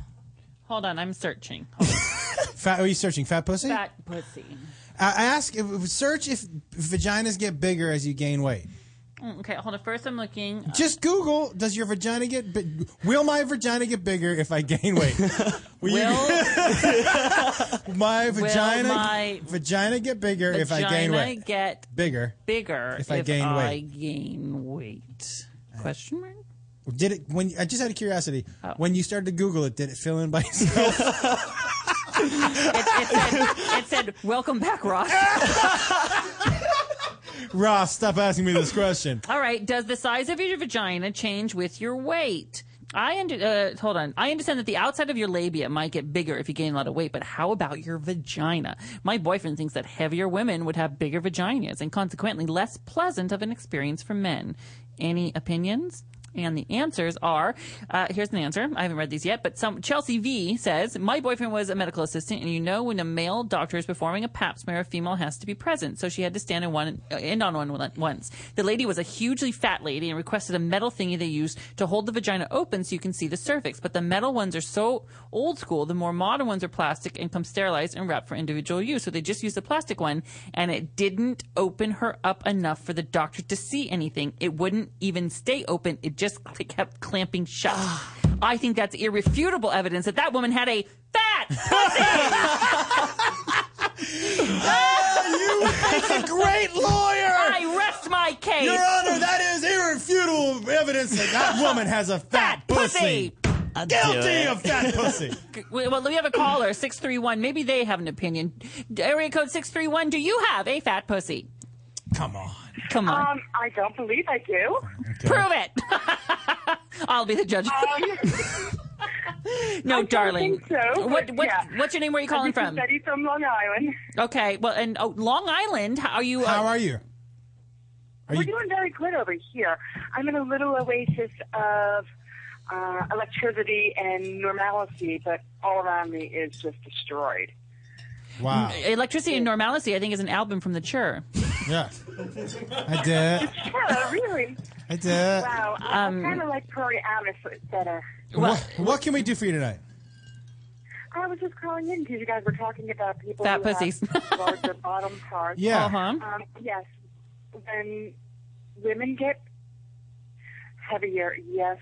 Speaker 6: Hold on, I'm searching.
Speaker 4: Fat? Are you searching fat pussy?
Speaker 6: Fat pussy.
Speaker 4: I I ask. If, search if vaginas get bigger as you gain weight.
Speaker 6: Mm, Okay, hold on. First, I'm looking.
Speaker 4: Just Google. Does your vagina get? Bi- will my vagina get bigger if I gain weight? will, you- my
Speaker 6: Will
Speaker 4: vagina
Speaker 6: my
Speaker 4: vagina get bigger if I gain
Speaker 6: Vagina
Speaker 4: weight?
Speaker 6: get
Speaker 4: bigger.
Speaker 6: bigger
Speaker 4: if I gain
Speaker 6: I
Speaker 4: weight.
Speaker 6: gain weight. Question mark. Oh.
Speaker 4: Did it when I just out of curiosity when you started to Google it? Did it fill in by itself?
Speaker 6: It said, "Welcome back, Ross."
Speaker 4: Ross, stop asking me this question.
Speaker 6: All right. Does the size of your vagina change with your weight? I under, uh, hold on. I understand that the outside of your labia might get bigger if you gain a lot of weight, but how about your vagina? My boyfriend thinks that heavier women would have bigger vaginas and consequently less pleasant of an experience for men. Any opinions? And the answers are uh, here's an answer. I haven't read these yet, but some Chelsea V says My boyfriend was a medical assistant, and you know when a male doctor is performing a pap smear, a female has to be present. So she had to stand in one, uh, end on one on- once. The lady was a hugely fat lady and requested a metal thingy they used to hold the vagina open so you can see the cervix. But the metal ones are so old school, the more modern ones are plastic and come sterilized and wrapped for individual use. So they just used the plastic one, and it didn't open her up enough for the doctor to see anything. It wouldn't even stay open, it just cl- kept clamping shut. I think that's irrefutable evidence that that woman had a
Speaker 4: He's a great lawyer.
Speaker 6: I rest my case.
Speaker 4: Your Honor, that is irrefutable evidence that that woman has a fat, pussy. Guilty of fat pussy.
Speaker 6: Well, we have a caller, 631. Maybe they have an opinion. Area code 631, do you have a fat pussy?
Speaker 4: Come on.
Speaker 6: Come on.
Speaker 8: Um, I don't believe I do.
Speaker 6: Prove it. I'll be the judge.
Speaker 8: Um,
Speaker 6: no, darling.
Speaker 8: So,
Speaker 6: what,
Speaker 8: but
Speaker 6: what,
Speaker 8: yeah.
Speaker 6: What's your name? Where are you calling
Speaker 8: This is
Speaker 6: from?
Speaker 8: Betty from Long Island.
Speaker 6: Okay. Well, and oh, Long Island, how are you?
Speaker 4: How are you?
Speaker 8: We're doing very good over here. I'm in a little oasis of uh, electricity and normalcy, but all around me is just destroyed.
Speaker 4: Wow.
Speaker 6: Electricity and Normalcy, I think, is an album from the Chur.
Speaker 4: Yeah. I did.
Speaker 8: Yeah, really.
Speaker 4: I did.
Speaker 8: Wow. I
Speaker 6: Um,
Speaker 8: kind of like Prairie Alice uh, better.
Speaker 4: What, what can we do for you tonight?
Speaker 8: I was just calling in because you guys were talking about people
Speaker 6: Fat
Speaker 8: who
Speaker 6: pussies.
Speaker 8: have larger bottom parts.
Speaker 6: Yeah. Uh-huh.
Speaker 8: Um, yes. When women get heavier, yes,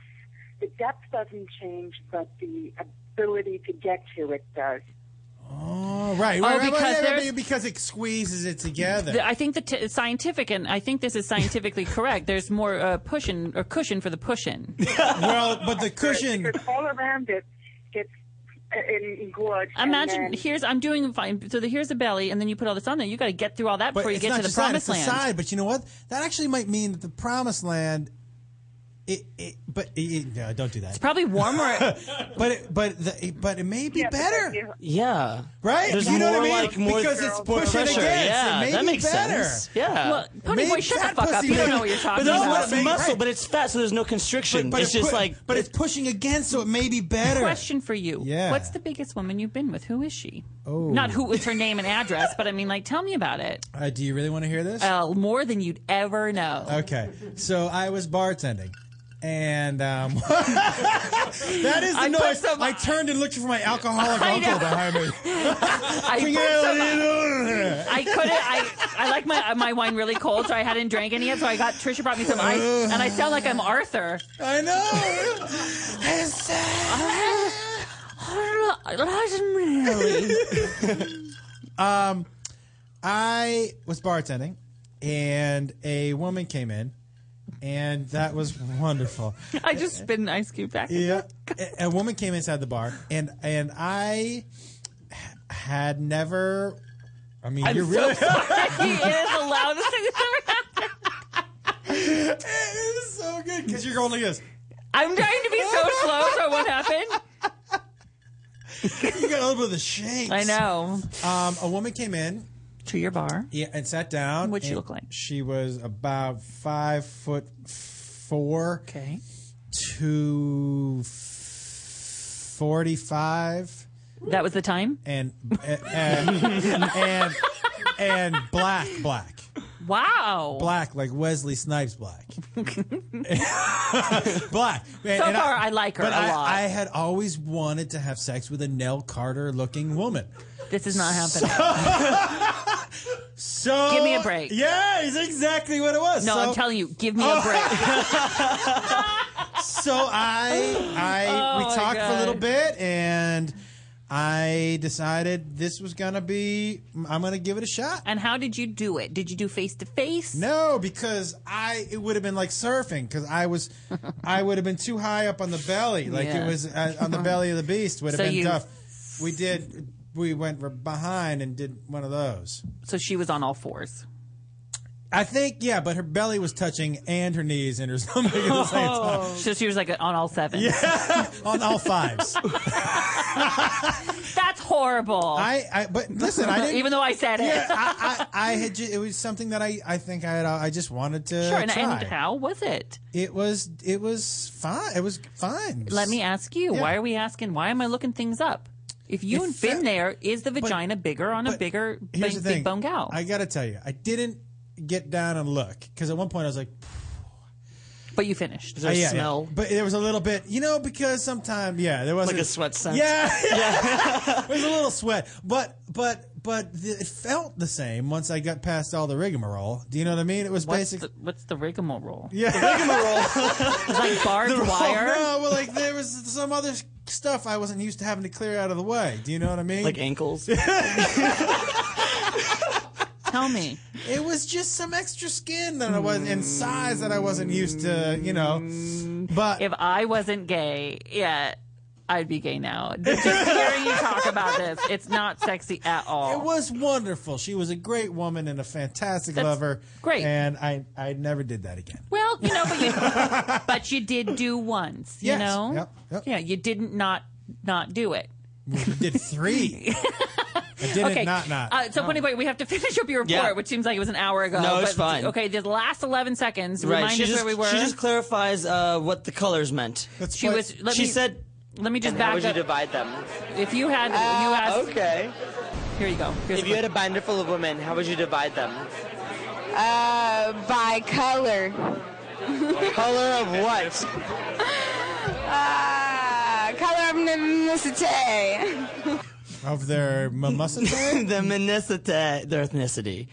Speaker 8: the depth doesn't change, but the ability to get to it does.
Speaker 4: Oh, right. right,
Speaker 6: Oh,
Speaker 4: right,
Speaker 6: because
Speaker 4: right, right,
Speaker 6: there's-
Speaker 4: because it squeezes it together.
Speaker 6: The- I think the t- it's scientific, and I think this is scientifically correct. There's more uh, pushing or cushion for the pushing.
Speaker 4: well, but the cushion.
Speaker 8: Because all around it gets uh, engorged. and
Speaker 6: Imagine
Speaker 8: then-
Speaker 6: here's I'm doing fine. So the, here's the belly, and then you put all this on there. You got to get through all that before you
Speaker 4: it's
Speaker 6: get
Speaker 4: not
Speaker 6: to the
Speaker 4: just that,
Speaker 6: promised
Speaker 4: it's the
Speaker 6: land.
Speaker 4: side, but you know what? That actually might mean that the promised land. It, it but it, it- no, don't do that. It's
Speaker 6: probably warmer.
Speaker 4: but it, but the, it- but it may be better.
Speaker 10: Yeah.
Speaker 4: Right?
Speaker 10: There's
Speaker 4: you know
Speaker 10: more
Speaker 4: what I mean?
Speaker 10: like more
Speaker 4: because it's
Speaker 10: more
Speaker 4: pushing
Speaker 10: pressure.
Speaker 4: against.
Speaker 10: Yeah,
Speaker 4: it may
Speaker 10: that
Speaker 4: be
Speaker 10: makes
Speaker 4: better.
Speaker 10: sense. Yeah.
Speaker 6: Well, Pony
Speaker 4: Maybe
Speaker 6: Boy, shut
Speaker 4: fat
Speaker 6: the fuck up.
Speaker 4: pussy
Speaker 6: You don't
Speaker 4: may-
Speaker 6: know what you're
Speaker 10: But
Speaker 6: talking
Speaker 10: there's
Speaker 6: about.
Speaker 10: less muscle, but it's fat, so there's no constriction.
Speaker 4: But
Speaker 10: it's just
Speaker 4: pu-
Speaker 10: like
Speaker 4: but it's pushing against, so it may be better.
Speaker 6: Question for you.
Speaker 4: Yeah.
Speaker 6: What's the biggest woman you've been with? Who is she?
Speaker 4: Oh.
Speaker 6: Not who is her name and address, but I mean, like, tell me about it.
Speaker 4: Uh, do you really want to hear this?
Speaker 6: Uh, more than you'd ever know.
Speaker 4: Okay, so I was bartending, and um, that is the
Speaker 6: I put
Speaker 4: noise.
Speaker 6: some-
Speaker 4: I turned and looked for my alcoholic
Speaker 6: I
Speaker 4: uncle
Speaker 6: know.
Speaker 4: behind me.
Speaker 6: I,
Speaker 4: Get out of here.
Speaker 6: I couldn't. I, I like my my wine really cold, so I hadn't drank any yet. So I got Trisha brought me some ice, and I sound like I'm Arthur.
Speaker 4: I know. um, I was bartending, and a woman came in, and that was wonderful.
Speaker 6: I just spit an ice cube back.
Speaker 4: yeah, a, a woman came inside the bar, and and I h- had never. I mean,
Speaker 6: I'm
Speaker 4: you're
Speaker 6: so
Speaker 4: really.
Speaker 6: sorry. it is the loudest thing that's ever happened.
Speaker 4: it is so good because you're going like this.
Speaker 6: I'm trying to be so slow. So what happened?
Speaker 4: you got a little bit of the shakes.
Speaker 6: I know.
Speaker 4: Um, a woman came in
Speaker 6: to your bar.
Speaker 4: Yeah, and sat down.
Speaker 6: What'd she
Speaker 4: and
Speaker 6: look like?
Speaker 4: She was about five foot four.
Speaker 6: Okay.
Speaker 4: To forty-five.
Speaker 6: That was the time.
Speaker 4: And and and, and black, black,
Speaker 6: Wow.
Speaker 4: black, like Wesley Snipes black. black. So
Speaker 6: far, I like her
Speaker 4: but
Speaker 6: a
Speaker 4: I-
Speaker 6: lot.
Speaker 4: I had always wanted to have sex with a Nell Carter looking woman.
Speaker 6: This is not happening.
Speaker 4: So
Speaker 6: Give me a break.
Speaker 4: Yeah, is exactly what it was.
Speaker 6: No,
Speaker 4: So-
Speaker 6: I'm telling you, give me a break.
Speaker 4: so I, I,
Speaker 6: Oh,
Speaker 4: we
Speaker 6: my
Speaker 4: talked for a little
Speaker 6: God.
Speaker 4: bit, and I decided this was gonna be. I'm gonna give it a shot.
Speaker 6: and how did you do it? Did you do face to face?
Speaker 4: No, because I, it would have been like surfing, because I was, I would have been too high up on the belly, like
Speaker 6: Yeah.
Speaker 4: it was uh, on the belly of the beast. Would have
Speaker 6: So
Speaker 4: been
Speaker 6: you-
Speaker 4: tough. We did. We went behind and did one of those.
Speaker 6: So she was on all fours.
Speaker 4: I think, yeah, but her belly was touching and her knees and her stomach at the same
Speaker 6: Oh,
Speaker 4: time.
Speaker 6: So she was like on all seven.
Speaker 4: Yeah, on all fives.
Speaker 6: That's horrible.
Speaker 4: I, I but listen, I didn't
Speaker 6: Even though I said it.
Speaker 4: Yeah, I, I, I had ju- it was something that I, I think I had, uh, I just wanted to
Speaker 6: Sure, and,
Speaker 4: try.
Speaker 6: and how was it?
Speaker 4: It was it was fine. It was fine.
Speaker 6: Let me ask you. Why are we asking? Why am I looking things up? If you
Speaker 4: It
Speaker 6: had been there, is the vagina bigger on a bigger
Speaker 4: Here's the
Speaker 6: big,
Speaker 4: thing.
Speaker 6: big bone gal?
Speaker 4: I got to tell you, I didn't get down and look because at one point I was like,
Speaker 6: But you finished.
Speaker 4: oh, yeah, yeah. But there was a little bit, you know, because sometimes yeah, there was
Speaker 10: Like a sweat scent.
Speaker 4: Yeah, yeah. there was a little sweat, but but but the, it felt the same once I got past all the rigmarole. Do you know what I mean? It was
Speaker 6: What's
Speaker 4: basic.
Speaker 6: the- what's the rigmarole?
Speaker 4: Yeah. The
Speaker 6: rigmarole. it's like barbed
Speaker 4: The roll-
Speaker 6: wire.
Speaker 4: No, well, like there was some other s- stuff I wasn't used to having to clear out of the way. Do you know what I mean?
Speaker 10: like ankles.
Speaker 6: Tell me.
Speaker 4: It was just some extra skin that I was and size that I wasn't used to. You know, but
Speaker 6: If I wasn't gay, yeah, I'd be gay now. Just hearing you talk about this, it's not sexy at all.
Speaker 4: it was wonderful. She was a great woman and a fantastic lover.
Speaker 6: great.
Speaker 4: and I I never did that again.
Speaker 6: Well, you know, but you, but you did do once, you
Speaker 4: Yes.
Speaker 6: know?
Speaker 4: Yep, yep.
Speaker 6: Yeah, you didn't not not do it.
Speaker 4: Did three. I did
Speaker 6: okay.
Speaker 4: it not not. Oh.
Speaker 6: Uh, so, Pony Boy, we have to finish up your report,
Speaker 10: Yeah.
Speaker 6: which seems like it was an hour ago.
Speaker 10: No, it's
Speaker 6: but,
Speaker 10: fine.
Speaker 6: Okay, the last 11 seconds.
Speaker 10: Right.
Speaker 6: Remind
Speaker 10: She
Speaker 6: us
Speaker 10: just,
Speaker 6: where we were.
Speaker 10: she just clarifies uh, what the colors meant.
Speaker 6: She play- was- let
Speaker 10: she
Speaker 6: me-
Speaker 10: said.
Speaker 6: Let me just
Speaker 10: and
Speaker 6: back
Speaker 10: How would
Speaker 6: up.
Speaker 10: you divide them? Uh,
Speaker 6: If you had, you asked.
Speaker 10: Okay.
Speaker 6: Here you go.
Speaker 10: if you had a binder full of women, how would you divide them?
Speaker 3: Uh, by color.
Speaker 10: color of what?
Speaker 3: Uh, color of ethnicity.
Speaker 4: Of their mimosity?
Speaker 10: the minicity, their ethnicity.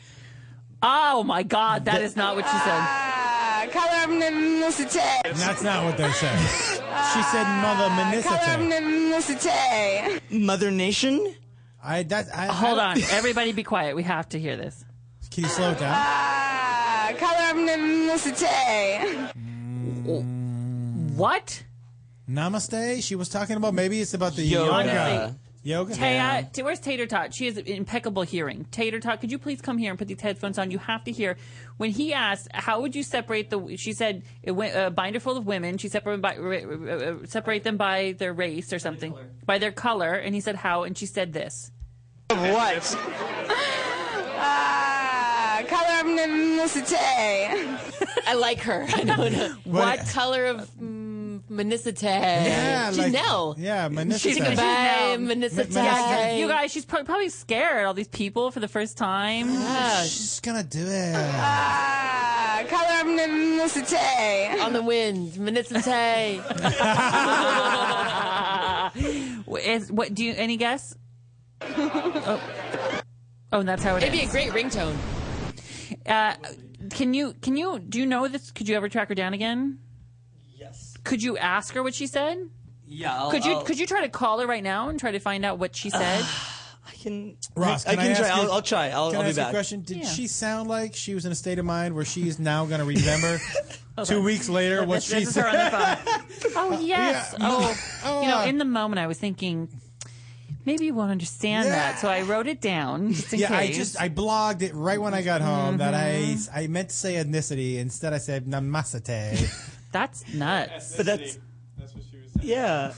Speaker 6: Oh my God, that is not what she said.
Speaker 3: Uh, color of ethnicity.
Speaker 4: That's not what they said. She said mother
Speaker 3: Uh, Color
Speaker 4: minicity.
Speaker 3: of ethnicity.
Speaker 10: Mother Nation?
Speaker 4: I that I
Speaker 6: Hold
Speaker 4: I-
Speaker 6: on, everybody, be quiet. We have to hear this.
Speaker 4: Can you slow it down?
Speaker 3: Uh, color of ethnicity.
Speaker 4: Mm.
Speaker 6: What?
Speaker 4: Namaste. She was talking about maybe it's about the
Speaker 6: Yoga.
Speaker 4: yoga.
Speaker 6: Honestly.
Speaker 4: Yoga.
Speaker 6: Tay, uh, t- where's Tater Tot? She has impeccable hearing. Tater Tot, could you please come here and put these headphones on? You have to hear. When he asked, how would you separate the? She said it went a binder full of women. She separate by, r- r- uh, separate them by their race or something, by their color. And he said how, and she said this.
Speaker 10: Of what?
Speaker 3: Uh, color of ethnicity.
Speaker 14: I like her. I don't know.
Speaker 4: What-
Speaker 14: What, color of mm, Manicite? Yeah,
Speaker 4: like-
Speaker 14: Chanel.
Speaker 4: Yeah,
Speaker 14: She's
Speaker 4: minicity.
Speaker 14: gonna buy Manicite.
Speaker 6: Yeah, you guys, she's pro- probably scared. All these people for the first time.
Speaker 4: She's gonna do it.
Speaker 14: Ah,
Speaker 3: Uh, color of ethnicity.
Speaker 14: On the wind, Manicite.
Speaker 6: Is, what do you? Any guess? oh. oh, and that's how it
Speaker 14: It'd be a
Speaker 6: ends.
Speaker 14: great ringtone.
Speaker 6: Uh, can you can you do you know this? Could you ever track her down again? Yes. Could you ask her what she said?
Speaker 10: Yeah. I'll,
Speaker 6: could you
Speaker 10: I'll-
Speaker 6: could you try to call her right now and try to find out what she said?
Speaker 10: I can.
Speaker 4: Ross,
Speaker 10: I
Speaker 4: can I
Speaker 10: can
Speaker 4: ask
Speaker 10: try.
Speaker 4: you-
Speaker 10: I'll, I'll try. I'll,
Speaker 4: Can
Speaker 10: I'll
Speaker 4: I
Speaker 10: be
Speaker 4: ask you
Speaker 10: back.
Speaker 4: a question? Did
Speaker 6: Yeah.
Speaker 4: she sound like she was in a state of mind where she's now going to remember two weeks later what
Speaker 6: This-
Speaker 4: she
Speaker 6: this is her on
Speaker 4: said?
Speaker 6: the phone. oh yes. Oh, you
Speaker 4: uh,
Speaker 6: know, in the moment I was thinking maybe you won't understand that, so I wrote it down just in
Speaker 4: yeah, I
Speaker 6: case. Mm-hmm.
Speaker 4: just I blogged it right when I got home that I I meant to say ethnicity instead I said namasate.
Speaker 6: That's nuts.
Speaker 4: But that's
Speaker 10: yeah.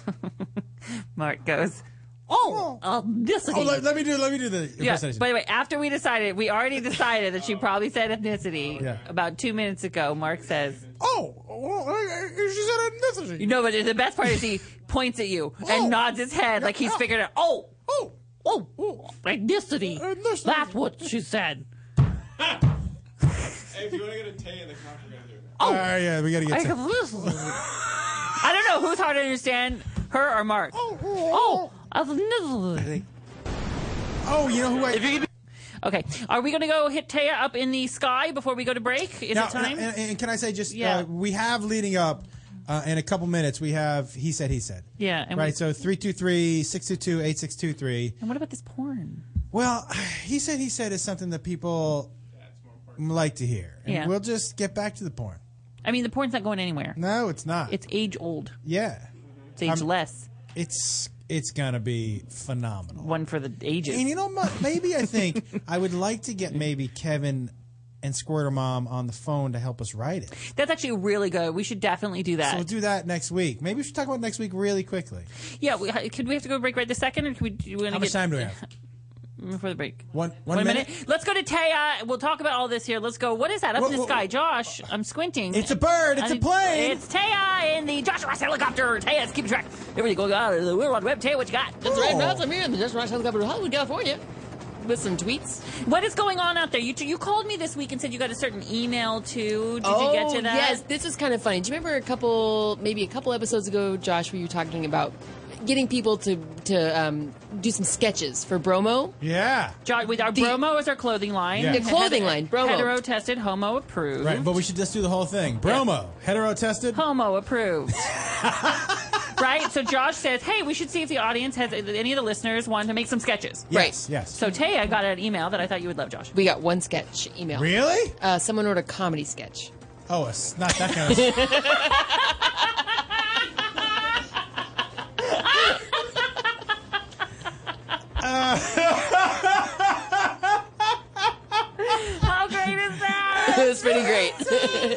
Speaker 6: Mark goes. Oh, uh, this.
Speaker 4: Oh, let, let me do let me do the impersonation.
Speaker 6: By the way, after we decided, we already decided that she probably said ethnicity
Speaker 4: Yeah.
Speaker 6: about two minutes ago. Mark says,
Speaker 4: oh, well, I- I- she said ethnicity.
Speaker 6: "You know, but the best part is he points at you and nods his head like he's figured out. Oh, oh, oh, Uh, ethnicity. That's what she said.
Speaker 15: Hey, if you want to get a Tay in the comp, we're gonna do it.
Speaker 4: Oh, yeah, we gotta get.
Speaker 6: I,
Speaker 4: to-
Speaker 6: go, "This is-" I don't know who's hard to understand, her or Mark. Oh, ethnicity.
Speaker 4: Oh, you know who I.
Speaker 6: Okay, are we gonna go hit Taya up in the sky before we go to break? Is
Speaker 4: Now,
Speaker 6: it time?
Speaker 4: And, and can I say just
Speaker 6: Yeah.
Speaker 4: uh, we have leading up uh, in a couple minutes we have he said he said.
Speaker 6: yeah. And
Speaker 4: right.
Speaker 6: We,
Speaker 4: so 323-622-8623.
Speaker 6: and what about this porn?
Speaker 4: Well, he said he said is something that people like to hear. And
Speaker 6: Yeah.
Speaker 4: We'll just get back to the porn.
Speaker 6: I mean, the porn's not going anywhere.
Speaker 4: No, it's not.
Speaker 6: It's age old.
Speaker 4: Yeah.
Speaker 6: It's ageless.
Speaker 4: It's it's gonna be phenomenal.
Speaker 6: One for the ages.
Speaker 4: And you know, mu- maybe I think I would like to get maybe Kevin and Squirter Mom on the phone to help us write it.
Speaker 6: That's actually really good. We should definitely do
Speaker 4: So
Speaker 6: that.
Speaker 4: we'll do that next week. Maybe we should talk about next week really quickly.
Speaker 6: yeah, we, could we have to go break right this second, or could we? Do you wanna
Speaker 4: How much
Speaker 6: get-
Speaker 4: time do we have?
Speaker 6: Before the break.
Speaker 4: One
Speaker 6: One, minute. Let's go to Taya. We'll talk about all this here. Let's go. What is that up
Speaker 4: Whoa,
Speaker 6: in the
Speaker 4: whoa,
Speaker 6: sky, Josh? I'm squinting.
Speaker 4: It's a bird. It's
Speaker 6: a
Speaker 4: a plane.
Speaker 6: It's Taya in the Josh Ross helicopter. Taya's keeping track. Everything going on in the World Wide Web. Taya, what you got?
Speaker 14: That's right, Ross. I'm here in the Just Ross Helicopter in Hollywood, California, with some tweets.
Speaker 6: What is going on out there? You t- you called me this week and said you got a certain email too. Did you get to that?
Speaker 14: Oh, Yes, this is kind of funny. Do you remember a couple, maybe a couple episodes ago, Josh, where you were talking about getting people to to um, do some sketches for Bromo?
Speaker 4: Yeah.
Speaker 6: Josh, with our
Speaker 14: The-
Speaker 6: Bromo is our clothing line.
Speaker 4: Yeah. The
Speaker 14: clothing line, Bromo.
Speaker 6: Hetero tested, homo approved.
Speaker 4: Right, but we should just do the whole thing. Bromo, hetero tested.
Speaker 6: Homo approved. right? So Josh says, hey, we should see if the audience has any of the listeners want to make some sketches.
Speaker 4: Yes, yes.
Speaker 6: So Taya got an email that I thought you would love, Josh.
Speaker 14: We got one sketch email.
Speaker 4: Really?
Speaker 14: Uh, someone wrote a comedy sketch.
Speaker 4: Oh, it's not that kind of. Uh,
Speaker 6: How great is that?
Speaker 14: It was pretty great.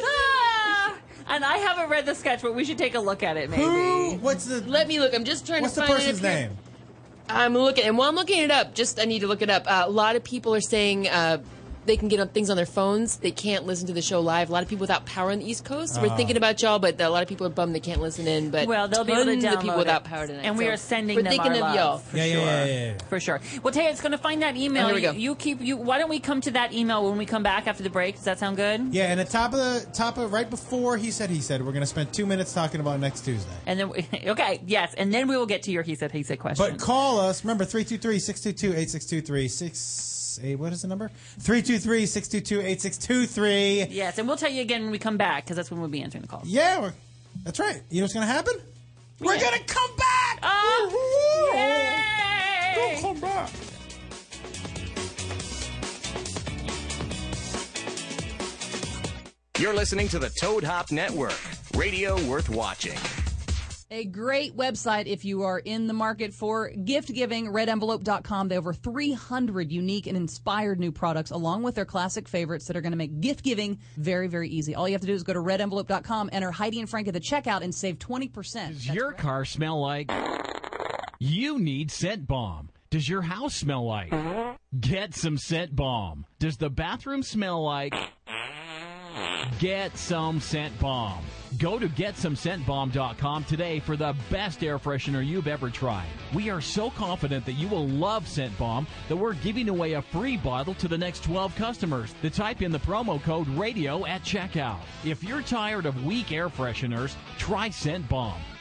Speaker 6: Ah! and I haven't read the sketch, but we should take a look at it maybe.
Speaker 4: What's the?
Speaker 14: Let me look. I'm just trying
Speaker 4: What's
Speaker 14: to
Speaker 4: the
Speaker 14: find it.
Speaker 4: person's
Speaker 14: up here.
Speaker 4: name?
Speaker 14: I'm looking, and while I'm looking it up, just I need to look it up. Uh, a lot of people are saying uh, they can get on things on their phones. They can't listen to the show live. A lot of people without power on the East Coast. So
Speaker 6: Ah.
Speaker 14: We're thinking about y'all, but a lot of people are bummed they can't listen in. But
Speaker 6: well, they'll be able to
Speaker 14: tons
Speaker 6: download
Speaker 14: of people
Speaker 6: it.
Speaker 14: without power tonight.
Speaker 6: and we
Speaker 14: so
Speaker 6: are sending
Speaker 14: We're
Speaker 6: them
Speaker 14: thinking
Speaker 6: our
Speaker 14: of
Speaker 6: love,
Speaker 14: y'all.
Speaker 6: for sure, for sure. Well, Taya, it's going to find that email.
Speaker 14: Oh, here we
Speaker 6: You-
Speaker 14: go.
Speaker 6: You keep you. Why don't we come to that email when we come back after the break? Does that sound good?
Speaker 4: Yeah, and at top of the top of right before he said he said we're going to spend two minutes talking about next Tuesday.
Speaker 6: And then we- okay, yes, and then we will get to your he said he said question.
Speaker 4: But call us. Remember 323-622-8623-6 what is the number? 323-622-8623.
Speaker 6: yes, and we'll tell you again when we come back because that's when we'll be answering the calls.
Speaker 4: Yeah, we're- that's right. You know what's going to happen? We're going to come back.
Speaker 6: Oh,
Speaker 4: Don't come back.
Speaker 1: You're listening to the Toad Hop Network, radio worth watching.
Speaker 7: A great website if you are in the market for gift giving, redenvelope.com. They have over 300 unique and inspired new products along with their classic favorites that are going to make gift giving very, very easy. All you have to do is go to redenvelope.com, enter Heidi and Frank at the checkout, and save 20%.
Speaker 13: Does your car smell like? You need scent bomb. Does your house smell like? Get some scent bomb. Does the bathroom smell like? Get some scent bomb. Go to getsomescentbomb.com today for the best air freshener you've ever tried. We are so confident that you will love Scent Bomb that we're giving away a free bottle to the next 12 customers that type in the promo code radio at checkout. If you're tired of weak air fresheners, try Scent Bomb.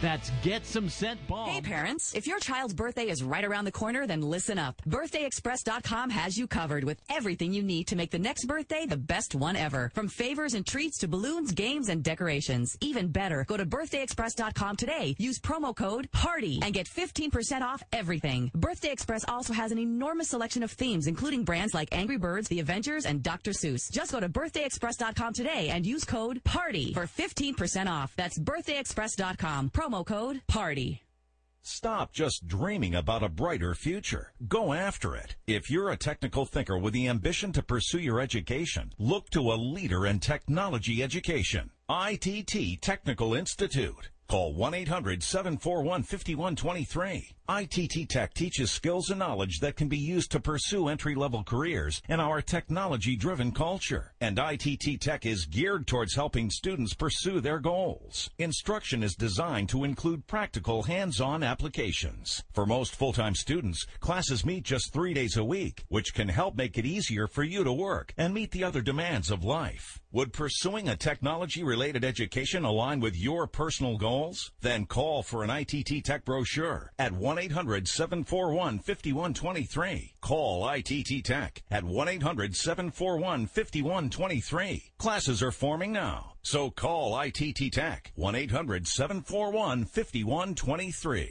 Speaker 13: That's getsomescentbomb.
Speaker 17: Hey, parents, if your child's birthday is right around the corner, then listen up. BirthdayExpress.com has you covered with everything you need to make the next birthday the best one ever. From favors and treats to balloons, games, and decorations. Even better, go to BirthdayExpress.com today. Use promo code PARTY and get 15% off everything. Birthday Express also has an enormous selection of themes, including brands like Angry Birds, The Avengers, and Dr. Seuss. Just go to BirthdayExpress.com today and use code PARTY for 15% off. That's BirthdayExpress.com. Promo code PARTY.
Speaker 16: Stop just dreaming about a brighter future. Go after it. If you're a technical thinker with the ambition to pursue your education, look to a leader in technology education. ITT Technical Institute. Call 1-800-741-5123. ITT Tech teaches skills and knowledge that can be used to pursue entry-level careers in our technology-driven culture. And ITT Tech is geared towards helping students pursue their goals. Instruction is designed to include practical hands-on applications. For most full-time students, classes meet just three days a week, which can help make it easier for you to work and meet the other demands of life. Would pursuing a technology-related education align with your personal goals? Then call for an ITT Tech brochure at 1-800-741-5123. Call ITT Tech at 1-800-741-5123. Classes are forming now, so call ITT Tech 1-800-741-5123.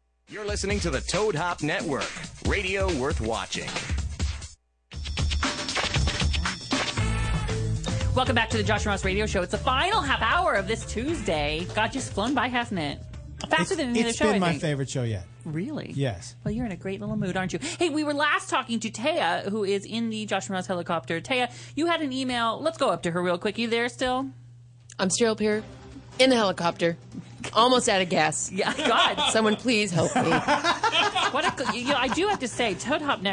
Speaker 1: You're listening to the Toad Hop Network, radio worth watching.
Speaker 6: Welcome back to the Josh and Ross Radio Show. It's the final half hour of this Tuesday. God, just flown by, hasn't it? Faster than any
Speaker 4: It's
Speaker 6: other show.
Speaker 4: been
Speaker 6: I
Speaker 4: my
Speaker 6: think.
Speaker 4: favorite show yet.
Speaker 6: Really?
Speaker 4: Yes.
Speaker 6: Well, you're in a great little mood, aren't you? Hey, we were last talking to Taya, who is in the Josh and Ross helicopter. Taya, you had an email. Let's go up to her real quick. You there still?
Speaker 14: I'm still up here in the helicopter. Almost out of gas.
Speaker 6: Yeah, God.
Speaker 14: Someone please help me.
Speaker 6: what a, cl- you know, I do have to say,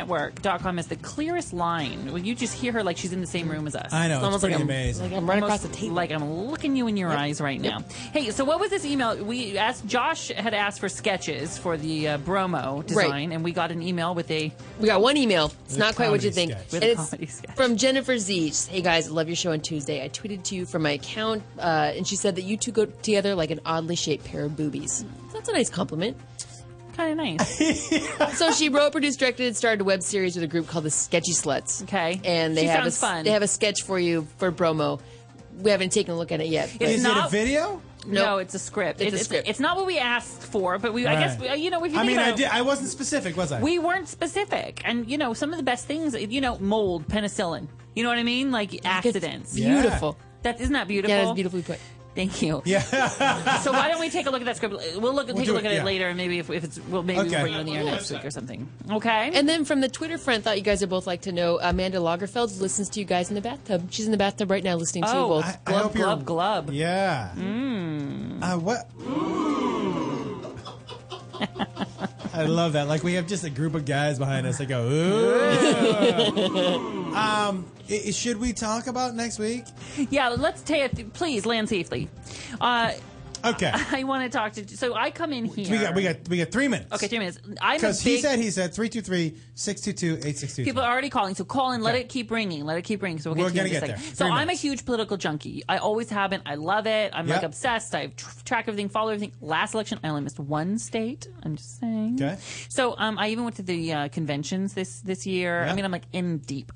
Speaker 6: ToadHopNetwork.com is the clearest line. When you just hear her like she's in the same room as us.
Speaker 4: I know, it's
Speaker 6: almost
Speaker 4: pretty
Speaker 6: like I'm,
Speaker 4: amazing.
Speaker 6: Like I'm right across the table. Like I'm looking you in your eyes right now. Hey, so what was this email? We asked Josh had asked for sketches for the uh, Bromo design, and we got an email with a.
Speaker 14: We got one email. It's
Speaker 6: With a
Speaker 14: not quite what you
Speaker 6: comedy
Speaker 14: think.
Speaker 6: sketch. With
Speaker 14: And
Speaker 6: a
Speaker 14: it's
Speaker 6: comedy sketch.
Speaker 14: from Jennifer Z. She says, Hey guys, I love your show on Tuesday. I tweeted to you from my account, uh, and she said that you two go together like an oddly shaped pair of boobies. That's a nice compliment.
Speaker 6: Kind of nice.
Speaker 14: so she wrote, produced, directed, and started a web series with a group called the Sketchy Sluts.
Speaker 6: Okay,
Speaker 14: and they
Speaker 6: She
Speaker 14: have a,
Speaker 6: sounds fun.
Speaker 14: they have a sketch for you for Bromo. We haven't taken a look at it yet. but-
Speaker 6: It's Is it a not-
Speaker 4: video?
Speaker 6: No, it's a script.
Speaker 14: It's a
Speaker 6: It-
Speaker 14: script.
Speaker 6: It's not what we asked for, but we. I
Speaker 4: Right.
Speaker 6: guess we- you know if you
Speaker 4: I
Speaker 6: think
Speaker 4: mean,
Speaker 6: about
Speaker 4: I
Speaker 6: it-
Speaker 4: did. I wasn't specific, was I?
Speaker 6: We weren't specific, and you know some of the best things. You know, mold, penicillin. You know what I mean? Like accidents.
Speaker 4: Yeah. beautiful.
Speaker 6: That isn't that beautiful.
Speaker 14: Yeah, it's beautifully put.
Speaker 6: Thank you.
Speaker 4: Yeah.
Speaker 6: so why don't we take a look at that script? We'll look
Speaker 14: We'll
Speaker 6: take
Speaker 14: do
Speaker 6: a look
Speaker 14: it,
Speaker 6: at
Speaker 14: yeah.
Speaker 6: it later, and maybe if, if it's we'll maybe
Speaker 14: Okay.
Speaker 6: we'll bring it on the air
Speaker 14: Yeah.
Speaker 6: next week or something. Okay.
Speaker 14: And then from the Twitter front, thought you guys would both like to know Amanda Lagerfeld listens to you guys in the bathtub. She's in the bathtub right now listening to you
Speaker 6: Oh,
Speaker 14: both.
Speaker 6: I-
Speaker 4: I hope you're-
Speaker 6: glub.
Speaker 4: Yeah.
Speaker 6: Mm.
Speaker 4: Uh, what? I love that. Like we have just a group of guys behind us that go. Ooh. um, i- i- should we talk about next week?
Speaker 6: Yeah, let's take. Please land safely. Uh,
Speaker 4: okay.
Speaker 6: I, want to talk to. So I come in here.
Speaker 4: We got we got we got three minutes.
Speaker 6: Okay, three minutes. I'm a
Speaker 4: Because he
Speaker 6: big-
Speaker 4: said he said 323-622-8622.
Speaker 6: People are already calling, so call and let it keep ringing. Let it keep ringing. So we'll get
Speaker 4: We're
Speaker 6: to
Speaker 4: gonna
Speaker 6: you in just
Speaker 4: get
Speaker 6: a second.
Speaker 4: there.
Speaker 6: So
Speaker 4: Very
Speaker 6: I'm a huge political junkie. I always have been. I love it. I'm
Speaker 4: Yep.
Speaker 6: like obsessed. I tr- track everything, follow everything. Last election, I only missed one state. I'm just saying.
Speaker 4: Okay.
Speaker 6: So um, I even went to the uh, conventions this this year. I mean, I'm like in deep.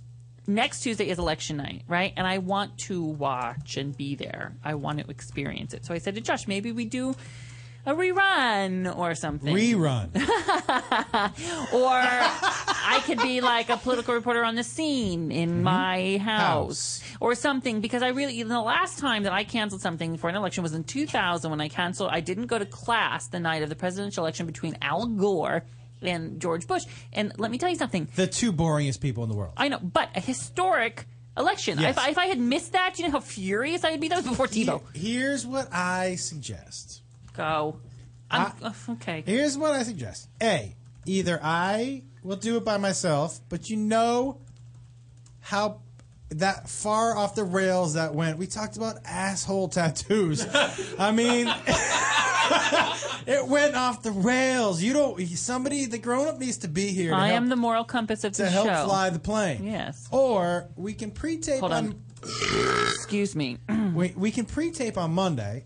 Speaker 6: Next Tuesday is election night, right? And I want to watch and be there. I want to experience it. So I said to Josh, maybe we do a rerun or something.
Speaker 4: Rerun.
Speaker 6: or I could be like a political reporter on the scene in
Speaker 4: Mm-hmm.
Speaker 6: my house, or something because I really the last time that I canceled something for an election was in 2000 when I canceled I didn't go to class the night of the presidential election between Al Gore and George Bush and let me tell you something
Speaker 4: The two boringest people in the world.
Speaker 6: I know but a historic election
Speaker 4: Yes.
Speaker 6: if, I- if I had missed that you know how furious I would be that was before Tebow
Speaker 4: Here's what I suggest.
Speaker 6: Go. I'm, oh, okay.
Speaker 4: Here's what I suggest. A, either I will do it by myself, but you know how that far off the rails that went. We talked about asshole tattoos. I mean, it went off the rails. You don't. Somebody, the grown up needs to be here. To
Speaker 6: I
Speaker 4: help,
Speaker 6: am the moral compass of
Speaker 4: to
Speaker 6: the
Speaker 4: help
Speaker 6: show
Speaker 4: fly the plane.
Speaker 6: Yes.
Speaker 4: Or we can pre-tape
Speaker 6: Hold
Speaker 4: on.
Speaker 6: on. Excuse me.
Speaker 4: we, we can pre-tape on Monday,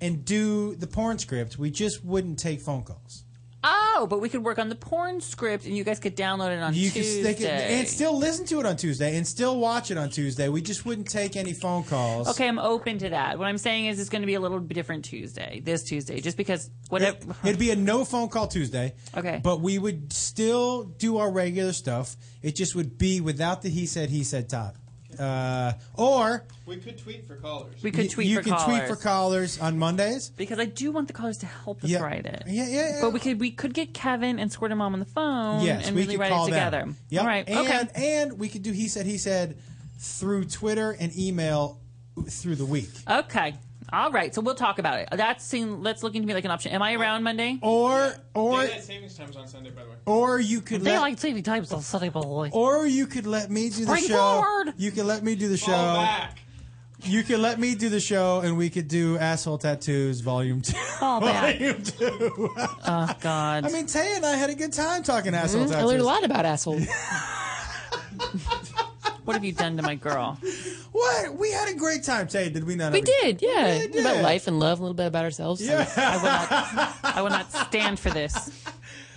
Speaker 4: and do the porn script. We just wouldn't take phone calls.
Speaker 6: Oh, but we could work on the porn script, and you guys could download it on
Speaker 4: You
Speaker 6: Tuesday.
Speaker 4: could, they could and still listen to it on Tuesday and still watch it on Tuesday. We just wouldn't take any phone calls.
Speaker 6: okay, I'm open to that. What I'm saying is, it's going to be a little bit different Tuesday, this Tuesday, just because whatever.
Speaker 4: It'd be a no phone call Tuesday.
Speaker 6: Okay.
Speaker 4: But we would still do our regular stuff. It just would be without the he said he said top. Uh, or
Speaker 15: We could tweet for callers.
Speaker 6: We could
Speaker 4: y-
Speaker 6: tweet
Speaker 4: you
Speaker 6: for
Speaker 4: can tweet
Speaker 6: callers.
Speaker 4: for callers on Mondays.
Speaker 6: Because I do want the callers to help us
Speaker 4: Yeah.
Speaker 6: write it.
Speaker 4: Yeah, yeah, yeah.
Speaker 6: But we could we could get Kevin and Squirter Mom on the phone
Speaker 4: Yes,
Speaker 6: and
Speaker 4: we
Speaker 6: really
Speaker 4: could
Speaker 6: write
Speaker 4: call
Speaker 6: it together.
Speaker 4: Them. Yep.
Speaker 6: All right. okay.
Speaker 4: And, and we could do he said he said through Twitter and email through the week.
Speaker 6: Okay. All right. So we'll talk about it. That's seem that's looking to me like an option. Am I around Monday?
Speaker 4: Or or
Speaker 15: Daylight savings time's on Sunday, by the way.
Speaker 4: or you could
Speaker 6: they
Speaker 4: let-
Speaker 6: like saving times on Sunday, by the way.
Speaker 4: Or you could let me do the
Speaker 6: Spring
Speaker 4: show.
Speaker 6: forward.
Speaker 4: You could let me do the show.
Speaker 6: Fall back.
Speaker 4: You could let me do the show, and we could do asshole tattoos, volume two.
Speaker 6: Fall back.
Speaker 4: volume two.
Speaker 6: oh God.
Speaker 4: I mean, Taya and I had a good time talking asshole
Speaker 14: Mhm.
Speaker 4: tattoos.
Speaker 14: I learned a lot about assholes.
Speaker 6: What have you done to my girl?
Speaker 4: What? We had a great time, Taya. Did we not?
Speaker 14: We
Speaker 4: have a-
Speaker 14: did, yeah.
Speaker 4: We really
Speaker 14: About
Speaker 4: did.
Speaker 14: life and love, a little bit about ourselves.
Speaker 4: Yeah.
Speaker 6: I will not stand for this.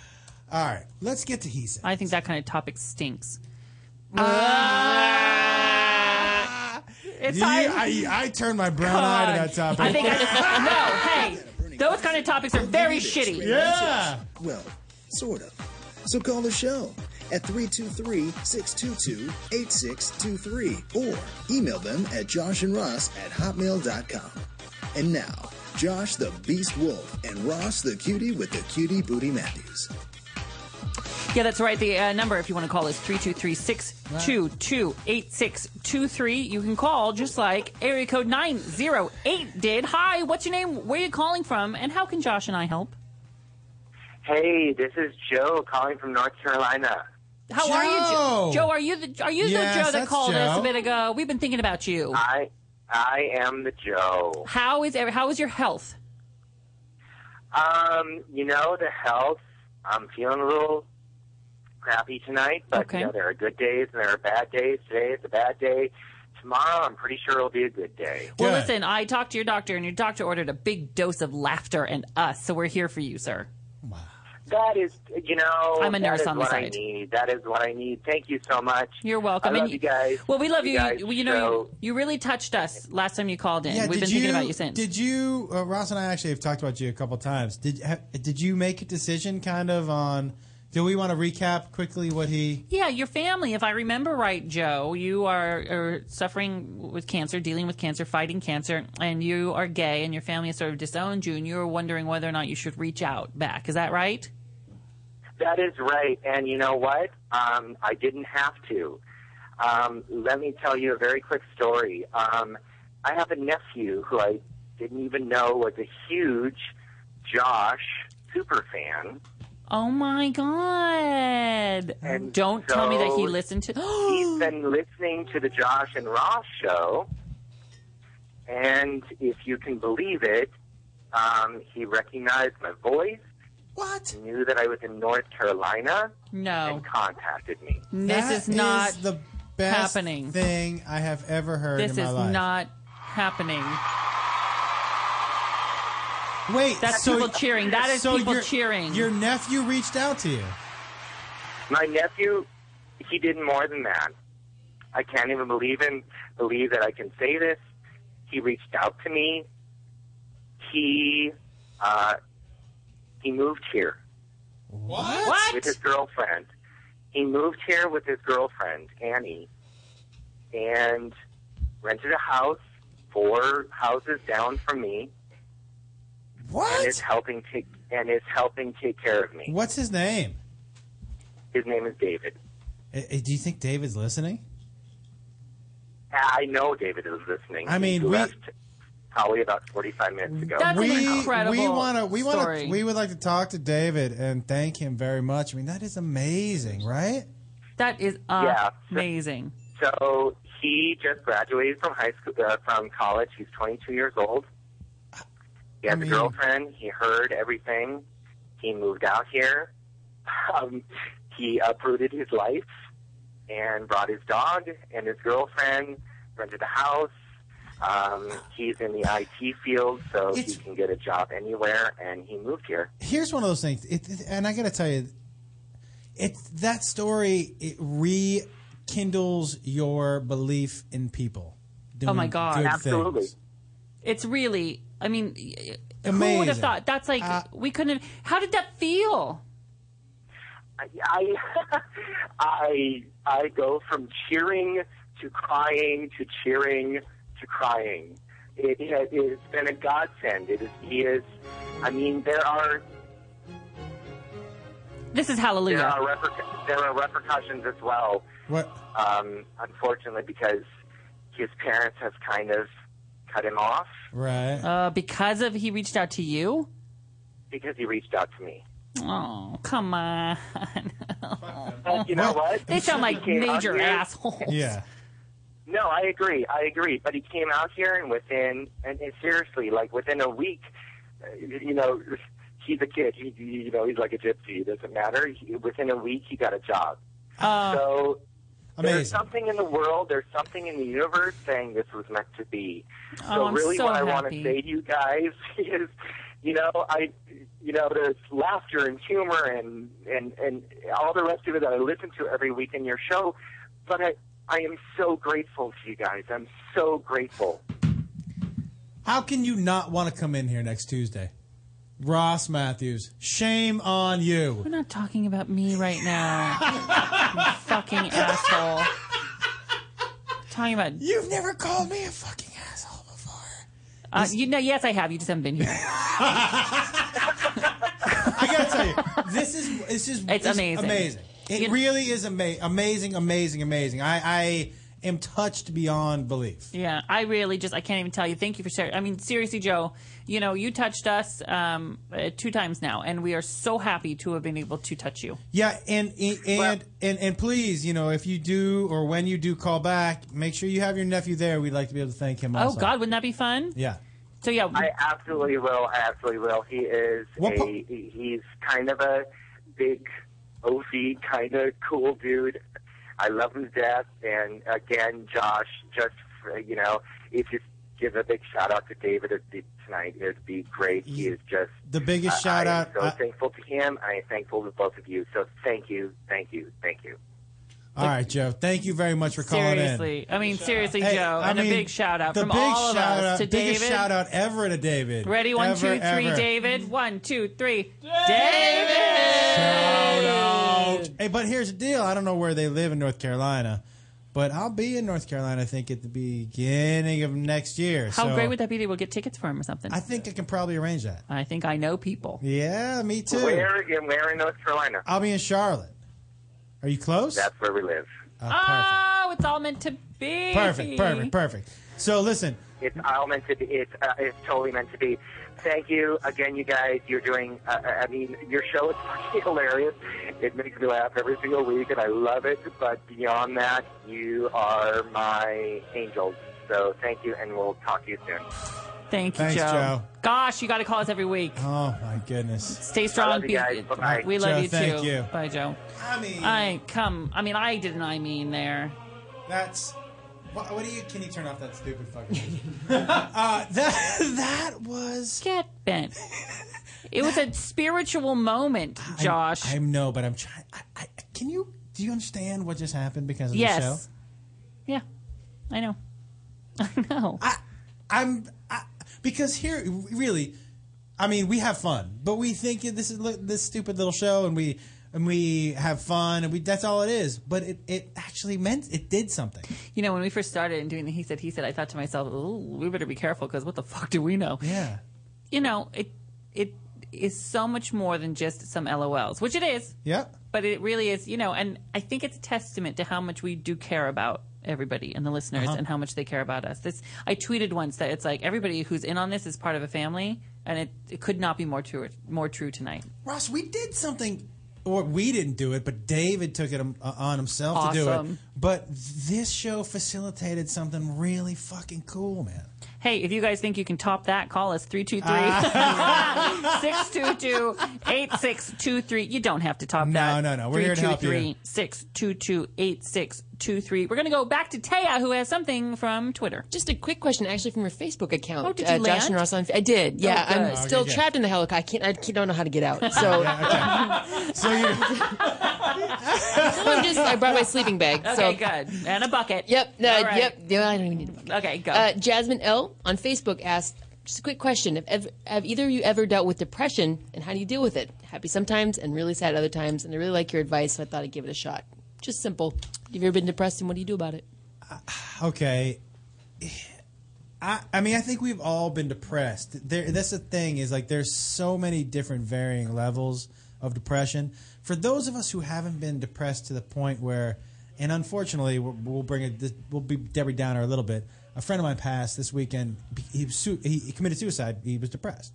Speaker 4: All right, let's get to he said.
Speaker 6: I think that kind of topic stinks. Ah, it's
Speaker 4: You-
Speaker 6: time.
Speaker 4: I, I turned my brown eye to that topic.
Speaker 6: I think I just no. Hey, those kind of topics are very shitty.
Speaker 4: Yeah.
Speaker 5: Well, sort of. So call the show at 323 622 8623 or email them at Josh and Ross at hotmail.com. And now, Josh the Beast Wolf and Ross the Cutie with the Cutie Booty Matthews.
Speaker 6: Yeah, that's right. The uh, number, if you want to call, is 323 622 8623. You can call just like area code 908 did. Hi, what's your name? Where are you calling from? And how can Josh and I help?
Speaker 21: Hey, this is Joe calling from North Carolina.
Speaker 6: How are you, Joe? Joe, are you the are you
Speaker 21: Yes,
Speaker 6: the Joe that
Speaker 21: that's
Speaker 6: called us
Speaker 21: Joe.
Speaker 6: a bit ago? We've been thinking about you.
Speaker 21: I I am the Joe.
Speaker 6: How is every, how is your health?
Speaker 21: Um, you know the health. I'm feeling a little crappy tonight, but you know there are good days and there are bad days. Today is a bad day. Tomorrow, I'm pretty sure it'll be a good day.
Speaker 6: Well, listen, I talked to your doctor, and your doctor ordered a big dose of laughter and us, so we're here for you, sir.
Speaker 21: That is, you know,
Speaker 6: I'm a
Speaker 21: that
Speaker 6: nurse
Speaker 21: is
Speaker 6: on the
Speaker 21: what I
Speaker 6: side.
Speaker 21: need. That is what I need. Thank you so much.
Speaker 6: You're welcome.
Speaker 21: I love
Speaker 6: and
Speaker 21: you, guys.
Speaker 6: Well, we love you.
Speaker 21: guys
Speaker 6: you, you know,
Speaker 21: show.
Speaker 6: you, you really touched us last time you called in. We've
Speaker 4: did
Speaker 6: been thinking about you since.
Speaker 4: Did you, uh, Ross and I actually have talked about you a couple times. Did ha, did you make a decision kind of on? Do we want to recap quickly what he?
Speaker 6: yeah, your family, if I remember right, Joe, you are, are suffering with cancer, dealing with cancer, fighting cancer, and you are gay, and your family has sort of disowned you, and you were wondering whether or not you should reach out back. Is that right?
Speaker 21: That is right. And you know what? Um, I didn't have to. Um, let me tell you a very quick story. Um, I have a nephew who I didn't even know was a huge Josh super fan.
Speaker 6: Oh my God. Don't tell me that he
Speaker 21: So-
Speaker 6: listened to.
Speaker 21: He's been listening to the Josh and Ross show. And if you can believe it, um, he recognized my voice.
Speaker 4: What?
Speaker 21: Knew that I was in North Carolina
Speaker 6: No.
Speaker 21: and contacted me.
Speaker 6: This
Speaker 4: That
Speaker 6: is not
Speaker 4: the best
Speaker 6: happening.
Speaker 4: thing I have ever heard
Speaker 6: This
Speaker 4: in my
Speaker 6: is
Speaker 4: life.
Speaker 6: not happening.
Speaker 4: Wait,
Speaker 6: That's
Speaker 4: so-
Speaker 6: people cheering. That is
Speaker 4: so
Speaker 6: people
Speaker 4: your-
Speaker 6: cheering.
Speaker 4: Your nephew reached out to you.
Speaker 21: My nephew, he did more than that. I can't even believe in believe that I can say this. He reached out to me. He uh, he moved here. What? With his girlfriend. He moved here with his girlfriend Annie, and rented a house four houses down from me. What? And is helping take and is helping take care of me.
Speaker 4: What's his name?
Speaker 21: His name is David.
Speaker 4: Eh, eh, Do you think David's listening?
Speaker 21: I know David is listening.
Speaker 4: I mean,
Speaker 21: he
Speaker 4: we-
Speaker 21: left probably about forty-five minutes ago.
Speaker 4: we, We wanna, we wanna, we would like to talk to David and thank him very much. I mean, that is amazing, right?
Speaker 6: That is
Speaker 21: Yeah.
Speaker 6: amazing. Oh
Speaker 21: So he just graduated from high school, uh, from college. He's 22 years old. He has a girlfriend. He heard everything. He moved out here. Um, he uprooted his life and brought his dog and his girlfriend. Rented a house. Um, he's in the IT field, so
Speaker 4: It's-
Speaker 21: he can get a job anywhere. And he moved here.
Speaker 4: Here's one of those things, it, it- and I got to tell you, it that story it rekindles your belief in people. Doing
Speaker 6: Oh my God.
Speaker 4: good
Speaker 6: Absolutely.
Speaker 4: things.
Speaker 6: It's really, I mean, y- who would have
Speaker 4: Amazing.
Speaker 6: thought? That's like, we couldn't have. How did that feel?
Speaker 21: I I I, I go from cheering to crying to cheering to crying. It, it has been a godsend. It is he is. I mean, there are
Speaker 6: This is hallelujah.
Speaker 21: there are repercu- there are repercussions as well.
Speaker 4: What?
Speaker 21: Um, unfortunately, because his parents have kind of cut him off
Speaker 4: Right.
Speaker 6: Uh, because of he reached out to you?
Speaker 21: because he reached out to me.
Speaker 6: Oh, come on.
Speaker 21: You know what?
Speaker 6: They sound like
Speaker 21: He came out
Speaker 6: major
Speaker 21: here-
Speaker 6: assholes.
Speaker 4: Yeah.
Speaker 21: No, I agree. I agree. But he came out here, and within, and, and seriously, like within a week, uh, you know, he's a kid. He, he- you know, he's like a gypsy. It doesn't matter. He, within a week, he got a job.
Speaker 4: Uh,
Speaker 21: so there's something in the world, there's something in the universe saying this was meant to be.
Speaker 18: Oh,
Speaker 21: So
Speaker 18: I'm
Speaker 21: really,
Speaker 18: so
Speaker 21: what I want
Speaker 18: happy.
Speaker 21: to say to you guys is, you know, I, you know, there's laughter and humor and and and all the rest of it that I listen to every week in your show, but I. I am so grateful to you guys. I'm so grateful.
Speaker 4: How can you not want to come in here next Tuesday? Ross Matthews, shame on you.
Speaker 6: We're not talking about me right now. you fucking asshole. Talking about
Speaker 4: You've never called me a fucking asshole
Speaker 6: before. Uh, you know, yes, I have. You just haven't been here.
Speaker 4: I gotta tell you, this is this is
Speaker 6: It's amazing.
Speaker 4: Amazing. It really is ama- amazing, amazing, amazing. I, I am touched beyond belief.
Speaker 6: Yeah, I really just I can't even tell you. Thank you for sharing. I mean, seriously, Joe, you know, you touched us um, uh, two times now, and we are so happy to have been able to touch you.
Speaker 4: Yeah, and and and, and and please, you know, if you do or when you do call back, make sure you have your nephew there. We'd like to be able to thank him.
Speaker 6: Oh
Speaker 4: Also.
Speaker 6: God, wouldn't that be fun?
Speaker 4: Yeah.
Speaker 6: So yeah,
Speaker 21: I absolutely will. I absolutely will. He is
Speaker 4: What
Speaker 21: a
Speaker 4: po-
Speaker 21: he- he's kind of a big OC kind of cool dude. I love him to death. And again, Josh, just for, you know, if you give a big shout out to David it'd be- tonight, it'd be great. He is just
Speaker 4: The biggest
Speaker 21: I-
Speaker 4: shout
Speaker 21: I am
Speaker 4: out. uh,
Speaker 21: So
Speaker 4: I-
Speaker 21: thankful to him. I am thankful to both of you. So thank you, thank you, thank you.
Speaker 4: all right, Joe. Thank you very much for calling in.
Speaker 6: seriously. I mean, seriously,
Speaker 4: Hey,
Speaker 6: Joe,
Speaker 4: I
Speaker 6: and
Speaker 4: mean,
Speaker 6: a big shout out
Speaker 4: the
Speaker 6: from
Speaker 4: big
Speaker 6: all of
Speaker 4: shout
Speaker 6: us
Speaker 4: out,
Speaker 6: to
Speaker 4: biggest
Speaker 6: David.
Speaker 4: shout out ever to David.
Speaker 6: Ready? one, two, three,
Speaker 4: Ever, ever.
Speaker 6: David. One, two, three. David.
Speaker 4: Hey, but here's the deal. I don't know where they live in North Carolina, but I'll be in North Carolina. I think at the beginning of next year.
Speaker 6: How
Speaker 4: so
Speaker 6: great would that be? They will get tickets for him or something. I
Speaker 4: think I can probably arrange that.
Speaker 6: I think I know people.
Speaker 4: Yeah, me too.
Speaker 21: Where again? Where in North Carolina?
Speaker 4: I'll be in Charlotte. Are you close?
Speaker 21: That's where we live.
Speaker 6: Oh, it's all meant to be.
Speaker 4: Perfect, perfect, perfect. So listen,
Speaker 21: It's all meant to be. It's uh, it's totally meant to be. Thank you again, you guys. You're doing. Uh, I mean, your show is fucking hilarious. It makes me laugh every single week, and I love it. But beyond that, you are my angels. So thank you, and we'll talk to you soon.
Speaker 6: Thank you,
Speaker 4: Thanks, Joe.
Speaker 6: Gosh, you got to call us every week.
Speaker 4: Oh my goodness.
Speaker 6: Stay strong.
Speaker 4: I love you
Speaker 6: be-
Speaker 4: guys. Bye-bye.
Speaker 6: We love
Speaker 4: Joe,
Speaker 6: you too.
Speaker 4: thank you.
Speaker 6: Bye, Joe.
Speaker 4: I mean,
Speaker 6: I come. I mean, I didn't. I mean, there.
Speaker 4: That's. What, what do you? Can you turn off that stupid fucking? uh, that that was
Speaker 6: get bent. It was a spiritual moment,
Speaker 4: I'm-
Speaker 6: Josh.
Speaker 4: I, know, but I'm trying. I, I, can you? Do you understand what just happened because of
Speaker 6: Yes.
Speaker 4: the show?
Speaker 6: yeah, I know. I know.
Speaker 4: I'm I, because here really, I mean, we have fun, but we think this is li- this stupid little show, and we and we have fun, and we that's all it is. But it it actually meant it did something.
Speaker 6: You know, when we first started and doing the he said, he said, I thought to myself, Ooh, we better be careful because what the fuck do we know?
Speaker 4: Yeah.
Speaker 6: You know, it it is so much more than just some LOLs, which it is.
Speaker 4: Yeah.
Speaker 6: But it really is, you know, and I think it's a testament to how much we do care about everybody and the listeners
Speaker 18: Uh-huh.
Speaker 6: and how much they care about us. This I tweeted once that it's like everybody who's in on this is part of a family, and it, it could not be more true more true tonight.
Speaker 4: Ross, we did something, or we didn't do it, but David took it um, uh, on himself to do it.
Speaker 6: Awesome.
Speaker 4: But this show facilitated something really fucking cool, man.
Speaker 6: Hey, if you guys think you can top that, call us 323-622-8623. You don't have to top that.
Speaker 4: no, no. We're here to help you.
Speaker 6: 323-622-8623. We're going to go back to Taya, who has something from Twitter.
Speaker 14: Just a quick question, actually, from your Facebook account.
Speaker 6: Oh, did
Speaker 14: uh,
Speaker 6: you
Speaker 14: Josh
Speaker 6: land?
Speaker 14: and Ross on. I did. Yeah,
Speaker 6: Oh, good.
Speaker 14: I'm
Speaker 6: Oh,
Speaker 14: still
Speaker 6: okay, good.
Speaker 14: trapped in the helicopter. I can't. I can't- don't know how to get out. So,
Speaker 4: so you.
Speaker 14: Someone just. I brought my sleeping bag. so.
Speaker 6: Okay, good. And a bucket.
Speaker 14: Yep. No,
Speaker 6: All right.
Speaker 14: Yep. Yeah, I don't even need a bucket.
Speaker 6: Okay, go.
Speaker 14: Uh, Jasmine L on Facebook asked just a quick question: have, ev- have either of you ever dealt with depression, and how do you deal with it? Happy sometimes, and really sad other times. And I really like your advice, so I thought I'd give it a shot. Just simple. Have you ever been depressed, and what do you do about it?
Speaker 4: okay I, I mean i think we've all been depressed there that's the thing is like there's so many different varying levels of depression for those of us who haven't been depressed to the point where and unfortunately we'll, we'll bring it this- we'll be debbie downer a little bit a friend of mine passed this weekend he, was su- he, he committed suicide he was depressed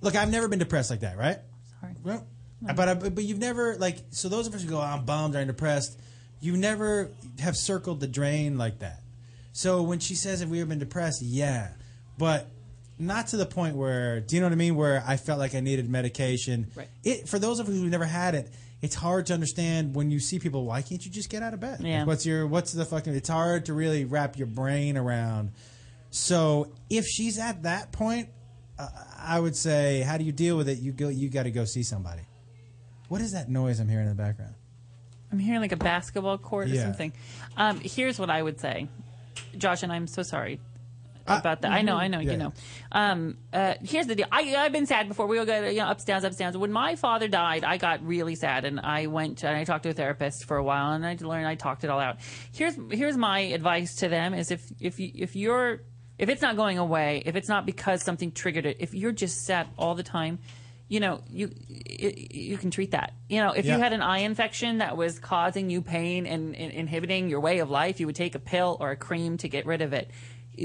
Speaker 4: look i've never been depressed like that right sorry well, but, I, but you've never like so those of us who go i'm bummed or i'm depressed you never have circled the drain like that so when she says have we ever been depressed, yeah, but not to the point where do you know what I mean? Where I felt like I needed medication.
Speaker 6: Right.
Speaker 4: It for those of you who never had it, it's hard to understand when you see people. Why can't you just get out of bed?
Speaker 6: Yeah.
Speaker 4: Like, what's your what's the fucking? It's hard to really wrap your brain around. So if she's at that point, uh, I would say, how do you deal with it? You go. You got to go see somebody. What is that noise I'm hearing in the background?
Speaker 6: I'm hearing like a basketball court or
Speaker 4: Yeah.
Speaker 6: something. Um, here's what I would say, Josh, and I'm so sorry about that. I know, I know,
Speaker 18: Yeah.
Speaker 6: you know. Um, uh, here's the deal. I, I've been sad before. We all go you know, ups downs, ups downs. When my father died, I got really sad, and I went and I talked to a therapist for a while, and I learned I talked it all out. Here's here's my advice to them: is if if you if you're if it's not going away, if it's not because something triggered it, if you're just sad all the time, you know, you you, you can treat that. You know, if
Speaker 18: Yeah.
Speaker 6: you had an eye infection that was causing you pain and, and inhibiting your way of life, you would take a pill or a cream to get rid of it.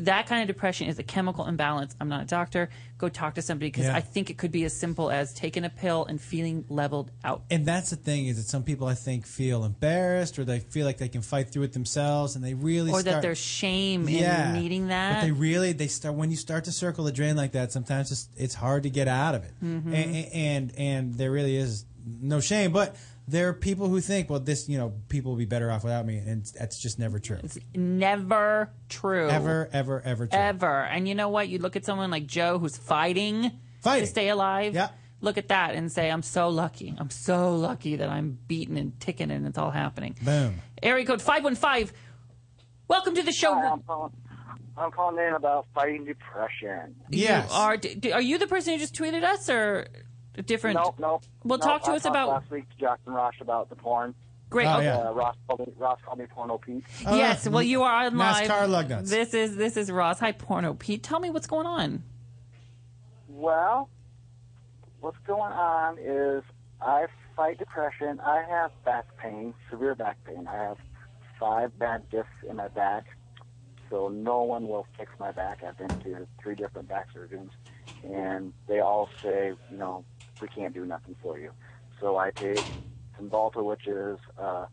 Speaker 6: That kind of depression is a chemical imbalance. I'm not a doctor. Go talk to somebody because
Speaker 4: Yeah.
Speaker 6: I think it could be as simple as taking a pill and feeling leveled out.
Speaker 4: And that's the thing is that some people I think feel embarrassed or they feel like they can fight through it themselves and they really
Speaker 6: or that
Speaker 4: start-
Speaker 6: there's shame in needing that.
Speaker 4: But they really they start when you start to circle the drain like that. Sometimes it's, it's hard to get out of it,
Speaker 6: Mhm.
Speaker 4: A- a- and, and there really is no shame. But there are people who think, well, this you know people will be better off without me, and that's just never true.
Speaker 6: Never true.
Speaker 4: Ever, ever, ever true.
Speaker 6: Ever. And you know what? You look at someone like Joe who's fighting,
Speaker 4: Fighting.
Speaker 6: to stay alive. Yeah. Look at that and say, I'm so lucky. I'm so lucky that I'm beaten and ticking and it's all happening.
Speaker 4: Boom.
Speaker 6: Area code 515. Welcome to the show.
Speaker 19: Hi, I'm, calling, I'm calling in about fighting depression.
Speaker 6: You are, d- d- are you the person who just tweeted us or a different?
Speaker 19: Nope, nope.
Speaker 6: Well,
Speaker 19: nope.
Speaker 6: talk to
Speaker 19: I
Speaker 6: us
Speaker 19: talked
Speaker 6: about-
Speaker 19: last week. to Jackson Rosh about the porn.
Speaker 6: Great. Oh, yeah.
Speaker 19: Uh, Ross called me. Ross called me porno Pete.
Speaker 6: yes, well, you are on live.
Speaker 19: Uh, NASCAR lug nuts.
Speaker 6: This is this is Ross. Hi, Porno Pete. Tell me what's going on.
Speaker 19: Well, what's going on is I fight depression. I have back pain, severe back pain. I have five bad discs in my back, so no one will fix my back. I've been to three different back surgeons, and they all say, you know, we can't do nothing for you. So I take Cymbalta, which is uh,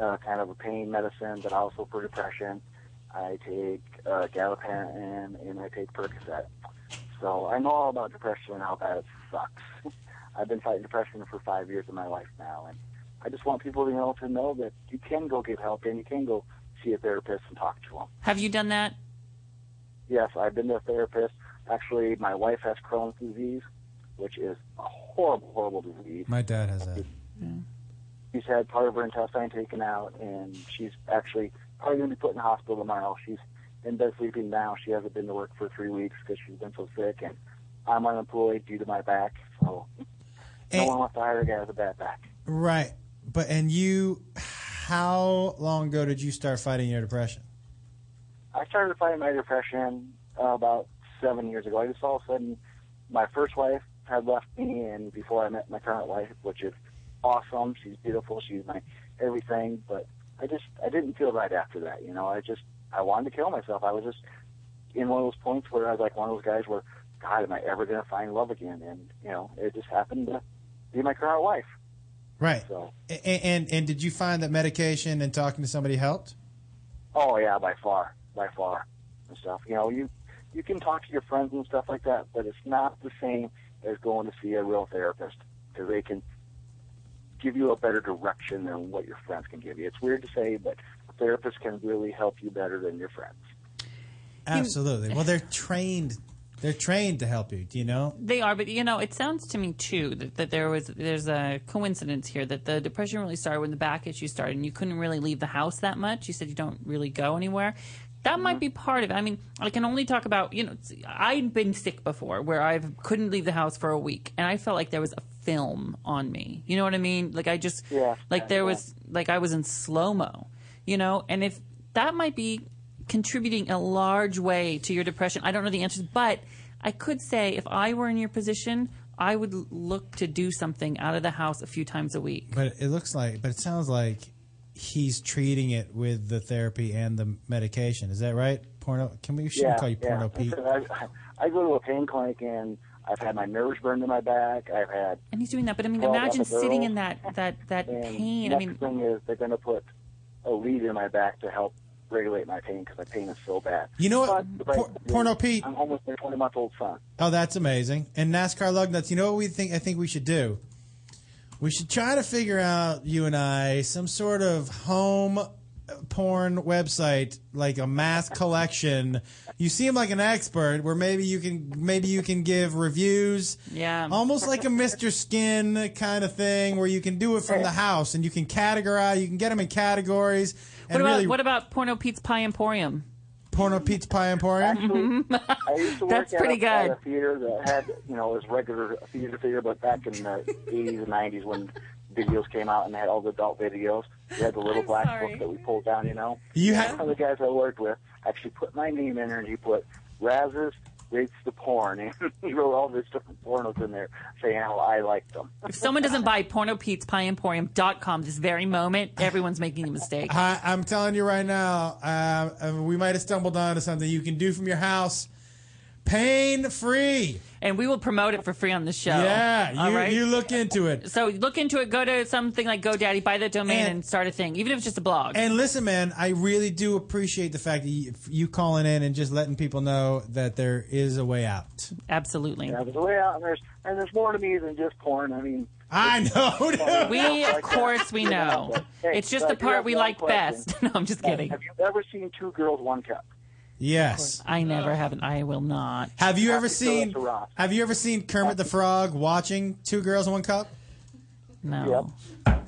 Speaker 19: uh, kind of a pain medicine, but also for depression. I take uh, Gabapentin and I take Percocet. So I know all about depression and how bad it sucks. I've been fighting depression for five years of my life now, and I just want people to know to know that you can go get help and you can go see a therapist and talk to them.
Speaker 6: Have you done that?
Speaker 19: Yes, I've been to a therapist. Actually, my wife has Crohn's disease, which is a horrible, horrible disease.
Speaker 4: My dad has that.
Speaker 19: She's had part of her intestine taken out, and she's actually probably going to be put in the hospital tomorrow. She's in bed sleeping now. She hasn't been to work for three weeks because she's been so sick, and I'm unemployed due to my back, so no one wants to hire a guy with a bad back.
Speaker 4: Right, but and you, how long ago did you start fighting your depression?
Speaker 19: I started fighting my depression uh, about seven years ago. I just all of a sudden, my first wife had left me, and before I met my current wife, which is awesome. She's beautiful. She's my everything. But I just, I didn't feel right after that. You know, I just, I wanted to kill myself. I was just in one of those points where I was like one of those guys where, God, am I ever going to find love again? And, you know, it just happened to be my current wife.
Speaker 4: Right,
Speaker 19: So,
Speaker 4: A- and and, and did you find that medication and talking to somebody helped?
Speaker 19: Oh yeah, by far, by far, and stuff. You know, you you can talk to your friends and stuff like that, but it's not the same as going to see a real therapist because they can give you a better direction than what your friends can give you. It's weird to say, but a therapist can really help you better than your friends.
Speaker 4: Absolutely. Well, they're trained. They're trained to help you. Do you know?
Speaker 6: They are, but you know, it sounds to me too that, that there was there's a coincidence here that the depression really started when the back issue started, and you couldn't really leave the house that much. You said you don't really go anywhere. That might be part of it. I mean, I can only talk about you know, it's- I've been sick before where I couldn't leave the house for a week, and I felt like there was a film on me. You know what I mean? Like I just like there was like I was in slow mo. You know, and if that might be contributing a large way to your depression. I don't know the answers, but I could say if I were in your position, I would l- look to do something out of the house a few times a week.
Speaker 4: But it looks like. But it sounds like he's treating it with the therapy and the medication. Is that right? Porno. Can we? we Shouldn't call you porno Pete.
Speaker 19: I, I go to a pain clinic and I've had my nerves burned in my back. I've had
Speaker 6: And he's doing that, but I mean,
Speaker 19: Well, that's
Speaker 6: imagine
Speaker 19: a girl.
Speaker 6: sitting in that that that
Speaker 19: And
Speaker 6: pain. I
Speaker 19: Next
Speaker 6: mean,
Speaker 19: thing is they're going to put a lead in my back to help regulate my pain because my pain is so bad.
Speaker 4: You know what?
Speaker 19: But, but
Speaker 4: Porno Pete.
Speaker 19: I'm home with my 20 month old son.
Speaker 4: Oh, that's amazing. And NASCAR lug nuts. You know what we think? I think we should do. We should try to figure out you and I some sort of home porn website, like a mass collection. You seem like an expert. Where maybe you can maybe you can give reviews.
Speaker 6: Yeah.
Speaker 4: Almost like a Mr. Skin kind of thing, where you can do it from the house and you can categorize. You can get them in categories. And
Speaker 6: what about
Speaker 4: really,
Speaker 6: what about Porno Pete's Pie Emporium?
Speaker 4: Porno Pete's Pie Emporium.
Speaker 19: I used to
Speaker 6: That's
Speaker 19: work at
Speaker 6: pretty
Speaker 19: a, at
Speaker 6: good.
Speaker 19: a theater that had, you know, it was regular theater theater, but back in the 80s and 90s when videos came out and they had all the adult videos, we had the little black book that we pulled down, you know?
Speaker 4: You
Speaker 19: had One of the guys I worked with actually put my name in there and he put Raz's rates the porn, and he wrote all these different pornos in there saying how I liked them.
Speaker 6: If someone doesn't buy pornopetespiemporium.com this very moment, everyone's making a mistake.
Speaker 4: I, I'm telling you right now, uh, uh, we might have stumbled onto something you can do from your house, pain free.
Speaker 6: And we will promote it for free on the show.
Speaker 4: Yeah,
Speaker 6: All
Speaker 4: you,
Speaker 6: right?
Speaker 4: you look into it.
Speaker 6: So look into it. Go to something like GoDaddy, buy the domain, and, start a thing, even if it's just a blog.
Speaker 4: And listen, man, I really do appreciate the fact that you, you calling in and just letting people know that there is a way out.
Speaker 6: Absolutely.
Speaker 19: Yeah, there's a way out, and there's and there's more to me than just porn. I mean,
Speaker 4: I know. dude.
Speaker 6: we, of course, we know.
Speaker 19: Hey,
Speaker 6: it's just the
Speaker 19: but I do
Speaker 6: part
Speaker 19: have
Speaker 6: we
Speaker 19: one
Speaker 6: like
Speaker 19: question.
Speaker 6: best. No, I'm just kidding.
Speaker 19: Have you ever seen two girls, one cup?
Speaker 4: Yes.
Speaker 6: I never haven't. I will not.
Speaker 4: Have you ever
Speaker 6: Happy Phyllis
Speaker 4: seen
Speaker 6: Roth.
Speaker 4: Have you ever seen Kermit the Frog watching Two Girls One Cup?
Speaker 6: No.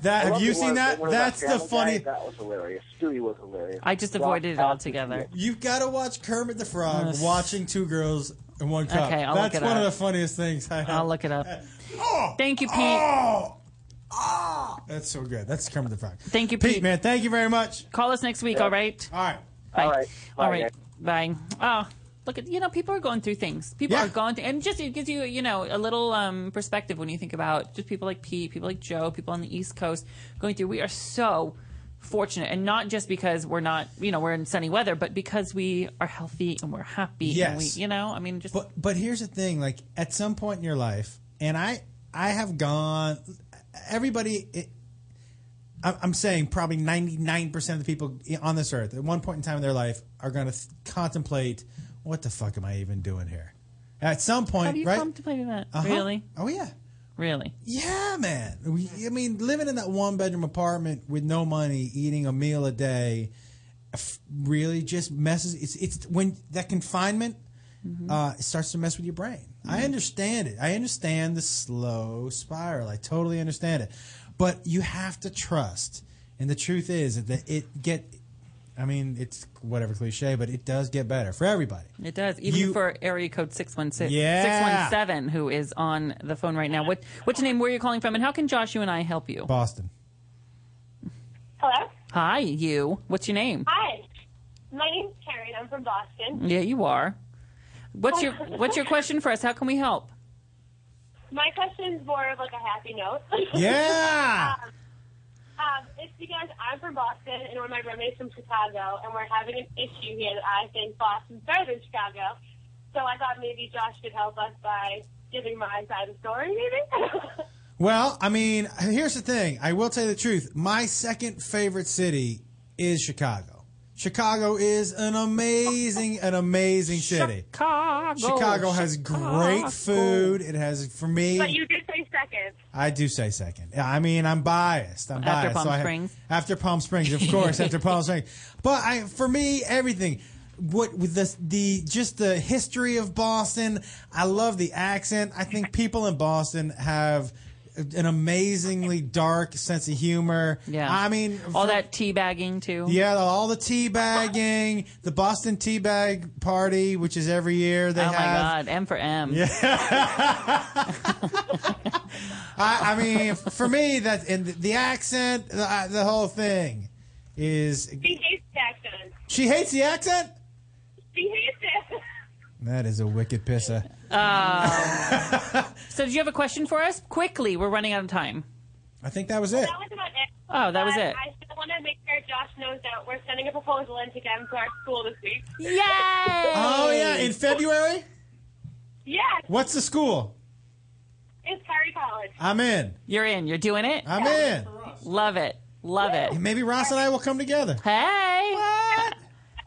Speaker 4: That
Speaker 19: I
Speaker 4: have
Speaker 19: love
Speaker 4: you
Speaker 19: the one-
Speaker 4: seen
Speaker 19: the
Speaker 4: that?
Speaker 19: one about
Speaker 4: That's the
Speaker 19: Family Guy.
Speaker 4: funny.
Speaker 19: That was hilarious. Stewie was hilarious.
Speaker 6: I just avoided it altogether.
Speaker 4: You've got to watch Kermit the Frog
Speaker 6: Ugh.
Speaker 4: watching Two Girls in One Cup.
Speaker 6: Okay, I'll look
Speaker 4: That's
Speaker 6: it
Speaker 4: one of
Speaker 6: up.
Speaker 4: the funniest things I have.
Speaker 6: I'll look it up.
Speaker 4: Oh.
Speaker 6: Thank you, Pete.
Speaker 4: That's so good. That's Kermit the Frog.
Speaker 6: Thank you,
Speaker 4: Pete, man. Thank you very much.
Speaker 6: Call us next week, all right?
Speaker 4: All right.
Speaker 6: Bye. All right.
Speaker 4: Bye,
Speaker 6: All right. Bye. Oh, look at you know people are going through things. People are going through, and just it gives you you know a little um, perspective when you think about just people like Pete, people like Joe, people on the East Coast going through. We are so fortunate, and not just because we're not you know we're in sunny weather, but because we are healthy and we're happy. And we,
Speaker 4: Yes.
Speaker 6: you know, I mean, just
Speaker 4: But but here's the thing: like at some point in your life, and I I have gone. Everybody, it, I'm I'm saying probably 99 percent of the people on this earth at one point in time in their life are going to th- contemplate, what the fuck am I even doing here? At some point,
Speaker 6: have you
Speaker 4: right?
Speaker 6: contemplated that
Speaker 4: Uh-huh.
Speaker 6: really?
Speaker 4: Oh yeah.
Speaker 6: Really?
Speaker 4: Yeah, man. We, I mean, living in that one bedroom apartment with no money, eating a meal a day, f- really just messes. It's it's when that confinement uh, it starts to mess with your brain. I understand it. I understand the slow spiral. I totally understand it. But you have to trust. And the truth is that it get. I mean, it's whatever cliche, but it does get better for everybody.
Speaker 6: It does, even
Speaker 4: You-
Speaker 6: for area code 616,
Speaker 4: Yeah.
Speaker 6: 617, who is on the phone right now. What, what's your name? Where are you calling from? And how can Josh, you and I help you?
Speaker 4: Boston.
Speaker 18: Hello.
Speaker 6: Hi, you. What's your name?
Speaker 18: Hi. My name's Karen. I'm from Boston.
Speaker 6: Yeah, you are. What's your What's your question for us? How can we help?
Speaker 18: My question's more of like a happy note.
Speaker 4: Ah,
Speaker 6: Yeah.
Speaker 18: um, um, it's because I'm from Boston and one of my roommates from Chicago, and we're having an issue here that I think Boston's better than Chicago. So I thought maybe Josh could help us by giving my side of the story, maybe.
Speaker 4: Well, I mean, here's the thing. I will tell you the truth. My second favorite city is Chicago. Chicago is an amazing, an amazing city.
Speaker 18: Chicago.
Speaker 4: Chicago has great food. It has, for
Speaker 18: But
Speaker 4: me,
Speaker 18: you did say second.
Speaker 4: I do say second. Yeah, I mean, I'm biased. I'm
Speaker 6: After
Speaker 4: biased.
Speaker 6: Palm
Speaker 4: I have-
Speaker 6: Springs?
Speaker 4: after Palm Springs, of course. after Palm Springs, but I, for me, everything. What with this, the just the history of Boston. I love the accent. I think people in Boston have an amazingly dark sense of humor.
Speaker 6: Yeah.
Speaker 4: I mean,
Speaker 6: all
Speaker 4: for-
Speaker 6: that teabagging too.
Speaker 4: yeah, all the teabagging, the Boston teabag party, which is every year. They
Speaker 6: oh my
Speaker 4: have
Speaker 6: God. M for M.
Speaker 4: I, I mean, for me, that and the, the accent, the, uh, the whole thing is.
Speaker 18: She hates Jackson.
Speaker 4: She hates the accent.
Speaker 18: She hates it.
Speaker 4: That is a wicked pisser.
Speaker 6: Um, so, did you have a question for us? Quickly, we're running out of time.
Speaker 4: I think that was it.
Speaker 18: That was about it.
Speaker 6: Oh, that was
Speaker 18: But
Speaker 6: it.
Speaker 18: I still want to make sure Josh knows that we're sending a proposal in to get him to our school this week.
Speaker 6: Yay!
Speaker 4: Oh yeah, in February.
Speaker 18: Yes,
Speaker 4: What's the school?
Speaker 18: it's Perry College.
Speaker 4: I'm in.
Speaker 6: You're in. You're doing it.
Speaker 4: I'm in.
Speaker 6: Love it. Love it.
Speaker 4: Maybe Ross and I will come together.
Speaker 6: Hey.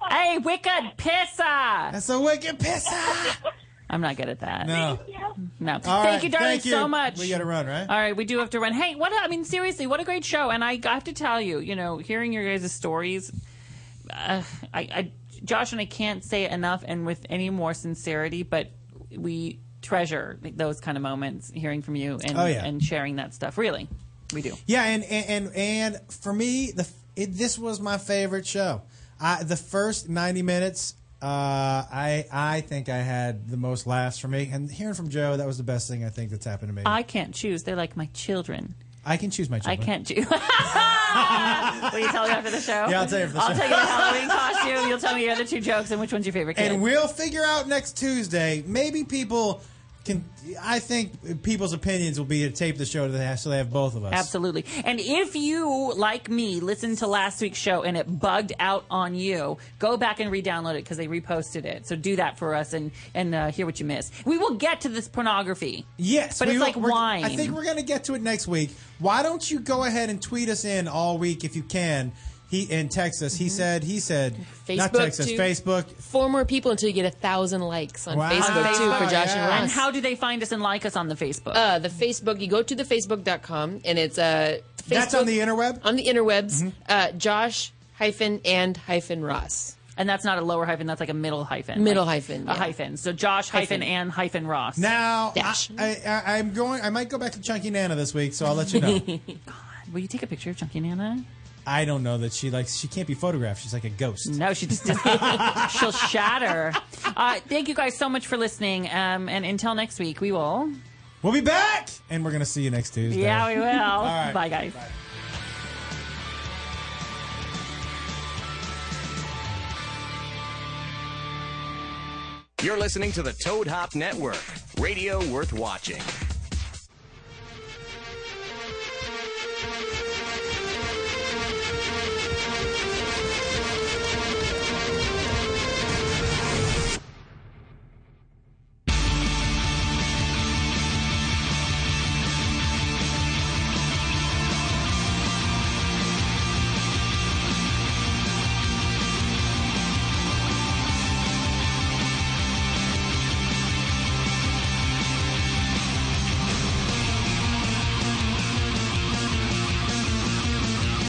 Speaker 6: Hey, wicked pisser.
Speaker 4: That's a wicked pisser.
Speaker 6: I'm not good at that.
Speaker 4: No.
Speaker 6: No.
Speaker 4: All
Speaker 6: thank
Speaker 4: right,
Speaker 6: you, darling,
Speaker 4: thank you.
Speaker 6: so much.
Speaker 4: We gotta run, right?
Speaker 6: All right, we do have to run. Hey, what? a- I mean, seriously, what a great show! And I have to tell you, you know, hearing your guys' stories, uh, I, I, Josh and I can't say it enough, and with any more sincerity, but we treasure those kind of moments, hearing from you and
Speaker 4: Oh, yeah.
Speaker 6: and sharing that stuff. Really, we do.
Speaker 4: Yeah, and and and, and for me, the it, this was my favorite show. I, the first ninety minutes, uh, I I think I had the most laughs for me, and hearing from Joe, that was the best thing I think that's happened to me.
Speaker 6: I can't choose. They're like my children.
Speaker 4: I can choose my
Speaker 6: I
Speaker 4: children.
Speaker 6: can't do. Will you tell me after the show?
Speaker 4: Yeah, I'll tell you after the
Speaker 6: I'll
Speaker 4: show.
Speaker 6: tell you the Halloween costume. You'll tell me your other two jokes and which one's your favorite kid.
Speaker 4: And we'll figure out next Tuesday. Maybe people can. I think people's opinions will be to tape the show to the so they have both of us.
Speaker 6: Absolutely. And if you, like me, listened to last week's show and it bugged out on you, go back and re-download it because they reposted it. So do that for us and and uh, hear what you missed. We will get to this pornography.
Speaker 4: Yes,
Speaker 6: but
Speaker 4: we
Speaker 6: it's
Speaker 4: will-
Speaker 6: like
Speaker 4: we're-
Speaker 6: wine.
Speaker 4: I think we're going to get to it next week. Why don't you go ahead and tweet us in all week if you can? He and text us.
Speaker 6: Mm-hmm.
Speaker 4: He said. He said. not
Speaker 14: Facebook
Speaker 4: text us.
Speaker 14: too.
Speaker 4: Facebook.
Speaker 14: Four more people until you get a thousand likes on
Speaker 4: Wow.
Speaker 14: Facebook
Speaker 4: On
Speaker 14: too for
Speaker 4: Facebook,
Speaker 14: Josh
Speaker 4: yeah.
Speaker 14: and Ross.
Speaker 4: And
Speaker 6: how do they find us and like us on the Facebook?
Speaker 14: Uh, the Facebook. You go to the Facebook.com and it's uh, Facebook,
Speaker 6: That's on the Mm-hmm.
Speaker 4: interweb.
Speaker 14: On the interwebs, uh, Josh hyphen and hyphen Ross.
Speaker 6: And that's not a lower hyphen. That's like a middle hyphen.
Speaker 14: Middle
Speaker 6: like
Speaker 14: hyphen,
Speaker 6: A
Speaker 14: yeah.
Speaker 6: hyphen. So Josh hyphen,
Speaker 14: Hyphen.
Speaker 6: and hyphen Ross.
Speaker 4: Now I, I, I, I'm going. I might go back to Chunky Nana this week, so I'll let you know.
Speaker 6: God, will you take a picture of Chunky Nana?
Speaker 4: I don't know that she likes. She can't be photographed. She's like a ghost.
Speaker 6: No, she just. She'll shatter. Uh, thank you guys so much for listening. Um, and until next week, we will.
Speaker 4: We'll be back, and we're going to see you next Tuesday.
Speaker 6: Yeah, we will.
Speaker 4: All right.
Speaker 6: Bye, guys.
Speaker 1: You're listening to the Toad Hop Network, radio worth watching.